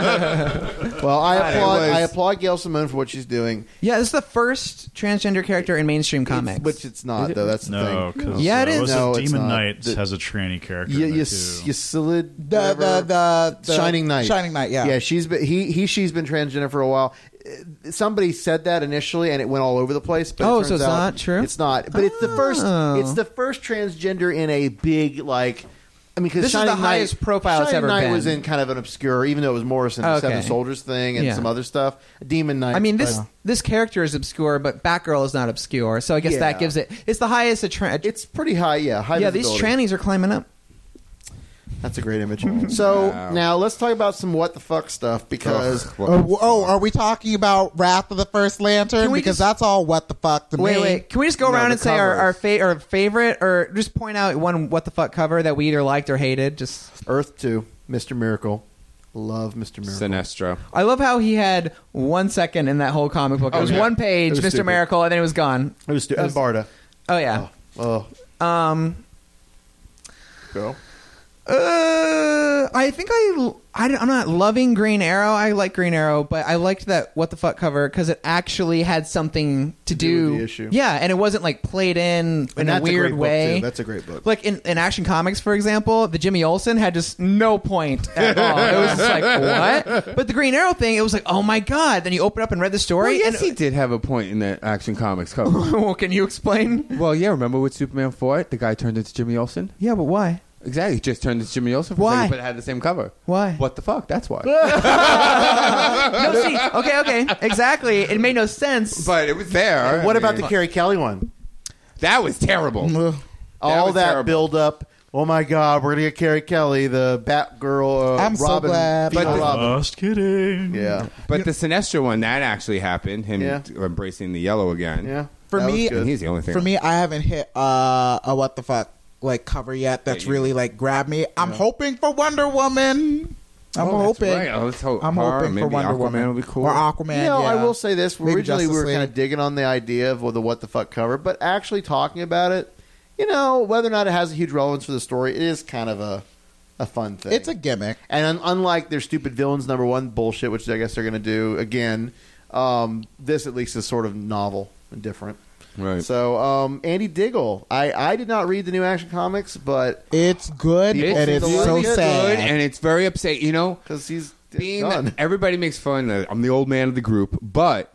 Speaker 1: well, I
Speaker 6: It
Speaker 1: applaud.
Speaker 6: was-
Speaker 1: I applaud Gail Simone for what she's doing.
Speaker 6: yeah, this is the first transgender character in mainstream comics,
Speaker 1: which it's not though. That's the
Speaker 5: No,
Speaker 1: thing.
Speaker 5: because
Speaker 6: Yeah, it is.
Speaker 1: No, it's
Speaker 5: Demon
Speaker 1: not.
Speaker 5: Knight
Speaker 1: The-
Speaker 5: has a tranny character.
Speaker 1: Yeah,
Speaker 5: in
Speaker 1: you,
Speaker 5: it, too.
Speaker 1: you, Salid
Speaker 2: The-
Speaker 1: whatever.
Speaker 6: Uh,
Speaker 2: the- the- the
Speaker 1: Shining Knight,
Speaker 2: Shining Knight, yeah.
Speaker 1: yeah. She's been he he she's been transgender for a while. Uh, Somebody said that initially, and it went all over the place. But it
Speaker 6: Oh, so
Speaker 1: turns
Speaker 6: it's
Speaker 1: out
Speaker 6: not true?
Speaker 1: It's not. But it's the first.
Speaker 6: Oh.
Speaker 1: It's the first transgender in a big like. I mean, because
Speaker 6: This is the highest profile it's
Speaker 1: Shining
Speaker 6: ever
Speaker 1: Knight
Speaker 6: been.
Speaker 1: was in kind of an obscure, even though it was Morrison the
Speaker 6: Okay.
Speaker 1: Seven Soldiers thing and
Speaker 6: Yeah.
Speaker 1: some other stuff. Demon Knight.
Speaker 6: I mean this
Speaker 1: but-
Speaker 6: this character is obscure, but Batgirl is not obscure, so I guess
Speaker 1: Yeah.
Speaker 6: that gives it it's the highest a tra-
Speaker 1: it's pretty high, yeah. High
Speaker 6: yeah,
Speaker 1: visibility.
Speaker 6: these trannies are climbing up.
Speaker 1: That's a great image. So now let's talk about some what the fuck stuff because
Speaker 2: Oh, oh, are we talking about Wrath of the First Lantern?
Speaker 6: Can we
Speaker 2: Because
Speaker 6: just-
Speaker 2: that's all what the fuck to
Speaker 6: Wait,
Speaker 2: me.
Speaker 6: wait. Can we just go
Speaker 2: No,
Speaker 6: around
Speaker 2: the
Speaker 6: and say our
Speaker 2: covers.
Speaker 6: our, fa- our favorite, or just point out one what the fuck cover that we either liked or hated? Just
Speaker 1: Earth Two, Mister Miracle, love Mister Miracle.
Speaker 3: Sinestro.
Speaker 6: I love how he had one second in that whole comic book. It
Speaker 1: Oh,
Speaker 6: was
Speaker 1: yeah.
Speaker 6: one
Speaker 1: It
Speaker 6: page,
Speaker 1: was
Speaker 6: Mr.
Speaker 1: stupid.
Speaker 6: Miracle, and then it was gone.
Speaker 1: It was stu-
Speaker 6: That
Speaker 1: and Barda.
Speaker 6: Oh yeah.
Speaker 1: Oh,
Speaker 6: Um.
Speaker 1: go.
Speaker 6: Uh, I think I, I am not loving Green Arrow. I like Green Arrow, but I liked that what the fuck cover because it actually had something to,
Speaker 1: do
Speaker 6: do.
Speaker 1: with the issue.
Speaker 6: Yeah, and it wasn't like played in in a
Speaker 1: that's great
Speaker 6: weird
Speaker 1: book,
Speaker 6: way.
Speaker 1: too. That's a great book.
Speaker 6: Like in, in Action Comics, for example, the Jimmy Olsen had just no point at all. it was just like what? But the Green Arrow thing, it was like oh my god. Then you open up and read the story.
Speaker 3: Well, yes,
Speaker 6: and, uh,
Speaker 3: he did have a point in that Action Comics cover.
Speaker 6: well, can you explain?
Speaker 3: well, yeah, remember with Superman 4, the guy turned into Jimmy Olsen?
Speaker 6: Yeah, but why?
Speaker 3: Exactly, just turned into Jimmy Olsen for a
Speaker 6: Why?
Speaker 3: second, but it had the same cover.
Speaker 6: Why?
Speaker 3: What the fuck? That's why.
Speaker 6: No, see, okay, okay, exactly. It made no sense.
Speaker 3: but it was there.
Speaker 1: What
Speaker 3: I
Speaker 1: about
Speaker 3: mean,
Speaker 1: the Carrie Kelly one?
Speaker 3: That was terrible.
Speaker 2: Mm-hmm.
Speaker 1: All
Speaker 3: was
Speaker 1: that
Speaker 3: terrible.
Speaker 1: build up. Oh my God, we're gonna get Carrie Kelly, the Batgirl. Uh,
Speaker 2: I'm so
Speaker 1: Robin,
Speaker 2: glad.
Speaker 1: female
Speaker 3: But the-
Speaker 1: Robin.
Speaker 5: Just kidding.
Speaker 1: Yeah,
Speaker 3: But the Sinestro one, that actually happened. Him
Speaker 1: Yeah.
Speaker 3: embracing the yellow again.
Speaker 1: yeah.
Speaker 2: For
Speaker 1: That was
Speaker 2: me,
Speaker 1: good.
Speaker 3: And he's the only thing.
Speaker 2: For me, I haven't hit uh, a what the fuck like cover yet that's really like grabbed me. I'm hoping for Wonder Woman. I'm
Speaker 3: Oh, that's
Speaker 2: hoping.
Speaker 3: right. Oh, let's hope
Speaker 2: I'm
Speaker 3: her,
Speaker 2: hoping for
Speaker 3: maybe
Speaker 2: Wonder
Speaker 3: Aquaman
Speaker 2: Woman
Speaker 3: will be cool.
Speaker 2: or Aquaman.
Speaker 1: You know,
Speaker 2: yeah.
Speaker 1: I will say this.
Speaker 2: Maybe
Speaker 1: originally, we
Speaker 2: Justice
Speaker 1: were kind of
Speaker 2: League.
Speaker 1: digging on the idea of well, the what the fuck cover, but actually talking about it, you know, whether or not it has a huge relevance for the story, it is kind of a a fun thing.
Speaker 2: It's a gimmick.
Speaker 1: and un- unlike their stupid villains number one bullshit, which I guess they're going to do again, um, this at least is sort of novel and different.
Speaker 3: Right.
Speaker 1: So, um, Andy Diggle, I, I did not read the new action comics, but
Speaker 2: It's good
Speaker 1: People
Speaker 2: and
Speaker 1: seem
Speaker 2: it's
Speaker 1: to
Speaker 2: so
Speaker 1: like it.
Speaker 2: sad.
Speaker 3: Good, and it's very upset. You know,
Speaker 1: because he's
Speaker 3: being
Speaker 1: done.
Speaker 3: that everybody makes fun that I'm the old man of the group, but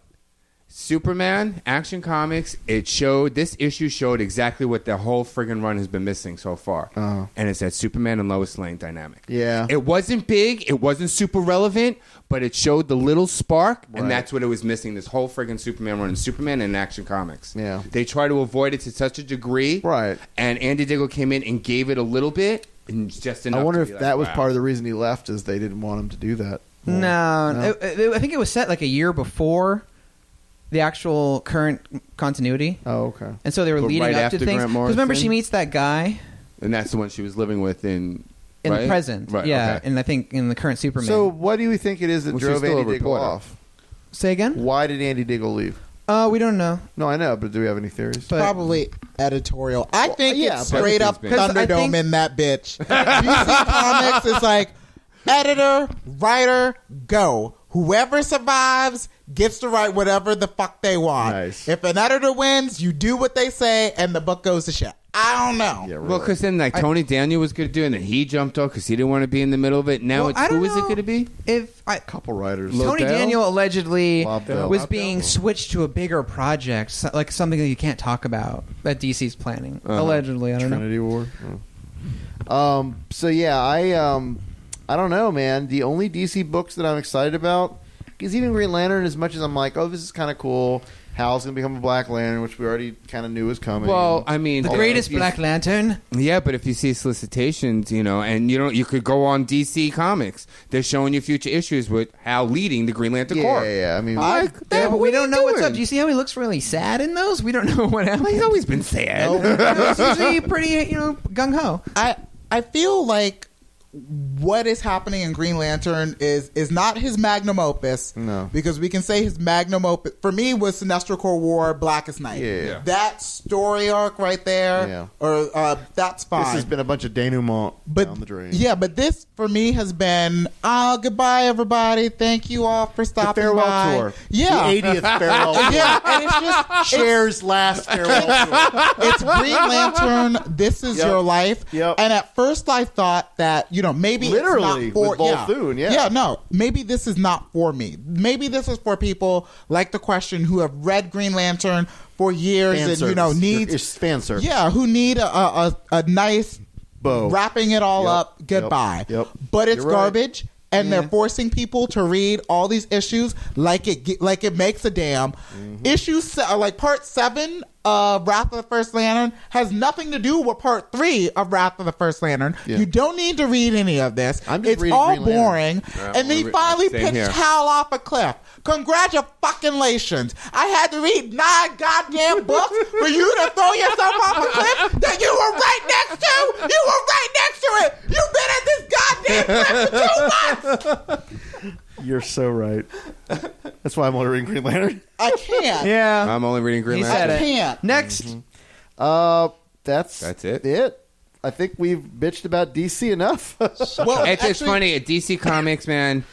Speaker 3: Superman Action Comics it showed this issue showed exactly what the whole friggin' run has been missing so far,
Speaker 1: Oh.
Speaker 3: and it's that Superman and Lois Lane dynamic.
Speaker 1: Yeah.
Speaker 3: it wasn't big, it wasn't super relevant, but it showed the little spark,
Speaker 1: Right.
Speaker 3: and that's what it was missing. This whole friggin' Superman run, Superman and Action Comics.
Speaker 1: Yeah.
Speaker 3: they try to avoid it to such a degree,
Speaker 1: Right.
Speaker 3: And Andy Diggle came in and gave it a little bit, and just enough.
Speaker 1: I wonder
Speaker 3: to
Speaker 1: if
Speaker 3: be
Speaker 1: that
Speaker 3: like,
Speaker 1: was
Speaker 3: wow.
Speaker 1: part of the reason he left is they didn't want him to do that.
Speaker 6: No,
Speaker 1: No.
Speaker 6: it- it- I think it was set like a year before the actual current continuity,
Speaker 1: Oh, okay.
Speaker 6: and so they were
Speaker 3: But
Speaker 6: leading
Speaker 3: right
Speaker 6: up to
Speaker 3: after
Speaker 6: things.
Speaker 3: Grant
Speaker 6: Because remember,
Speaker 3: Morrison?
Speaker 6: she meets that guy.
Speaker 3: and that's the one she was living with in
Speaker 6: in the
Speaker 1: Right?
Speaker 6: present.
Speaker 1: Right,
Speaker 6: yeah,
Speaker 1: okay.
Speaker 6: and I think in the current Superman.
Speaker 1: So what do you think it is that
Speaker 6: Which is
Speaker 1: drove
Speaker 6: still a
Speaker 1: Andy Diggle
Speaker 6: reporter.
Speaker 1: off?
Speaker 6: Say again.
Speaker 1: Why did Andy Diggle leave?
Speaker 6: Uh, we don't know.
Speaker 1: No, I know, but do we have any theories?
Speaker 2: Probably editorial. I think
Speaker 1: yeah,
Speaker 2: it's
Speaker 1: but-
Speaker 2: straight up
Speaker 1: Because I
Speaker 2: Thunderdome
Speaker 1: think-
Speaker 2: in that bitch. DC Comics is like editor, writer, go. Whoever survives gets to write whatever the fuck they want. If an editor wins, you do what they say, and the book goes to shit. I don't know. Yeah,
Speaker 3: Well, because then like Tony Daniel was going to do it, and then he jumped off because he didn't want to be in the middle of it. Now
Speaker 6: Well,
Speaker 3: it's
Speaker 6: I don't
Speaker 3: who is it
Speaker 6: know
Speaker 3: going to be?
Speaker 6: If I,
Speaker 1: couple writers,
Speaker 6: Tony Daniel allegedly
Speaker 3: Dell.
Speaker 6: was
Speaker 3: Bob
Speaker 6: being switched to a bigger project, so- like something that you can't talk about that DC's planning.
Speaker 3: Uh-huh.
Speaker 6: Allegedly, I don't know.
Speaker 1: Trinity War. Oh. Um. So yeah, I um, I don't know, man. The only DC books that I'm excited about is even Green Lantern. As much as I'm like, oh, this is kind of cool. Hal's gonna become a Black Lantern, which we already kind of knew was coming.
Speaker 3: Well, I mean,
Speaker 6: The greatest Black Lantern.
Speaker 3: Yeah, but if you see solicitations, you know, and you don't, you could go on DC Comics. They're showing you future issues with Hal leading the Green Lantern
Speaker 6: Yeah,
Speaker 3: Corps.
Speaker 6: yeah, yeah.
Speaker 1: I mean,
Speaker 3: like,
Speaker 6: Yeah,
Speaker 3: that-
Speaker 6: but we
Speaker 3: what are
Speaker 6: don't
Speaker 3: you
Speaker 6: know what's up.
Speaker 3: doing?
Speaker 6: Do you see how he looks really sad in those? We don't know what happened. He's
Speaker 3: always been sad.
Speaker 6: he's usually pretty, you know, gung ho.
Speaker 2: I I feel like what is happening in Green Lantern is is not his magnum opus. No, because we can say his magnum opus for me was Sinestro Corps War, Blackest Night.
Speaker 1: Yeah.
Speaker 2: that story arc right there.
Speaker 1: Yeah.
Speaker 2: or uh, that's fine.
Speaker 1: This has been a bunch of denouement down the drain.
Speaker 2: yeah, but this for me has been uh, goodbye, everybody. Thank you all for stopping
Speaker 1: farewell
Speaker 2: by.
Speaker 1: tour.
Speaker 2: Yeah,
Speaker 1: The 80th farewell tour.
Speaker 2: yeah, and it's just
Speaker 1: Cher's last farewell tour.
Speaker 2: it's Green Lantern. This is
Speaker 1: Yep.
Speaker 2: your life. And at first, I thought that you know maybe it's
Speaker 1: Literally,
Speaker 2: not for,
Speaker 1: with Volthoon, yeah.
Speaker 2: yeah, no, maybe this is not for me. Maybe this is for people like the question who have read Green Lantern for years
Speaker 1: Fan
Speaker 2: and you
Speaker 1: service.
Speaker 2: know
Speaker 1: Your-
Speaker 2: needs
Speaker 1: it's fan service.
Speaker 2: Yeah, who need a a, a, a nice
Speaker 1: Bow.
Speaker 2: wrapping it all
Speaker 1: Yep.
Speaker 2: up. Goodbye.
Speaker 1: Yep.
Speaker 2: But it's
Speaker 1: You're right. Mm-hmm.
Speaker 2: garbage. And
Speaker 1: Yeah.
Speaker 2: they're forcing people to read all these issues like it ge- like it makes a damn.
Speaker 1: Mm-hmm.
Speaker 2: Issue se- uh, like part seven of Wrath of the First Lantern has nothing to do with part three of Wrath of the First Lantern. You don't need to read any of this. I'm
Speaker 1: just
Speaker 2: it's
Speaker 1: reading
Speaker 2: all
Speaker 1: Green Lantern.
Speaker 2: boring.
Speaker 1: Yeah,
Speaker 2: and they
Speaker 1: we're re-
Speaker 2: finally
Speaker 1: same
Speaker 2: pitched
Speaker 1: here.
Speaker 2: Hal off a cliff. Congratulations! I had to read nine goddamn books for you to throw yourself off a cliff that you were right next to. You were right next to it. You've been at this goddamn cliff for two months.
Speaker 1: You're so right. That's why I'm only reading Green Lantern.
Speaker 2: I can't.
Speaker 6: Yeah,
Speaker 3: I'm only reading Green
Speaker 2: He
Speaker 3: Lantern.
Speaker 2: said it. can't.
Speaker 6: Next.
Speaker 1: Uh, that's
Speaker 3: That's it.
Speaker 1: It. I think we've bitched about DC enough.
Speaker 3: well, it's just funny at DC Comics, man.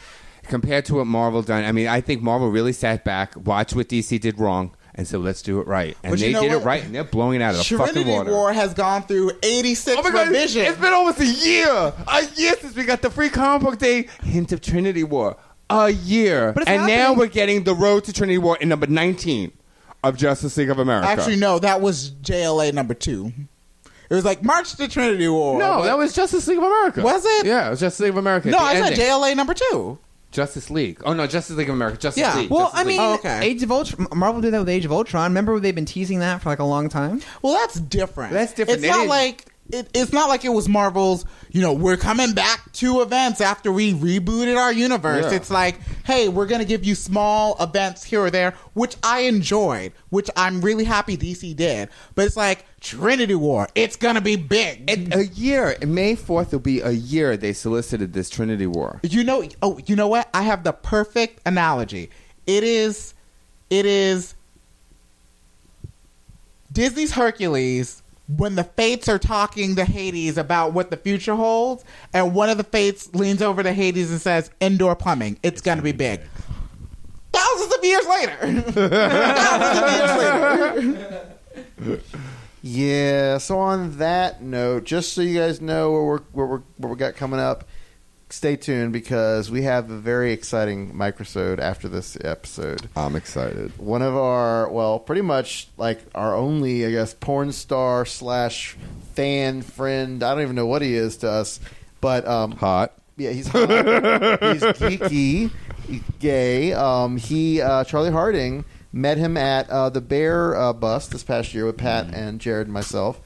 Speaker 3: Compared to what Marvel done, I mean, I think Marvel really sat back, watched what DC did wrong, and said, "Let's do it right." And
Speaker 2: But you
Speaker 3: they
Speaker 2: know
Speaker 3: did
Speaker 2: what?
Speaker 3: it right, and they're blowing it out of the
Speaker 2: Serenity
Speaker 3: fucking water.
Speaker 2: War has gone through 86
Speaker 3: Oh my God,
Speaker 2: revisions.
Speaker 3: it's been almost a year. A year since we got the free comic book day hint of Trinity War. A year.
Speaker 2: But it's
Speaker 3: and now
Speaker 2: happening.
Speaker 3: we're getting the road to Trinity War in number 19 of Justice League of America.
Speaker 2: Actually, no, that was JLA number two. It was like March to Trinity War.
Speaker 3: No,
Speaker 2: but-
Speaker 3: that was Justice League of America.
Speaker 2: Was it?
Speaker 3: Yeah, it was Justice League of America.
Speaker 2: No,
Speaker 3: the
Speaker 2: I said
Speaker 3: ending.
Speaker 2: JLA number two.
Speaker 3: Justice League. Oh, no, Justice League of America. Justice
Speaker 2: Yeah.
Speaker 3: League.
Speaker 6: Well,
Speaker 3: Justice
Speaker 6: I
Speaker 3: League.
Speaker 6: mean, Age of Ultron. Marvel did that with Age of Ultron. Remember, they've been teasing that for like a long time.
Speaker 2: Well, that's different.
Speaker 3: That's different.
Speaker 2: It's
Speaker 3: They
Speaker 2: not
Speaker 3: didn't-
Speaker 2: like it, it's not like it was Marvel's. You know, we're coming back to events after we rebooted our universe.
Speaker 3: Yeah.
Speaker 2: It's like, hey, we're gonna give you small events here or there, which I enjoyed, which I'm really happy DC did. But it's like Trinity War. It's gonna be big.
Speaker 3: a year. May 4th will be a year they solicited this Trinity War.
Speaker 2: You know, oh, you know what? I have the perfect analogy. It is, it is Disney's Hercules when the fates are talking to Hades about what the future holds, and one of the fates leans over to Hades and says, "Indoor plumbing. It's, gonna, be big." Thousands of years later. Thousands of years later.
Speaker 1: Yeah. So on that note, just so you guys know what we're what we're what we got coming up, stay tuned because we have a very exciting microsode after this episode.
Speaker 3: I'm excited.
Speaker 1: One of our well, pretty much like our only, I guess, porn star slash fan friend. I don't even know what he is to us, but um,
Speaker 3: hot.
Speaker 1: Yeah, he's hot. he's geeky, gay. Um, he uh, Charlie Harding met him at uh, the Bear uh, Bus this past year with Pat and Jared and myself,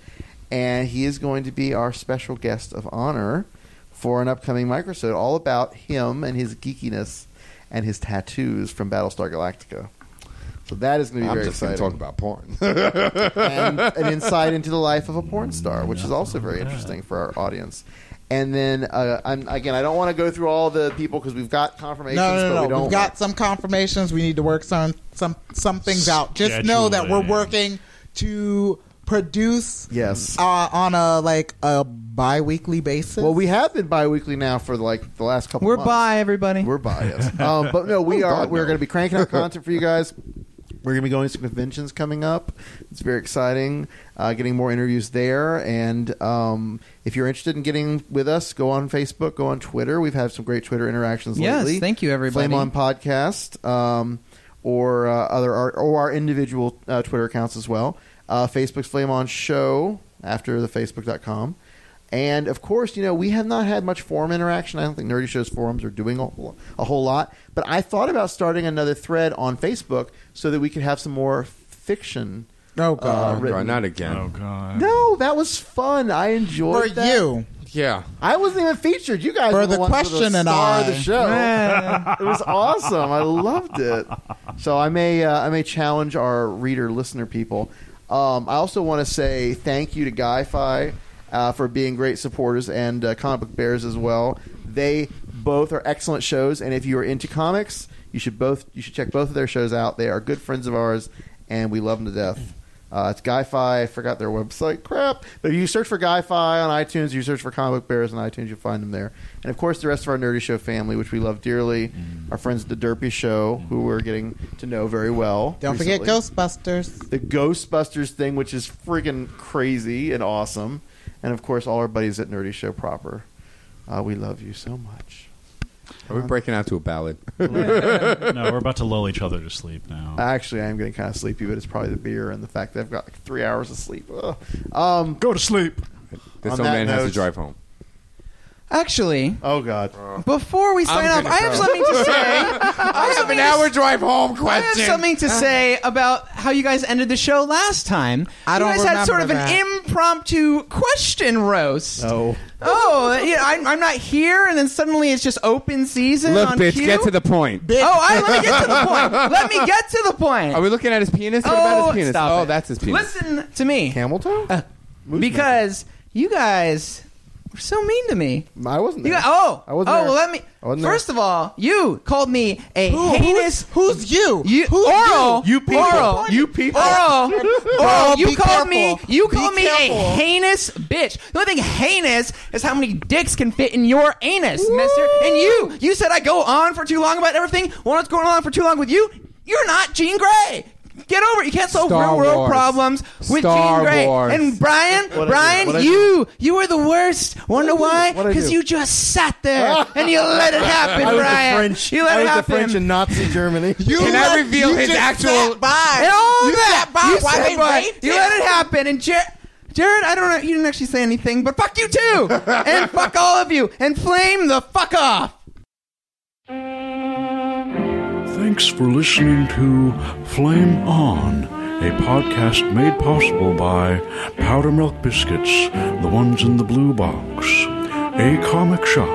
Speaker 1: and he is going to be our special guest of honor for an upcoming microsode all about him and his geekiness and his tattoos from Battlestar Galactica. So that is going to be
Speaker 3: I'm
Speaker 1: very
Speaker 3: just gonna
Speaker 1: exciting.
Speaker 3: talk about porn.
Speaker 1: and an insight into the life of a porn star, which is also very interesting for our audience. And then uh, I'm, again, I don't want to go through all the people because we've got confirmations,
Speaker 2: No, no,
Speaker 1: but
Speaker 2: no.
Speaker 1: we
Speaker 2: no.
Speaker 1: don't.
Speaker 2: We've got some confirmations. We need to work some some some things out. Just know that we're
Speaker 1: Scheduling.
Speaker 2: working to produce
Speaker 1: Yes.
Speaker 2: uh, on a like a bi-weekly basis.
Speaker 1: well, we have been bi-weekly now for like the last couple.
Speaker 2: We're
Speaker 1: months.
Speaker 2: bi,
Speaker 6: everybody.
Speaker 1: We're bi, yes. um, but no, we
Speaker 2: Oh,
Speaker 1: are.
Speaker 2: God,
Speaker 1: we're
Speaker 2: no.
Speaker 1: going to be cranking out content for you guys. We're going to be going to some conventions coming up. It's very exciting. Uh, getting more interviews there, and um, if you're interested in getting with us, go on Facebook, go on Twitter. We've had some great Twitter interactions
Speaker 6: Yes,
Speaker 1: lately.
Speaker 6: thank you, everybody.
Speaker 1: Flame on podcast, um, or uh, other our, or our individual uh, Twitter accounts as well. Uh, Facebook's Flame on Show after the Facebook.com. And of course, you know we have not had much forum interaction. I don't think Nerdy Show's forums are doing a whole, a whole lot. But I thought about starting another thread on Facebook so that we could have some more fiction.
Speaker 2: Oh
Speaker 3: Oh,
Speaker 1: uh, written.
Speaker 3: God, not again. Oh
Speaker 5: God.
Speaker 1: No, that was fun. I enjoyed
Speaker 2: For
Speaker 1: that.
Speaker 2: you.
Speaker 3: Yeah.
Speaker 1: I wasn't even featured. You guys
Speaker 2: For
Speaker 1: were the,
Speaker 2: the
Speaker 1: ones who were
Speaker 2: question
Speaker 1: the
Speaker 2: and
Speaker 1: star
Speaker 2: I.
Speaker 1: of the show.
Speaker 2: Man.
Speaker 1: it was awesome. I loved it. So I may uh, I may challenge our reader listener people. Um, I also want to say thank you to Guy-Fi uh, for being great supporters and uh, Comic Book Bears as well. They both are excellent shows, and if you are into comics, you should both you should check both of their shows out. They are good friends of ours, and we love them to death. Uh, it's Guy-Fi. I forgot their website. Crap. But if you search for Guy-Fi on iTunes, you search for Comic Book Bears on iTunes, you'll find them there. And of course, the rest of our Nerdy Show family, which we love dearly.
Speaker 5: Mm.
Speaker 1: Our friends at The Derpy Show, who we're getting to know very well.
Speaker 2: Don't forget
Speaker 1: recently.
Speaker 2: Ghostbusters.
Speaker 1: The Ghostbusters thing, which is friggin' crazy and awesome. And of course, all our buddies at Nerdy Show proper. Uh, we love you so much.
Speaker 3: Are we breaking out to a ballad?
Speaker 5: no, we're about to lull each other to sleep now.
Speaker 1: Actually, I am getting kind of sleepy, but it's probably the beer and the fact that I've got like three hours of sleep. Ugh. Um,
Speaker 5: Go to sleep.
Speaker 3: This
Speaker 1: On
Speaker 3: old
Speaker 1: that
Speaker 3: man has to
Speaker 1: note-
Speaker 3: drive home.
Speaker 6: Actually,
Speaker 1: oh god.
Speaker 6: Before we sign off, I have something to say. I have an hour
Speaker 3: drive home.
Speaker 6: I have something to say about how you guys ended the show last time.
Speaker 2: I don't
Speaker 6: you guys had sort of
Speaker 2: remember
Speaker 6: an impromptu question roast.
Speaker 1: Oh.
Speaker 6: Oh, yeah, I'm, I'm not here, and then suddenly it's just open season.
Speaker 3: Look,
Speaker 6: on
Speaker 3: bitch,
Speaker 6: cue?
Speaker 3: get to the point.
Speaker 6: Oh, I, let me get to the point. Let me get to the point.
Speaker 3: Are we looking at his penis? What about his penis?
Speaker 6: stop
Speaker 3: oh,
Speaker 6: it.
Speaker 3: that's his penis.
Speaker 6: Listen to me.
Speaker 1: Camel toe?
Speaker 6: Uh, because you guys were so mean to me.
Speaker 1: I wasn't.
Speaker 6: You
Speaker 1: there.
Speaker 6: guys, oh,
Speaker 1: I wasn't
Speaker 6: oh,
Speaker 1: there.
Speaker 6: well, let me.
Speaker 1: I wasn't there.
Speaker 6: First of all, you called me a heinous.
Speaker 2: Who's, you?
Speaker 6: You
Speaker 2: Who's
Speaker 6: oral.
Speaker 2: you? You people.
Speaker 6: Oral.
Speaker 2: You
Speaker 6: people. Oral.
Speaker 2: Girl,
Speaker 6: oral.
Speaker 2: be
Speaker 6: You called me.
Speaker 2: careful.
Speaker 6: You
Speaker 2: Be
Speaker 6: called me
Speaker 2: careful.
Speaker 6: a heinous bitch. The only thing heinous is how many dicks can fit in your anus, Mister. And you, you said I go on for too long about everything. Well, it's going on for too long with you. You're not Jean Grey. Get over it. You can't solve
Speaker 3: Star
Speaker 6: real world
Speaker 3: Wars.
Speaker 6: problems with
Speaker 3: Star
Speaker 6: Jean Grey.
Speaker 3: Wars.
Speaker 6: And Brian,
Speaker 3: What'd I do?
Speaker 6: Brian,
Speaker 3: What'd I
Speaker 6: you, you were the worst. Wonder why?
Speaker 1: What'd I
Speaker 6: Because
Speaker 1: do?
Speaker 6: you just sat there and you let it happen,
Speaker 1: I was
Speaker 6: Brian.
Speaker 1: The French.
Speaker 6: You let
Speaker 1: I
Speaker 6: it
Speaker 1: was
Speaker 6: happen.
Speaker 1: The French and Nazi Germany.
Speaker 3: Can I reveal his actual?
Speaker 2: Sat by.
Speaker 6: And all
Speaker 2: you
Speaker 6: that.
Speaker 2: sat by
Speaker 6: you
Speaker 2: while
Speaker 6: sat
Speaker 2: they
Speaker 6: by.
Speaker 2: raped
Speaker 6: You
Speaker 2: him.
Speaker 6: let it happen. And Jared, Jared, I don't know. You didn't actually say anything, but fuck you too. and fuck all of you. And flame the fuck off.
Speaker 11: Thanks for listening to Flame On, a podcast made possible by Powder Milk Biscuits, the ones in the blue box, a comic shop,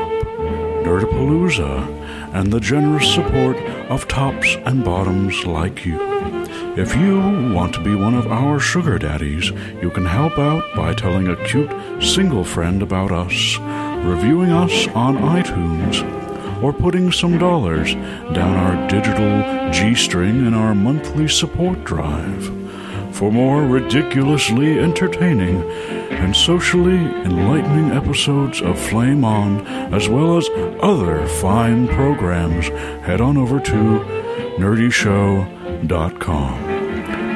Speaker 11: Nerdapalooza, and the generous support of tops and bottoms like you. If you want to be one of our sugar daddies, you can help out by telling a cute single friend about us, reviewing us on iTunes, or putting some dollars down our digital G string in our monthly support drive. For more ridiculously entertaining and socially enlightening episodes of Flame On, as well as other fine programs, head on over to nerdyshow.com.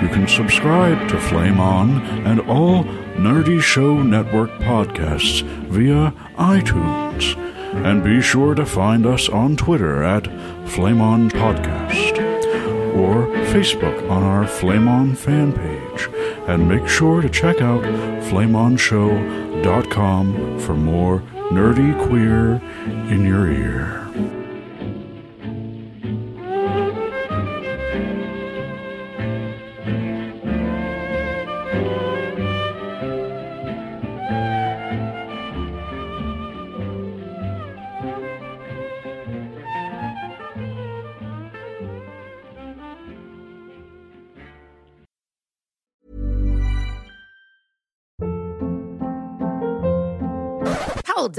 Speaker 11: You can subscribe to Flame On and all Nerdy Show Network podcasts via iTunes. And be sure to find us on Twitter at Flame On Podcast or Facebook on our Flame On fan page. And make sure to check out flameonshow.com for more nerdy queer in your ear.
Speaker 9: Hold